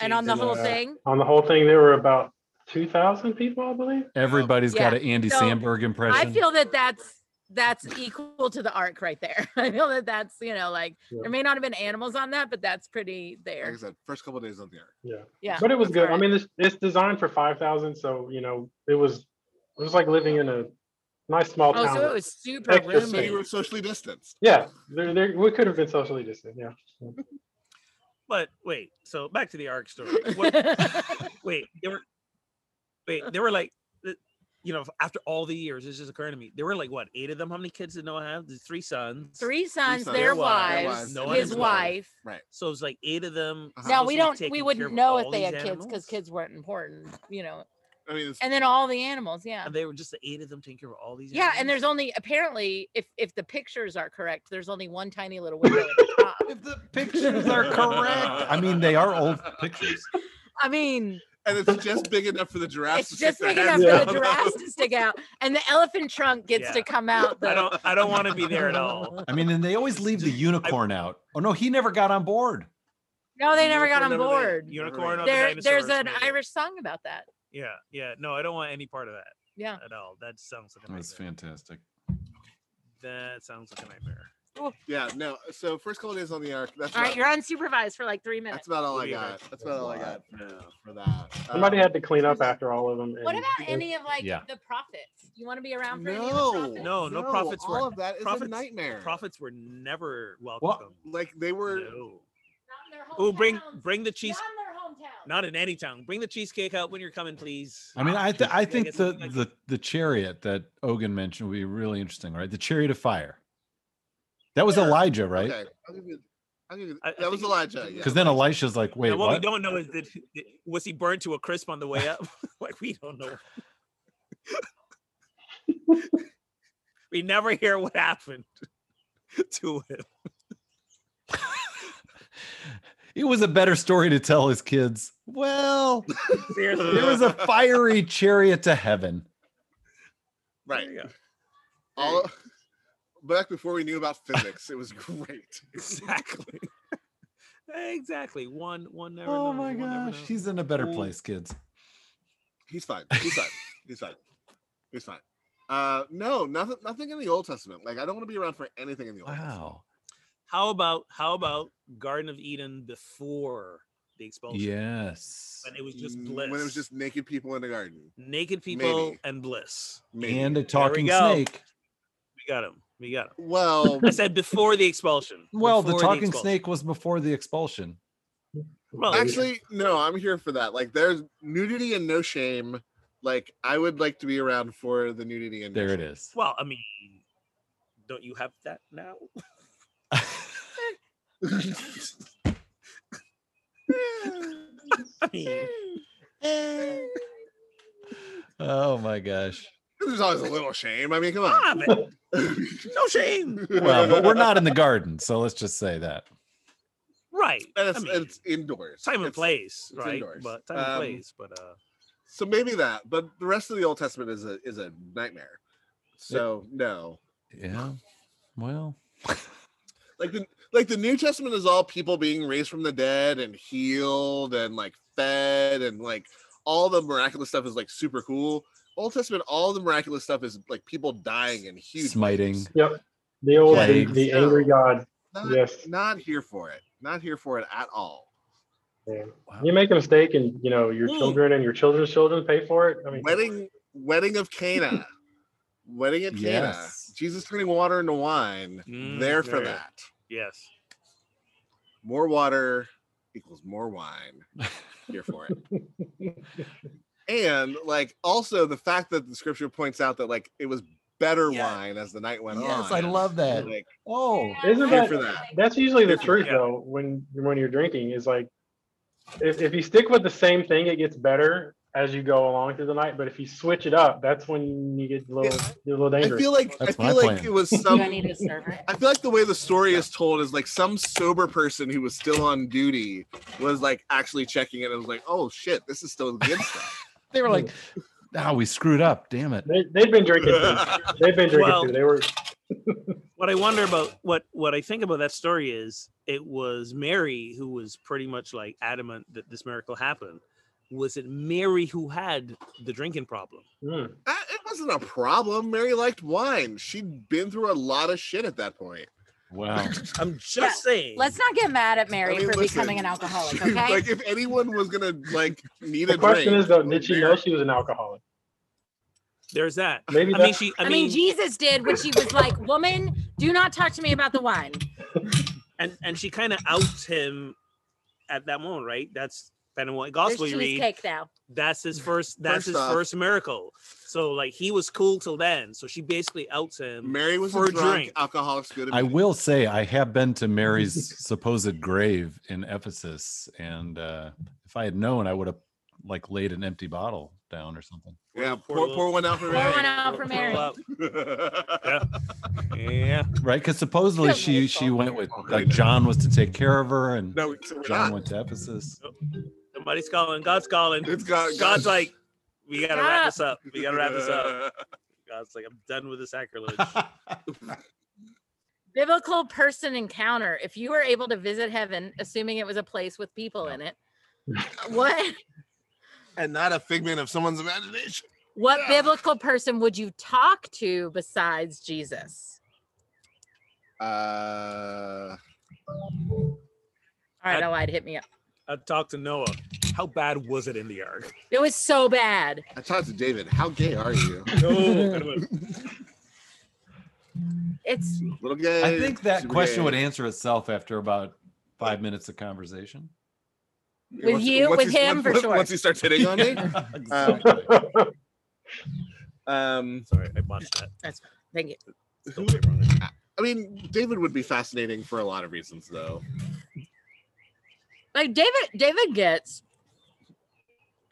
Speaker 1: and on the
Speaker 5: Jesus.
Speaker 1: whole
Speaker 5: Yeah.
Speaker 1: thing?
Speaker 5: On the whole thing, there were about 2,000 people, I believe.
Speaker 2: Everybody's got
Speaker 1: Yeah.
Speaker 2: an Andy
Speaker 1: So,
Speaker 2: Sandberg impression.
Speaker 1: I feel that that's that's equal to the arc right there. I feel that that's you know like
Speaker 5: Yeah.
Speaker 1: there may not have been animals on that, but that's pretty
Speaker 4: Like I
Speaker 1: there.
Speaker 4: said, first couple days on the ark.
Speaker 5: Yeah.
Speaker 1: Yeah,
Speaker 5: But it was
Speaker 1: that's
Speaker 5: good. I
Speaker 1: alright.
Speaker 5: mean, it's, it's designed for 5,000. So, you know, it was, it was like living in a nice small
Speaker 1: oh,
Speaker 5: town.
Speaker 1: so it was super
Speaker 5: Extra
Speaker 4: So
Speaker 1: roomy.
Speaker 4: you were socially distanced.
Speaker 5: yeah. There, there, we could have been socially distant. Yeah.
Speaker 1: Mm-hmm.
Speaker 3: But wait, so back to the arc story. What, wait, there were, wait, there were like, th- you know, after all the years, this just occurred to me. There were like what, eight of them? How many kids did Noah have? The three sons.
Speaker 1: Three sons,
Speaker 4: sons,
Speaker 1: their
Speaker 4: their
Speaker 1: wives,
Speaker 4: wives,
Speaker 3: no one
Speaker 1: his
Speaker 3: is
Speaker 1: wife.
Speaker 4: alive. Right.
Speaker 3: So it was like eight of them.
Speaker 4: Uh-huh.
Speaker 1: Now
Speaker 4: How
Speaker 1: we
Speaker 3: supposedly
Speaker 1: don't,
Speaker 3: taking
Speaker 1: we
Speaker 3: care
Speaker 1: wouldn't
Speaker 3: of
Speaker 1: know
Speaker 3: all
Speaker 1: if they
Speaker 3: these
Speaker 1: had kids because
Speaker 3: animals?
Speaker 1: kids weren't important, you know.
Speaker 4: I mean, it's,
Speaker 1: and then all the animals. Yeah.
Speaker 3: And they were just the eight of them taking care of all these.
Speaker 1: Yeah, and
Speaker 3: animals?
Speaker 1: there's only apparently if if the pictures are correct, there's only one tiny little window at the top.
Speaker 2: If the pictures are correct, I mean they are old pictures.
Speaker 1: I mean,
Speaker 4: and it's just big enough for the giraffes.
Speaker 1: it's
Speaker 4: to stick
Speaker 1: just
Speaker 4: their
Speaker 1: big enough
Speaker 4: heads
Speaker 1: for the
Speaker 4: out.
Speaker 1: giraffes to stick out, and the elephant trunk gets
Speaker 3: Yeah.
Speaker 1: to come out.
Speaker 3: I
Speaker 1: The,
Speaker 3: don't. I don't want to be there at all.
Speaker 2: I mean, and they always leave the unicorn out. Oh no, he never got on board.
Speaker 1: no, Oh, they never got on
Speaker 4: Unicorn never there.
Speaker 1: board.
Speaker 4: Never
Speaker 3: Unicorn.
Speaker 4: mind.
Speaker 3: on the
Speaker 1: There, there's
Speaker 3: dinosaurs,
Speaker 1: an
Speaker 3: maybe.
Speaker 1: Irish song about that.
Speaker 3: Yeah, yeah. No, I don't want any part of that.
Speaker 1: Yeah.
Speaker 3: At all. That sounds like a
Speaker 2: That's
Speaker 3: nightmare.
Speaker 2: fantastic.
Speaker 3: That sounds like a nightmare.
Speaker 4: Yeah, no. So first couple days on the arc. That's
Speaker 1: All right,
Speaker 4: about,
Speaker 1: you're unsupervised for like three
Speaker 4: that's
Speaker 1: minutes.
Speaker 4: about all I
Speaker 3: We'll be right
Speaker 4: got. That's about all I got for, for that.
Speaker 5: Somebody
Speaker 4: Um,
Speaker 5: had to clean up after all of them.
Speaker 1: What
Speaker 5: and
Speaker 1: about any of like
Speaker 2: Yeah.
Speaker 1: the prophets? You want to be around for any
Speaker 4: No.
Speaker 1: of the prophets?
Speaker 3: No, no, profits
Speaker 4: all
Speaker 3: were.
Speaker 4: of that is a
Speaker 3: profits-
Speaker 4: nightmare.
Speaker 3: Profits were never welcome.
Speaker 4: like they were.
Speaker 3: No.
Speaker 1: Not in their
Speaker 3: Oh, bring
Speaker 1: hometowns.
Speaker 3: bring the
Speaker 1: Not
Speaker 3: cheese.
Speaker 1: in their hometown.
Speaker 3: Not in any town. Bring the cheesecake out when you're coming, please.
Speaker 2: I mean, I th- I think
Speaker 3: guess
Speaker 2: the,
Speaker 3: something like-
Speaker 2: the the chariot that Ogan mentioned would be really interesting, right? The chariot of fire. That was
Speaker 4: Sure.
Speaker 2: Elijah, right?
Speaker 4: Okay. I'll give you- I'll give you-
Speaker 3: I- I
Speaker 4: that was
Speaker 3: think-
Speaker 4: Elijah. Yeah.
Speaker 2: Because then Elisha's like, wait,
Speaker 3: Now, what, we
Speaker 2: what?
Speaker 3: don't know is that was he burned to a crisp on the way up? like we don't know. we never hear what happened to him.
Speaker 2: It was a better story to tell his kids. Well,
Speaker 3: Seriously.
Speaker 2: there was a fiery chariot to heaven.
Speaker 4: right.
Speaker 3: Yeah.
Speaker 4: All back before we knew about physics, it was great.
Speaker 3: Exactly. exactly. One one never
Speaker 2: Oh
Speaker 3: knows,
Speaker 2: my
Speaker 3: one never
Speaker 2: gosh,
Speaker 3: knows.
Speaker 2: he's in a better
Speaker 3: Oh.
Speaker 2: place, kids.
Speaker 4: He's fine. He's fine. He's fine. He's fine. Uh, no, nothing. Nothing in the Old Testament. Like I don't want to be around for anything in the Old. Testament.
Speaker 2: Wow.
Speaker 3: How about how about Garden of Eden before the expulsion?
Speaker 2: Yes.
Speaker 3: When it was just
Speaker 4: Mm,
Speaker 3: bliss.
Speaker 4: When it was just naked people in the garden.
Speaker 3: naked people
Speaker 4: maybe.
Speaker 3: and bliss.
Speaker 4: Maybe.
Speaker 2: And a talking
Speaker 3: go.
Speaker 2: snake.
Speaker 3: We got him. We got him.
Speaker 4: well,
Speaker 3: I said before the expulsion.
Speaker 2: Well, the
Speaker 3: Before
Speaker 2: talking
Speaker 3: expulsion.
Speaker 2: snake was before the expulsion.
Speaker 3: Well,
Speaker 4: actually, no. I'm here for that. Like there's nudity and no shame. Like I would like to be around for the nudity and no
Speaker 2: There it
Speaker 4: shame.
Speaker 2: is.
Speaker 3: well, I mean, don't you have that now? I mean, Eh.
Speaker 2: oh my gosh.
Speaker 4: There's always a little shame. I mean, come on.
Speaker 3: ah, man, no shame.
Speaker 2: Well, but we're not in the garden, so let's just say that.
Speaker 3: Right.
Speaker 4: And
Speaker 3: I
Speaker 4: it's,
Speaker 3: mean,
Speaker 4: it's indoors.
Speaker 3: time and
Speaker 4: It's-
Speaker 3: place, right?
Speaker 4: indoors.
Speaker 3: But time and
Speaker 4: Um,
Speaker 3: place, but uh,
Speaker 4: So maybe that, but the rest of the Old Testament is a is a nightmare. So no,
Speaker 2: Yeah. Well,
Speaker 4: like the like the New Testament is all people being raised from the dead and healed and like fed and like all the miraculous stuff is like super cool. Old Testament, all the miraculous stuff is like people dying and huge
Speaker 2: Smiting.
Speaker 4: waves.
Speaker 5: The old, the,
Speaker 2: Plagues.
Speaker 5: the angry god.
Speaker 4: Not,
Speaker 5: Yes.
Speaker 4: not here for it. Not here for it at all.
Speaker 5: Yeah.
Speaker 2: Wow.
Speaker 5: You make a mistake, and you know your
Speaker 3: Mm.
Speaker 5: children and your children's children pay for it. I mean,
Speaker 4: Hmm. Wedding, wedding of Cana, wedding at Cana.
Speaker 2: Yes.
Speaker 4: Jesus turning water into wine.
Speaker 3: Mm,
Speaker 4: there for
Speaker 3: there.
Speaker 4: that.
Speaker 3: yes.
Speaker 4: more water equals more wine. Here for it. and like also the fact that the scripture points out that like it was better
Speaker 3: Yeah.
Speaker 4: wine as the night went on.
Speaker 2: yes, I love that.
Speaker 4: Like,
Speaker 2: Oh,
Speaker 5: Isn't
Speaker 4: here
Speaker 5: that-
Speaker 4: for that.
Speaker 5: that's usually the
Speaker 4: Yeah.
Speaker 5: truth, though. When when you're drinking, is like, if if you stick with the same thing, it gets better as you go along through the night. But if you switch it up, that's when you get a little you're a little
Speaker 4: I
Speaker 5: dangerous.
Speaker 4: feel like
Speaker 2: That's
Speaker 4: I
Speaker 2: my
Speaker 4: feel like
Speaker 2: plan.
Speaker 4: it was
Speaker 6: Do
Speaker 4: some
Speaker 6: I need a server?
Speaker 4: I feel like the way the story is told is like some sober person who was still on duty was like actually checking it and was like, oh shit, this is still good stuff.
Speaker 2: they were like, "Ah, we screwed up. Damn it."
Speaker 5: they they've been drinking. Too. They've been drinking
Speaker 3: Well-
Speaker 5: too. They were
Speaker 3: What I wonder about what what I think about that story is it was Mary who was pretty much like adamant that this miracle happened. Was it Mary who had the drinking problem?
Speaker 5: mm,
Speaker 4: Uh, it wasn't a problem. Mary liked wine. She'd been through a lot of shit at that point.
Speaker 2: Wow.
Speaker 3: I'm just
Speaker 1: Yeah,
Speaker 3: saying.
Speaker 1: Let's not get mad at Mary
Speaker 4: I mean,
Speaker 1: for
Speaker 4: listen,
Speaker 1: becoming an alcoholic,
Speaker 4: she-
Speaker 1: okay?
Speaker 4: like if anyone was gonna like need
Speaker 5: The
Speaker 4: a
Speaker 5: question
Speaker 4: drink,
Speaker 5: is though,
Speaker 4: it
Speaker 5: did
Speaker 4: was
Speaker 5: she
Speaker 4: Mary.
Speaker 5: know she was an alcoholic?
Speaker 3: There's that.
Speaker 5: Maybe
Speaker 3: I
Speaker 5: that-
Speaker 3: mean, she. I,
Speaker 1: I
Speaker 3: mean,
Speaker 1: mean, Jesus did when she was like, "Woman, do not talk to me about the wine."
Speaker 3: and and she kind of outs him at that moment, right? That's kind of what
Speaker 1: There's
Speaker 3: gospel you read.
Speaker 1: cheesecake now.
Speaker 3: That's his first. That's
Speaker 4: First
Speaker 3: his
Speaker 4: off-
Speaker 3: first miracle. So like he was cool till then. So she basically outs him.
Speaker 4: Mary was
Speaker 3: for
Speaker 4: a
Speaker 3: a
Speaker 4: drunk.
Speaker 3: drink.
Speaker 4: Alcoholics good.
Speaker 2: I will say I have been to Mary's supposed grave in Ephesus, and uh, if I had known, I would have like laid an empty bottle down or something.
Speaker 4: Yeah,
Speaker 3: Pour
Speaker 4: pour,
Speaker 3: one-
Speaker 4: pour one out for
Speaker 1: Pour one
Speaker 4: Mary.
Speaker 1: out for Mary.
Speaker 3: Well,
Speaker 4: yeah.
Speaker 3: yeah.
Speaker 2: Right? Because supposedly
Speaker 9: Yeah,
Speaker 2: she
Speaker 9: we'll
Speaker 2: she
Speaker 9: call
Speaker 2: went
Speaker 9: her.
Speaker 2: with like John was to take care of her and
Speaker 4: No, so we're
Speaker 2: John
Speaker 4: not.
Speaker 2: went to Ephesus.
Speaker 3: Somebody's calling. God's calling.
Speaker 4: It's God-
Speaker 3: God's like, we gotta wrap
Speaker 1: Stop.
Speaker 3: this up. We gotta wrap this up. God's like, I'm done with the sacrilege.
Speaker 1: Biblical person encounter. If you were able to visit heaven, assuming it was a place with people in it, what
Speaker 4: and not a figment of someone's imagination.
Speaker 1: what
Speaker 4: Yeah.
Speaker 1: biblical person would you talk to besides Jesus?
Speaker 4: Uh,
Speaker 1: All right,
Speaker 3: I-
Speaker 1: Elide, hit me up.
Speaker 3: I talked to Noah. How bad was it in the ark?
Speaker 1: It was so bad.
Speaker 4: I talked to David. How gay are you?
Speaker 3: No, kind of a-
Speaker 1: It's
Speaker 4: Little gay.
Speaker 2: I think that
Speaker 4: super
Speaker 2: question
Speaker 4: gay.
Speaker 2: would answer itself after about five minutes of conversation.
Speaker 1: With
Speaker 4: Once-
Speaker 1: you,
Speaker 4: once
Speaker 1: with
Speaker 4: he-
Speaker 1: him,
Speaker 4: once-
Speaker 1: for
Speaker 4: once-
Speaker 1: sure.
Speaker 4: Once he starts hitting on me.
Speaker 2: Uh,
Speaker 4: Um, um,
Speaker 3: Sorry, I botched that.
Speaker 1: thank you.
Speaker 3: Don't get me wrong.
Speaker 4: I mean, David would be fascinating for a lot of reasons, though.
Speaker 1: Like David, David gets.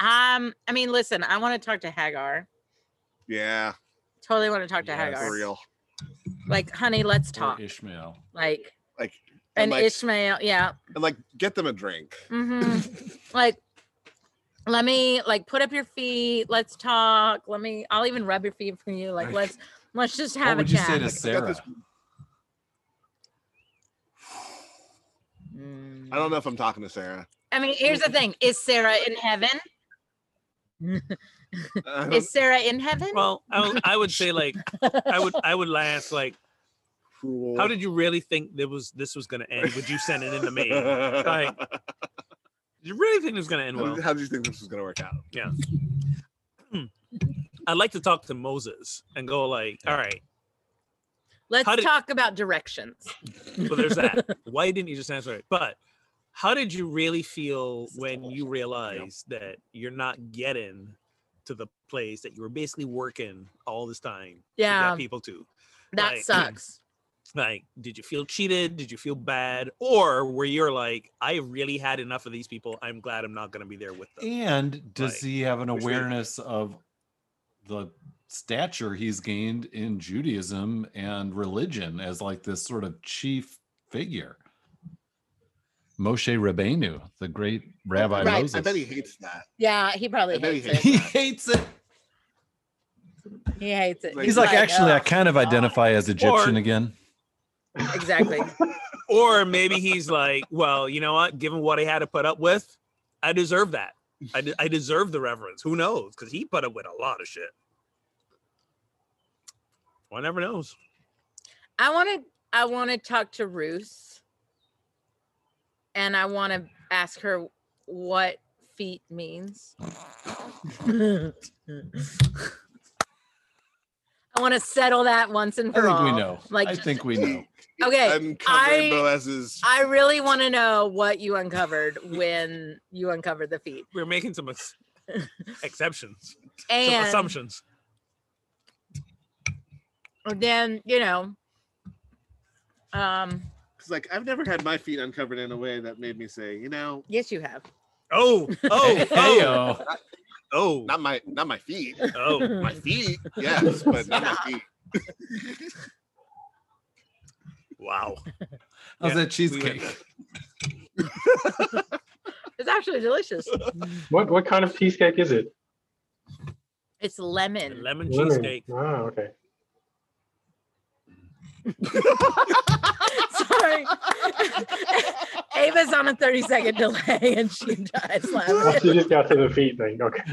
Speaker 1: Um, I mean, listen, I want to talk to Hagar.
Speaker 4: Yeah,
Speaker 1: Totally want to talk to
Speaker 2: Yes.
Speaker 1: Hagar.
Speaker 4: for real.
Speaker 1: Like, honey, let's
Speaker 2: Or
Speaker 1: talk.
Speaker 2: Ishmael.
Speaker 1: Like,
Speaker 4: Like
Speaker 1: and
Speaker 4: like-
Speaker 1: Ishmael, yeah.
Speaker 4: And like, get them a drink.
Speaker 1: hmm like, let me like put up your feet. Let's talk. Let me. I'll even rub your feet for you. Like, let's let's just have
Speaker 2: What would
Speaker 1: a
Speaker 2: you
Speaker 1: chat.
Speaker 2: say to
Speaker 4: Like, I
Speaker 2: Sarah?
Speaker 4: got this-
Speaker 1: Mm.
Speaker 4: I don't know if I'm talking to Sarah.
Speaker 1: I mean, here's the thing: Is Sarah in heaven?
Speaker 4: I don't-
Speaker 1: Is Sarah in heaven?
Speaker 3: Well, I, would- I would say like I would I would ask like
Speaker 4: Cool.
Speaker 3: how did you really think there was this was gonna end? Would you send it in the mail?
Speaker 4: How
Speaker 3: Like, you really think it was gonna end well?
Speaker 4: did- how did you think this was gonna work out?
Speaker 3: I'd like to talk to Moses and go like, all right,
Speaker 1: Let's
Speaker 3: how did-
Speaker 1: talk about directions.
Speaker 3: well, there's that. Why didn't you just answer it? But how did you really feel when you realized that you're not getting to the place that you were basically working all this time to
Speaker 1: Yeah,
Speaker 3: get people to?
Speaker 1: that
Speaker 3: like-
Speaker 1: sucks.
Speaker 3: Like, did you feel cheated? Did you feel bad? Or were you like, I really had enough of these people. I'm glad I'm not going to be there with them.
Speaker 2: And does
Speaker 3: Like,
Speaker 2: he have an
Speaker 3: which way-
Speaker 2: awareness of the stature he's gained in Judaism and religion as like this sort of chief figure? Moshe Rabbeinu, the great Rabbi
Speaker 1: Right. I
Speaker 2: Moses.
Speaker 4: I bet he hates that.
Speaker 1: Yeah, he probably
Speaker 4: I bet he
Speaker 1: hates
Speaker 4: hates
Speaker 1: it.
Speaker 2: He hates it.
Speaker 1: He hates it.
Speaker 4: Like-
Speaker 2: He's like, actually, I
Speaker 1: "Ugh."
Speaker 2: kind of identify as Egyptian
Speaker 3: Or-
Speaker 2: again.
Speaker 1: exactly.
Speaker 3: Or maybe he's like, well, you know what? Given what I had to put up with, I deserve that. I, de- I deserve the reverence. Who knows? Because he put up with a lot of shit. One never knows.
Speaker 1: I want to I want to talk to Ruth and I want to ask her what feet means. I want to settle that once and
Speaker 2: I
Speaker 1: for
Speaker 2: think
Speaker 1: all.
Speaker 2: we know.
Speaker 1: Like
Speaker 2: I
Speaker 1: just-
Speaker 2: think we know.
Speaker 1: Okay, I-
Speaker 4: Uncovered Boaz's.
Speaker 1: I really want to know what you uncovered when you uncovered the feet.
Speaker 3: We're making some ex- exceptions, some
Speaker 1: And
Speaker 3: assumptions.
Speaker 1: then, you know, um
Speaker 4: It's like I've never had my feet uncovered in a way that made me say, you know,
Speaker 1: yes you have.
Speaker 3: Oh, oh, oh,
Speaker 2: Heyo.
Speaker 3: oh,
Speaker 4: not my, not my feet,
Speaker 3: oh.
Speaker 4: my feet, yes, but not my feet.
Speaker 3: Wow.
Speaker 2: How's
Speaker 3: Yeah,
Speaker 2: that
Speaker 3: went
Speaker 2: cheesecake?
Speaker 1: It's actually delicious.
Speaker 5: What what kind of cheesecake is it?
Speaker 1: It's lemon.
Speaker 3: Lemon
Speaker 5: Lemon.
Speaker 3: cheesecake.
Speaker 5: Ah, okay.
Speaker 1: Sorry. Ava's on a 30 second delay and she dies
Speaker 5: Well,
Speaker 1: laughing.
Speaker 5: she just got to the feet thing. Okay.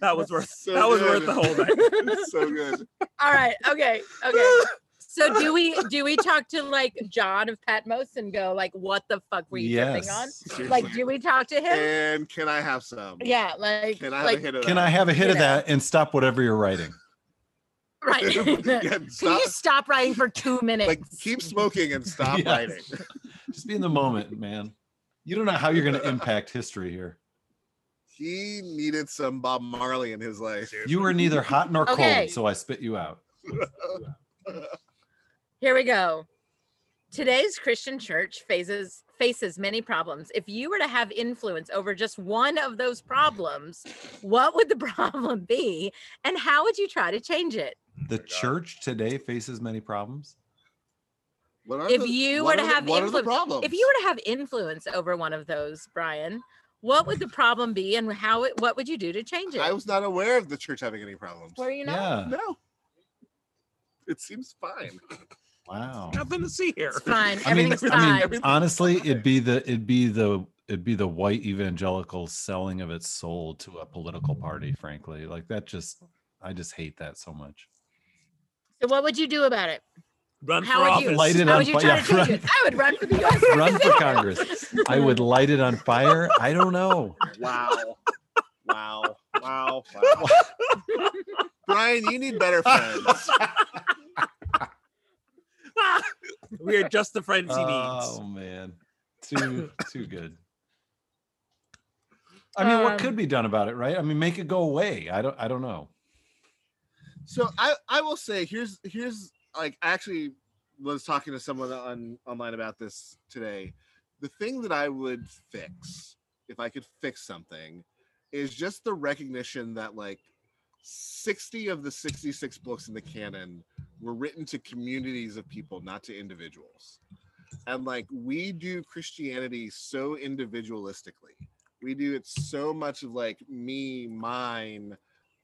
Speaker 3: That was worth.
Speaker 4: So
Speaker 3: that was worth
Speaker 4: good.
Speaker 3: the whole night.
Speaker 4: so good.
Speaker 1: All right. Okay. Okay. So do we do we talk to like John of Patmos and go like what the fuck were you tripping on?
Speaker 2: Yes.
Speaker 1: Like do we talk to him?
Speaker 4: and can I have some?
Speaker 1: Yeah, like
Speaker 4: Can I have a
Speaker 1: like
Speaker 4: hit of
Speaker 2: Can I
Speaker 4: that?
Speaker 2: have a hit of
Speaker 1: Yeah.
Speaker 2: that and stop whatever you're writing?
Speaker 1: right.
Speaker 4: Yeah,
Speaker 1: Can
Speaker 4: stop,
Speaker 1: you stop writing for two minutes?
Speaker 4: like keep smoking and stop
Speaker 2: Yes.
Speaker 4: writing.
Speaker 2: Just be in the moment, man. You don't know how you're going to impact history here.
Speaker 4: He needed some Bob Marley in his life.
Speaker 2: You were neither hot nor
Speaker 1: Okay.
Speaker 2: cold, so I spit you out.
Speaker 1: Here we go. Today's Christian church faces faces many problems. If you were to have influence over just one of those problems, what would the problem be and how would you try to change it?
Speaker 2: The church today faces many problems.
Speaker 4: What are
Speaker 1: If
Speaker 4: the-
Speaker 1: you were
Speaker 4: what
Speaker 1: to
Speaker 4: are the-
Speaker 1: have
Speaker 4: what are the
Speaker 1: influence-
Speaker 4: problems?
Speaker 1: If you were to have influence over one of those, Brian, what would the problem be and how it, what would you do to change it?
Speaker 4: I was not aware of the church having any problems.
Speaker 1: Were you not?
Speaker 2: Yeah.
Speaker 4: No. It seems fine.
Speaker 2: Wow.
Speaker 8: Nothing to see here.
Speaker 1: It's fine.
Speaker 2: I mean,
Speaker 1: Everything's
Speaker 2: I
Speaker 1: fine.
Speaker 2: mean, honestly, it'd be the it'd be the it'd be the white evangelical selling of its soul to a political party. Frankly, like that just I just hate that so much.
Speaker 1: so what would you do about it?
Speaker 8: Run
Speaker 1: How
Speaker 8: for
Speaker 1: would
Speaker 8: office.
Speaker 1: you-
Speaker 2: Light it
Speaker 1: How
Speaker 2: on
Speaker 1: would you
Speaker 2: fire.
Speaker 1: try
Speaker 2: Yeah,
Speaker 1: to change
Speaker 2: run,
Speaker 1: it? I would run for the U.S.
Speaker 2: run for Congress. I would light it on fire. I don't know.
Speaker 4: Wow. Wow. Wow. Wow. Brian, you need better friends.
Speaker 8: We are just the friends he needs.
Speaker 2: Oh man, too too good. I mean, what
Speaker 1: Um,
Speaker 2: could be done about it, right? I mean, make it go away. I don't. I don't know.
Speaker 4: So I, I will say here's here's like I actually was talking to someone on online about this today. The thing that I would fix if I could fix something is just the recognition that like 60 of the 66 books in the canon were written to communities of people, not to individuals. And like we do Christianity so individualistically. We do it so much of like me, mine,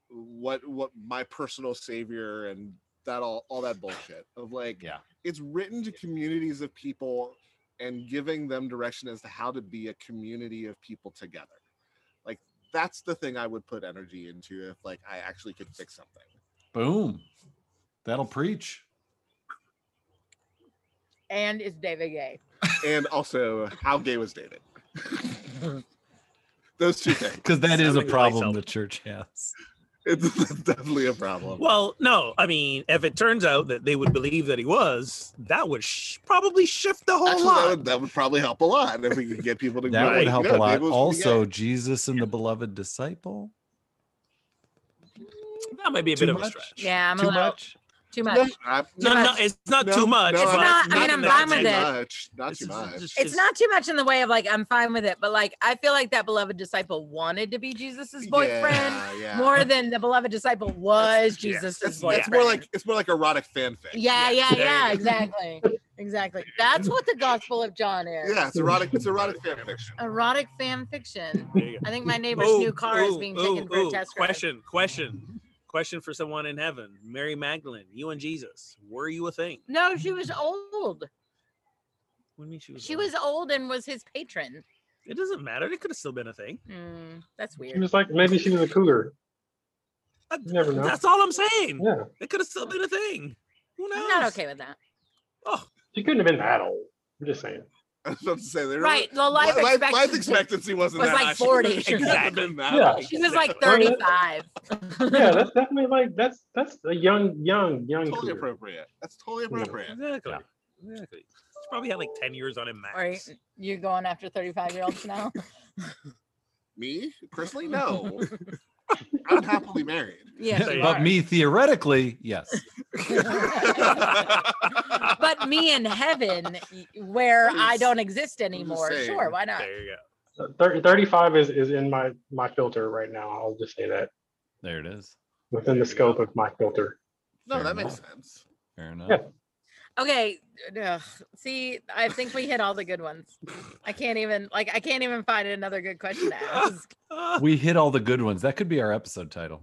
Speaker 4: what what my personal savior and that all all that bullshit of like
Speaker 2: Yeah.
Speaker 4: it's written to communities of people and giving them direction as to how to be a community of people together like that's the thing i would put energy into if like i actually could fix something
Speaker 2: Boom. That'll preach.
Speaker 1: and is David gay?
Speaker 4: and also how gay was david those two things
Speaker 2: Because that is a
Speaker 8: Sounding like
Speaker 2: problem
Speaker 8: self-
Speaker 2: the church has.
Speaker 4: it's definitely a problem
Speaker 8: Well, no, I mean, if it turns out that they would believe that he was, that would sh- probably shift the whole
Speaker 4: Actually,
Speaker 8: lot.
Speaker 4: that would, that would probably help a lot if we could get people to
Speaker 2: That
Speaker 4: go,
Speaker 2: would
Speaker 4: like,
Speaker 2: help
Speaker 4: "Yeah,
Speaker 2: a lot.
Speaker 4: David was pretty gay."
Speaker 2: Also, Jesus and the beloved disciple.
Speaker 8: That might be a
Speaker 2: Too
Speaker 8: bit of a
Speaker 2: much?
Speaker 8: stretch.
Speaker 1: Yeah, I'm a
Speaker 2: Too
Speaker 1: little
Speaker 2: much.
Speaker 1: too
Speaker 4: No,
Speaker 1: much.
Speaker 4: I-
Speaker 8: No,
Speaker 1: Too
Speaker 8: no,
Speaker 1: much.
Speaker 8: it's not too much.
Speaker 1: It's
Speaker 8: but
Speaker 1: not- I mean, I'm fine
Speaker 8: too
Speaker 1: with
Speaker 8: much.
Speaker 1: it.
Speaker 4: Much, not
Speaker 8: It's-
Speaker 4: too
Speaker 8: it's-
Speaker 4: much.
Speaker 8: it's-
Speaker 1: It's not too much in the way of like I'm fine with it, but like I feel like that beloved disciple wanted to be Jesus's boyfriend
Speaker 4: Yeah, yeah.
Speaker 1: more than the beloved disciple was Jesus's
Speaker 4: It's, it's
Speaker 1: boyfriend.
Speaker 4: more like it's more like erotic fanfic.
Speaker 1: yeah, yeah,
Speaker 8: There
Speaker 1: yeah,
Speaker 8: you go.
Speaker 1: exactly, exactly. That's what the Gospel of John is.
Speaker 4: Yeah, it's erotic. It's erotic fanfiction.
Speaker 1: Erotic fan fiction.
Speaker 8: There you go.
Speaker 1: I think my neighbor's
Speaker 8: Oh,
Speaker 1: new car is
Speaker 8: oh,
Speaker 1: being
Speaker 8: oh,
Speaker 1: taken for
Speaker 8: oh,
Speaker 1: a test drive.
Speaker 8: Question, question, question for someone in heaven. Mary Magdalene, you and Jesus, were you a thing?
Speaker 1: No, she was old.
Speaker 8: What do you mean she was?
Speaker 1: She
Speaker 8: a-
Speaker 1: was old and was his patron.
Speaker 8: It doesn't matter. It could have still been a thing.
Speaker 1: Mm, that's
Speaker 5: She
Speaker 1: weird.
Speaker 5: was like, maybe she was a cougar.
Speaker 8: I-
Speaker 5: You never know.
Speaker 8: That's all I'm saying.
Speaker 5: Yeah.
Speaker 8: It could have still been a thing. Who knows?
Speaker 1: I'm not okay with that.
Speaker 8: Oh,
Speaker 5: She couldn't have been that old. I'm just saying.
Speaker 4: I was about to say there
Speaker 1: Right, the life
Speaker 4: Life, life
Speaker 1: expectancy
Speaker 4: expectancy wasn't
Speaker 1: was
Speaker 4: that
Speaker 1: like
Speaker 4: high. She couldn't-
Speaker 1: 40.
Speaker 4: she couldn't have been that
Speaker 5: Yeah.
Speaker 4: old.
Speaker 1: She was like
Speaker 5: Well, yeah.
Speaker 1: 35.
Speaker 5: Yeah, that's definitely like that's that's a young, young, young
Speaker 4: Totally
Speaker 5: cougar.
Speaker 4: appropriate. That's totally appropriate.
Speaker 8: exactly. Exactly. She probably had like ten years on him
Speaker 1: Are
Speaker 8: max.
Speaker 1: you going after 35 year olds now?
Speaker 4: Me personally, no. I'm happily married.
Speaker 1: Yes,
Speaker 8: There
Speaker 1: you
Speaker 8: you
Speaker 2: but
Speaker 1: are.
Speaker 2: me theoretically, yes.
Speaker 1: But me in heaven, y- where
Speaker 4: I'm
Speaker 1: I
Speaker 4: just-
Speaker 1: don't exist anymore.
Speaker 4: saying.
Speaker 1: Sure, why not?
Speaker 8: There you go.
Speaker 5: Uh, thir- 35 is is in my my filter right now. I'll just say that
Speaker 2: There it is.
Speaker 5: within the scope of my filter.
Speaker 4: No,
Speaker 2: Fair
Speaker 4: that makes
Speaker 2: enough.
Speaker 4: sense.
Speaker 2: Fair enough.
Speaker 5: Yeah.
Speaker 1: Okay. ugh, See, I think we hit all the good ones. I can't even like I can't even find another good question to ask.
Speaker 8: Ah,
Speaker 2: We hit all the good ones. That could be our episode title.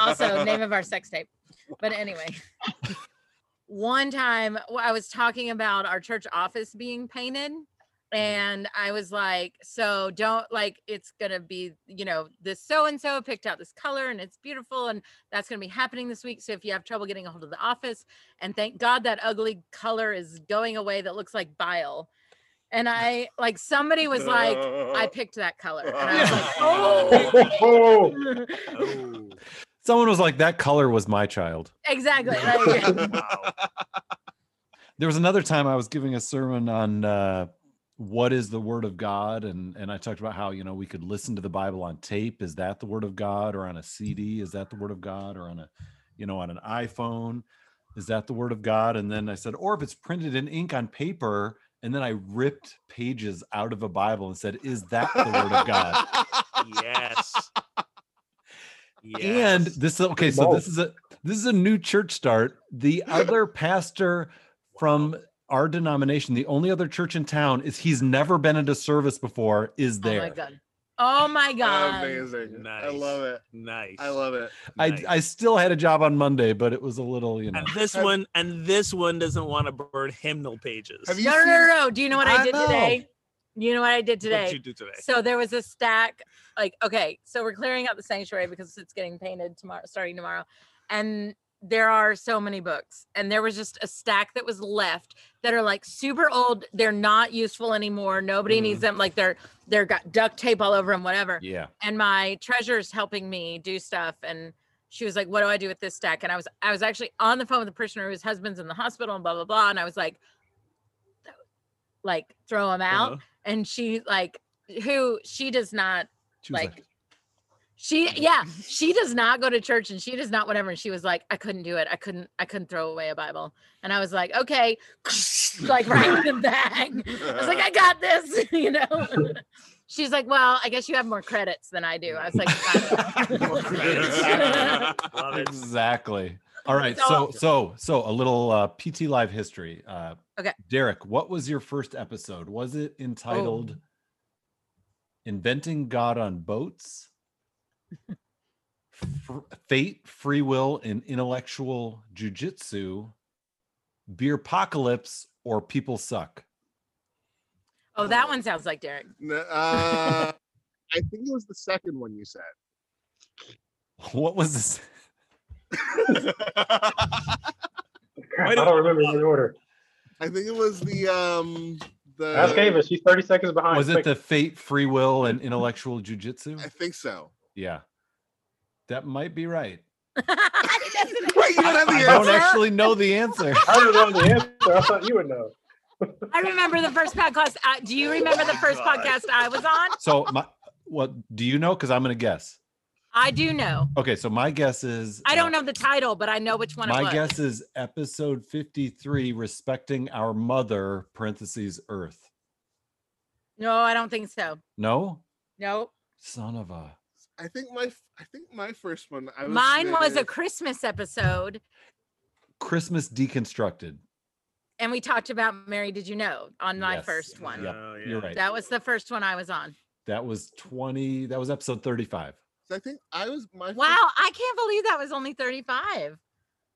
Speaker 1: Also, name of our sex tape. But anyway. One time wh- I was talking about our church office being painted and I was like, so don't like it's gonna be, you know, this so and so picked out this color and it's beautiful and that's gonna be happening this week. So if you have trouble getting a hold of the office, and thank God that ugly color is going away that looks like bile. And I like somebody was like, I picked that color. And I was like, oh
Speaker 5: Oh,
Speaker 8: oh,
Speaker 2: Someone was like, that color was my child.
Speaker 1: exactly. Oh Like,
Speaker 8: wow.
Speaker 2: there was another time I was giving a sermon on uh, what is the word of God, and and I talked about how you know we could listen to the Bible on tape. Is that the word of God, or on a CD? Is that the word of God, or on a you know on an iPhone? is that the word of God? And then I said, or if it's printed in ink on paper. And then I ripped pages out of a Bible and said, is that the word of God?
Speaker 8: Oh, Yes.
Speaker 2: And this okay, so this is a this is a new church start. The other pastor from our denomination, the only other church in town, is he's never been at a service before. Is
Speaker 1: Oh my
Speaker 2: there?
Speaker 1: god. Oh my god.
Speaker 4: Amazing. I
Speaker 8: Nice.
Speaker 4: love it.
Speaker 8: nice.
Speaker 4: I love it.
Speaker 2: I
Speaker 8: Nice.
Speaker 2: I still had a job on Monday, but it was a little you know.
Speaker 8: and this one and this one doesn't want to burn hymnal pages.
Speaker 4: Have you
Speaker 1: No, no, no,
Speaker 4: seen-
Speaker 1: no. Do you know what I,
Speaker 2: I
Speaker 1: did
Speaker 2: know.
Speaker 1: today? You know what I did today?
Speaker 8: What you do today?
Speaker 1: So there was a stack, like, okay, so we're clearing out the sanctuary because it's getting painted tomorrow, starting tomorrow. And there are so many books. And there was just a stack that was left that are like super old. They're not useful anymore. Nobody
Speaker 8: Mm.
Speaker 1: needs them. Like they're they're got duct tape all over them, whatever.
Speaker 2: Yeah.
Speaker 1: And my treasurer's helping me do stuff. And she was like, What do I do with this stack? And I was I was actually on the phone with the prisoner whose husband's in the hospital and blah blah blah. And I was like, like throw him out
Speaker 8: Uh-huh.
Speaker 1: and she like who she does not
Speaker 2: She was
Speaker 1: Like, she yeah she does not go to church and she does not whatever and she was like i couldn't do it i couldn't i couldn't throw away a bible and i was like okay like right in the bag i was like i got this you know she's like well i guess you have more credits than i do i was like "I-
Speaker 8: Uh-huh. Love it.
Speaker 2: Exactly. All right.
Speaker 1: So-
Speaker 2: So so so a little uh, PT live history. Uh,
Speaker 1: Okay.
Speaker 2: Derek, what was your first episode? Was it entitled "Inventing God on Boats"? Fr- Fate, free will, and intellectual jujitsu, beer apocalypse, or people suck.
Speaker 1: oh that one sounds like derek
Speaker 4: No, uh, I think it was the second one you said.
Speaker 2: What was this?
Speaker 5: Crap,
Speaker 8: Why
Speaker 5: I
Speaker 8: don't-
Speaker 5: don't remember the order.
Speaker 4: I think it was the um the.
Speaker 5: Ask Ava. She's 30 seconds behind.
Speaker 2: Was it
Speaker 5: Quick.
Speaker 2: the fate, free will, and intellectual jujitsu?
Speaker 4: I think so.
Speaker 2: Yeah, that might be right.
Speaker 4: Wait, you don't have the
Speaker 2: I
Speaker 4: answer.
Speaker 2: don't actually know the answer.
Speaker 5: I don't know the answer. I thought you would know.
Speaker 1: i remember the first podcast I, do you remember
Speaker 4: Oh
Speaker 1: the first podcast i was on
Speaker 2: So my what do you know? Because I'm gonna guess.
Speaker 1: i do know
Speaker 2: Okay, so my guess is
Speaker 1: i
Speaker 2: uh,
Speaker 1: don't know the title but i know which one it
Speaker 2: My
Speaker 1: was
Speaker 2: guess is episode 53, respecting our mother (parentheses Earth).
Speaker 1: no i don't think so
Speaker 2: No,
Speaker 1: nope
Speaker 2: son of a.
Speaker 4: I think my I think my first one. I was
Speaker 1: Mine was a
Speaker 4: there-
Speaker 1: Christmas episode,
Speaker 2: Christmas deconstructed.
Speaker 1: and we talked about Mary. Did you know on my
Speaker 2: Yes.
Speaker 1: first one?
Speaker 2: Yep,
Speaker 8: Oh,
Speaker 2: You're
Speaker 8: yeah.
Speaker 2: right.
Speaker 1: That was the first one I was on.
Speaker 2: That was 20. That was episode 35.
Speaker 4: I think I was my
Speaker 1: Wow, I can't believe that was only 35.
Speaker 4: First, I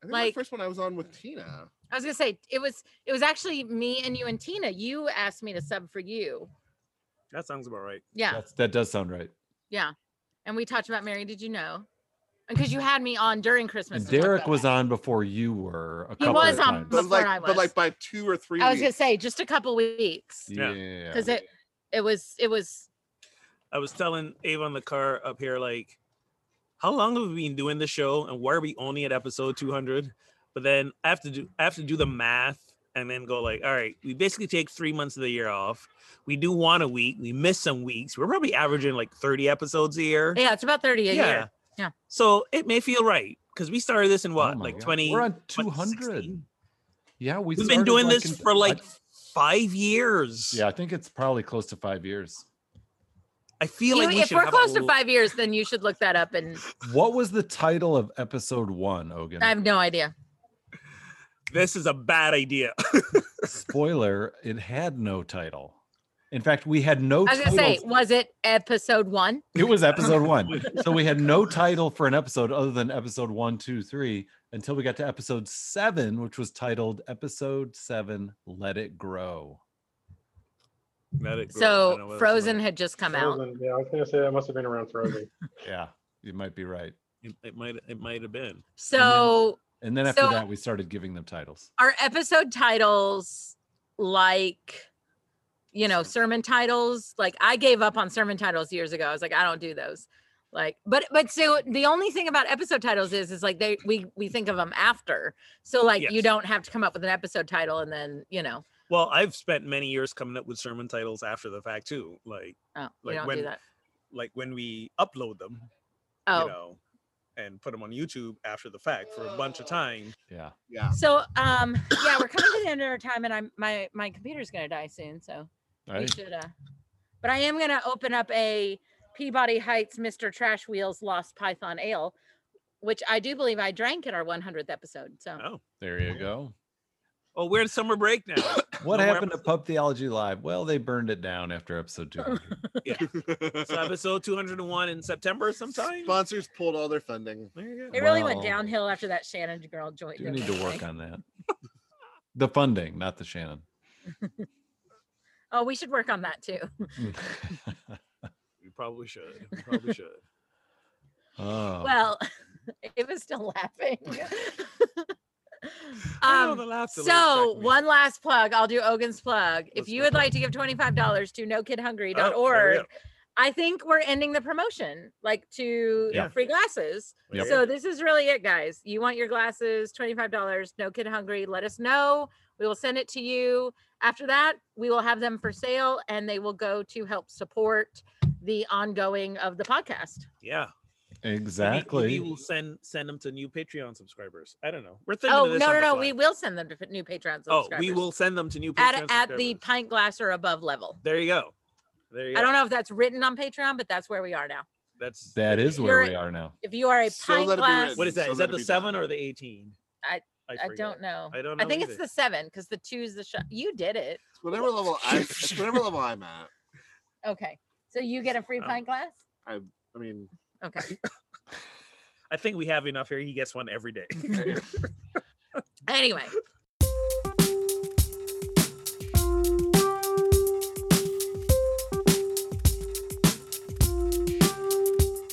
Speaker 4: think
Speaker 1: like-
Speaker 4: my first one I was on with Tina.
Speaker 1: I was gonna say it was it was actually me and you and Tina. You asked me to sub for you.
Speaker 8: That sounds about right.
Speaker 1: Yeah,
Speaker 2: That's, that does sound right.
Speaker 1: yeah. And we talked about Mary. Did you know? Because you had me on during Christmas.
Speaker 2: And
Speaker 1: to talk
Speaker 2: Derek
Speaker 1: about
Speaker 2: was
Speaker 1: that.
Speaker 2: on before you were. A
Speaker 1: He
Speaker 2: couple
Speaker 1: was
Speaker 2: of
Speaker 1: on
Speaker 2: times.
Speaker 4: But
Speaker 1: before
Speaker 4: like,
Speaker 1: I was.
Speaker 4: but like by two or three.
Speaker 1: I was gonna
Speaker 4: weeks.
Speaker 1: say just a couple weeks
Speaker 8: Yeah.
Speaker 2: Yeah.
Speaker 1: because it it was it was
Speaker 8: I was telling Ava in the car up here, like, how long have we been doing this show, and why are we only at episode 200? But then I have to do I have to do the math and then go like, all right, we basically take three months of the year off. We do one a week. We miss some weeks. We're probably averaging like 30 episodes a year.
Speaker 1: yeah it's about 30 a year. Yeah.
Speaker 8: So it may feel right because we started this in
Speaker 2: Oh
Speaker 8: what,
Speaker 2: my
Speaker 8: like
Speaker 2: God.
Speaker 8: 20.
Speaker 2: We're on
Speaker 8: what,
Speaker 2: 200.
Speaker 8: 16?
Speaker 2: Yeah, we
Speaker 8: We've been
Speaker 2: started,
Speaker 8: doing
Speaker 2: like,
Speaker 8: this
Speaker 2: in-
Speaker 8: for
Speaker 2: I-
Speaker 8: like five years.
Speaker 2: yeah, I think it's probably close to five years.
Speaker 8: I feel
Speaker 1: You-
Speaker 8: like we
Speaker 1: if
Speaker 8: should
Speaker 1: we're
Speaker 8: have
Speaker 1: close
Speaker 8: a
Speaker 1: to
Speaker 8: l-
Speaker 1: five years, then you should look that up. And
Speaker 2: What was the title of episode one, Ogan?
Speaker 1: I have no idea.
Speaker 8: This is a bad idea.
Speaker 2: Spoiler, it had no title. In fact, we had
Speaker 1: I
Speaker 2: no
Speaker 1: was gonna
Speaker 2: title.
Speaker 1: say, was it episode one?
Speaker 2: it was episode one. So we had no title for an episode other than episode one, two, three until we got to episode seven, which was titled Episode Seven Let It Grow.
Speaker 8: Let it go. I don't know
Speaker 1: So
Speaker 8: what else to
Speaker 1: Frozen
Speaker 8: do.
Speaker 1: had just come out.
Speaker 5: Frozen. Yeah, I was gonna say that must have been around Frozen.
Speaker 2: Yeah, you might be right.
Speaker 8: It, it might it might have been.
Speaker 1: So
Speaker 2: And then after
Speaker 1: So-
Speaker 2: that, we started giving them titles.
Speaker 1: our episode titles, like, you know, sermon titles. Like I gave up on sermon titles years ago. I was like, I don't do those. Like, but but so the only thing about episode titles is is like they we we think of them after. So like you
Speaker 8: Yes.
Speaker 1: don't have to come up with an episode title and then you know
Speaker 8: Well, I've spent many years coming up with sermon titles after the fact too. Like
Speaker 1: oh we
Speaker 8: Like
Speaker 1: don't
Speaker 8: when-
Speaker 1: do that.
Speaker 8: like when we upload them,
Speaker 1: Oh
Speaker 8: you know,
Speaker 3: and put them on YouTube after the fact for a bunch of time.
Speaker 2: Yeah.
Speaker 4: Yeah.
Speaker 1: So um yeah, we're coming to the end of our time and I'm my my computer's gonna die soon, so
Speaker 2: All
Speaker 1: we
Speaker 2: right.
Speaker 1: should uh but I am gonna open up a Peabody Heights Mr. Trash Wheels Lost Python Ale, which I do believe I drank in our one hundredth episode. So
Speaker 3: Oh,
Speaker 2: There you go.
Speaker 3: oh, we're in summer break now.
Speaker 2: What
Speaker 3: No more
Speaker 2: happened to Pub Theology Live? Well, they burned it down after episode 200.
Speaker 3: So episode 201 in September sometime.
Speaker 4: Sponsors pulled all their funding.
Speaker 3: There you go.
Speaker 1: it really went
Speaker 2: Wow.
Speaker 1: downhill after that Shannon girl joined.
Speaker 2: Do need to work on that. The funding, not the Shannon.
Speaker 1: Oh, we should work on that too.
Speaker 3: We probably should. We probably should.
Speaker 2: oh.
Speaker 1: Well, it was still laughing.
Speaker 3: I know
Speaker 1: Um,
Speaker 3: the laughs a little
Speaker 1: So
Speaker 3: affect me.
Speaker 1: one last plug. I'll do Ogan's plug. if
Speaker 3: Let's
Speaker 1: you
Speaker 3: go
Speaker 1: would
Speaker 3: for it.
Speaker 1: like to give $25 to nokidhungry.org,
Speaker 3: Oh, there we go.
Speaker 1: I think we're ending the promotion, like to
Speaker 2: Yeah.
Speaker 1: free glasses.
Speaker 2: Yep.
Speaker 1: So this is really it, guys. You want your glasses, $25, no kid hungry. Let us know. We will send it to you. After that, we will have them for sale and they will go to help support the ongoing of the podcast.
Speaker 3: yeah. Maybe-
Speaker 2: Exactly.
Speaker 3: Maybe we'll send send them to new Patreon subscribers. I don't know. We're thinking.
Speaker 1: Oh,
Speaker 3: of
Speaker 1: no,
Speaker 3: this on
Speaker 1: no,
Speaker 3: the
Speaker 1: no.
Speaker 3: fly.
Speaker 1: We will send them to f- new Patreon
Speaker 3: Oh,
Speaker 1: subscribers.
Speaker 3: we will send them to new Patreon
Speaker 1: At, at the
Speaker 3: subscribers.
Speaker 1: pint glass or above level.
Speaker 3: There you go. There you go.
Speaker 1: I don't know if that's written on Patreon, but that's where we are now.
Speaker 3: That's
Speaker 2: that is where
Speaker 1: You're-
Speaker 2: we are now.
Speaker 1: If you are a
Speaker 4: So
Speaker 1: pint
Speaker 4: let it be
Speaker 1: glass,
Speaker 4: written.
Speaker 3: What is that?
Speaker 4: So
Speaker 3: Is that
Speaker 4: that'd
Speaker 3: the
Speaker 4: be
Speaker 3: seven or the eighteen?
Speaker 1: I- I
Speaker 3: forget.
Speaker 1: don't know.
Speaker 3: I don't
Speaker 1: I
Speaker 3: know
Speaker 1: think it's
Speaker 3: either.
Speaker 1: the seven because the two is the shot. You did it.
Speaker 4: It's whatever level I it's whatever level I'm at.
Speaker 1: Okay. So you get a free
Speaker 3: Um,
Speaker 1: pint glass?
Speaker 4: I mean
Speaker 1: Okay.
Speaker 3: I think we have enough here. He gets one every day.
Speaker 1: Anyway.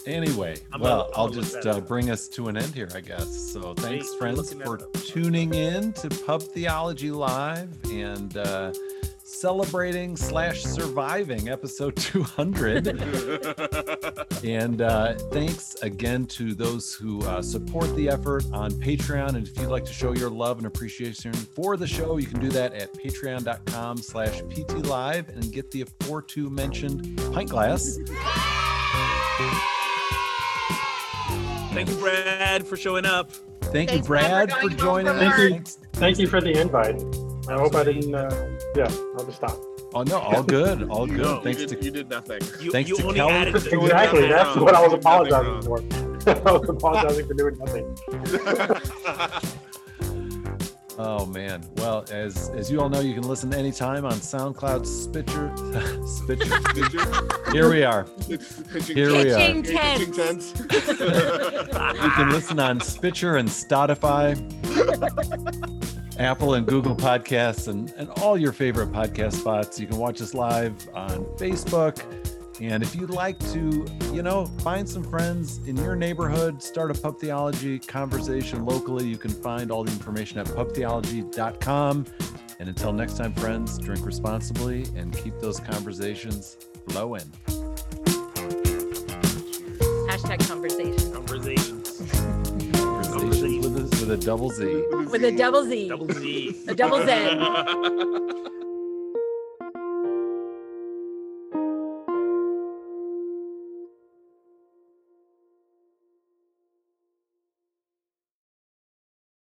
Speaker 2: Anyway,
Speaker 3: I'm gonna-
Speaker 2: well,
Speaker 3: I'm
Speaker 2: I'll
Speaker 3: gonna look
Speaker 2: just
Speaker 3: that
Speaker 2: uh,
Speaker 3: up.
Speaker 2: bring us to an end here, I guess. So thanks,
Speaker 3: I'm
Speaker 2: friends,
Speaker 3: looking that
Speaker 2: for
Speaker 3: up.
Speaker 2: tuning in to Pub Theology Live and uh, celebrating slash surviving episode 200. And uh, thanks again to those who uh, support the effort on Patreon. And if you'd like to show your love and appreciation for the show, you can do that at patreon.com slash ptlive and get the aforementioned pint glass.
Speaker 3: Thank you, Brad, for showing up.
Speaker 2: Thank you,
Speaker 1: Thanks, Brad,
Speaker 2: Brad,
Speaker 1: for
Speaker 2: for
Speaker 1: going
Speaker 2: joining
Speaker 1: over.
Speaker 2: us.
Speaker 5: Thank you.
Speaker 2: Thanks.
Speaker 5: Thank you for the invite. I hope I didn't, uh, yeah, I'll just stop.
Speaker 2: Oh, no, all good. All
Speaker 4: you,
Speaker 2: good.
Speaker 4: you
Speaker 2: Thanks
Speaker 4: did,
Speaker 2: to
Speaker 4: you did nothing.
Speaker 3: You,
Speaker 2: Thanks
Speaker 3: you
Speaker 2: to
Speaker 3: only
Speaker 2: Kelly
Speaker 3: added
Speaker 2: for
Speaker 3: to the-
Speaker 2: doing that.
Speaker 5: Exactly,
Speaker 4: nothing
Speaker 5: that's
Speaker 4: wrong.
Speaker 5: what I was
Speaker 4: Nothing
Speaker 5: apologizing
Speaker 4: wrong.
Speaker 5: for. I was apologizing for doing nothing.
Speaker 2: Oh man. Well, as as you all know, you can listen anytime on SoundCloud, Spitcher, Spitcher.
Speaker 4: Did you?
Speaker 2: Here we are.
Speaker 4: Pitch- pitching
Speaker 2: Here we are.
Speaker 1: Pitching
Speaker 4: Pitching
Speaker 1: tents.
Speaker 4: tents.
Speaker 2: You can listen on Stitcher and Spotify, Apple and Google Podcasts, and, and all your favorite podcast spots. You can watch us live on Facebook. And if you'd like to, you know, find some friends in your neighborhood, start a pub theology conversation locally, you can find all the information at pubtheology.com. And until next time, friends, drink responsibly and keep those conversations flowing.
Speaker 1: Hashtag conversation
Speaker 3: Conversations.
Speaker 2: Conversations with a, with a double Z.
Speaker 1: with a double Z,
Speaker 3: Double Z.
Speaker 1: a double Z.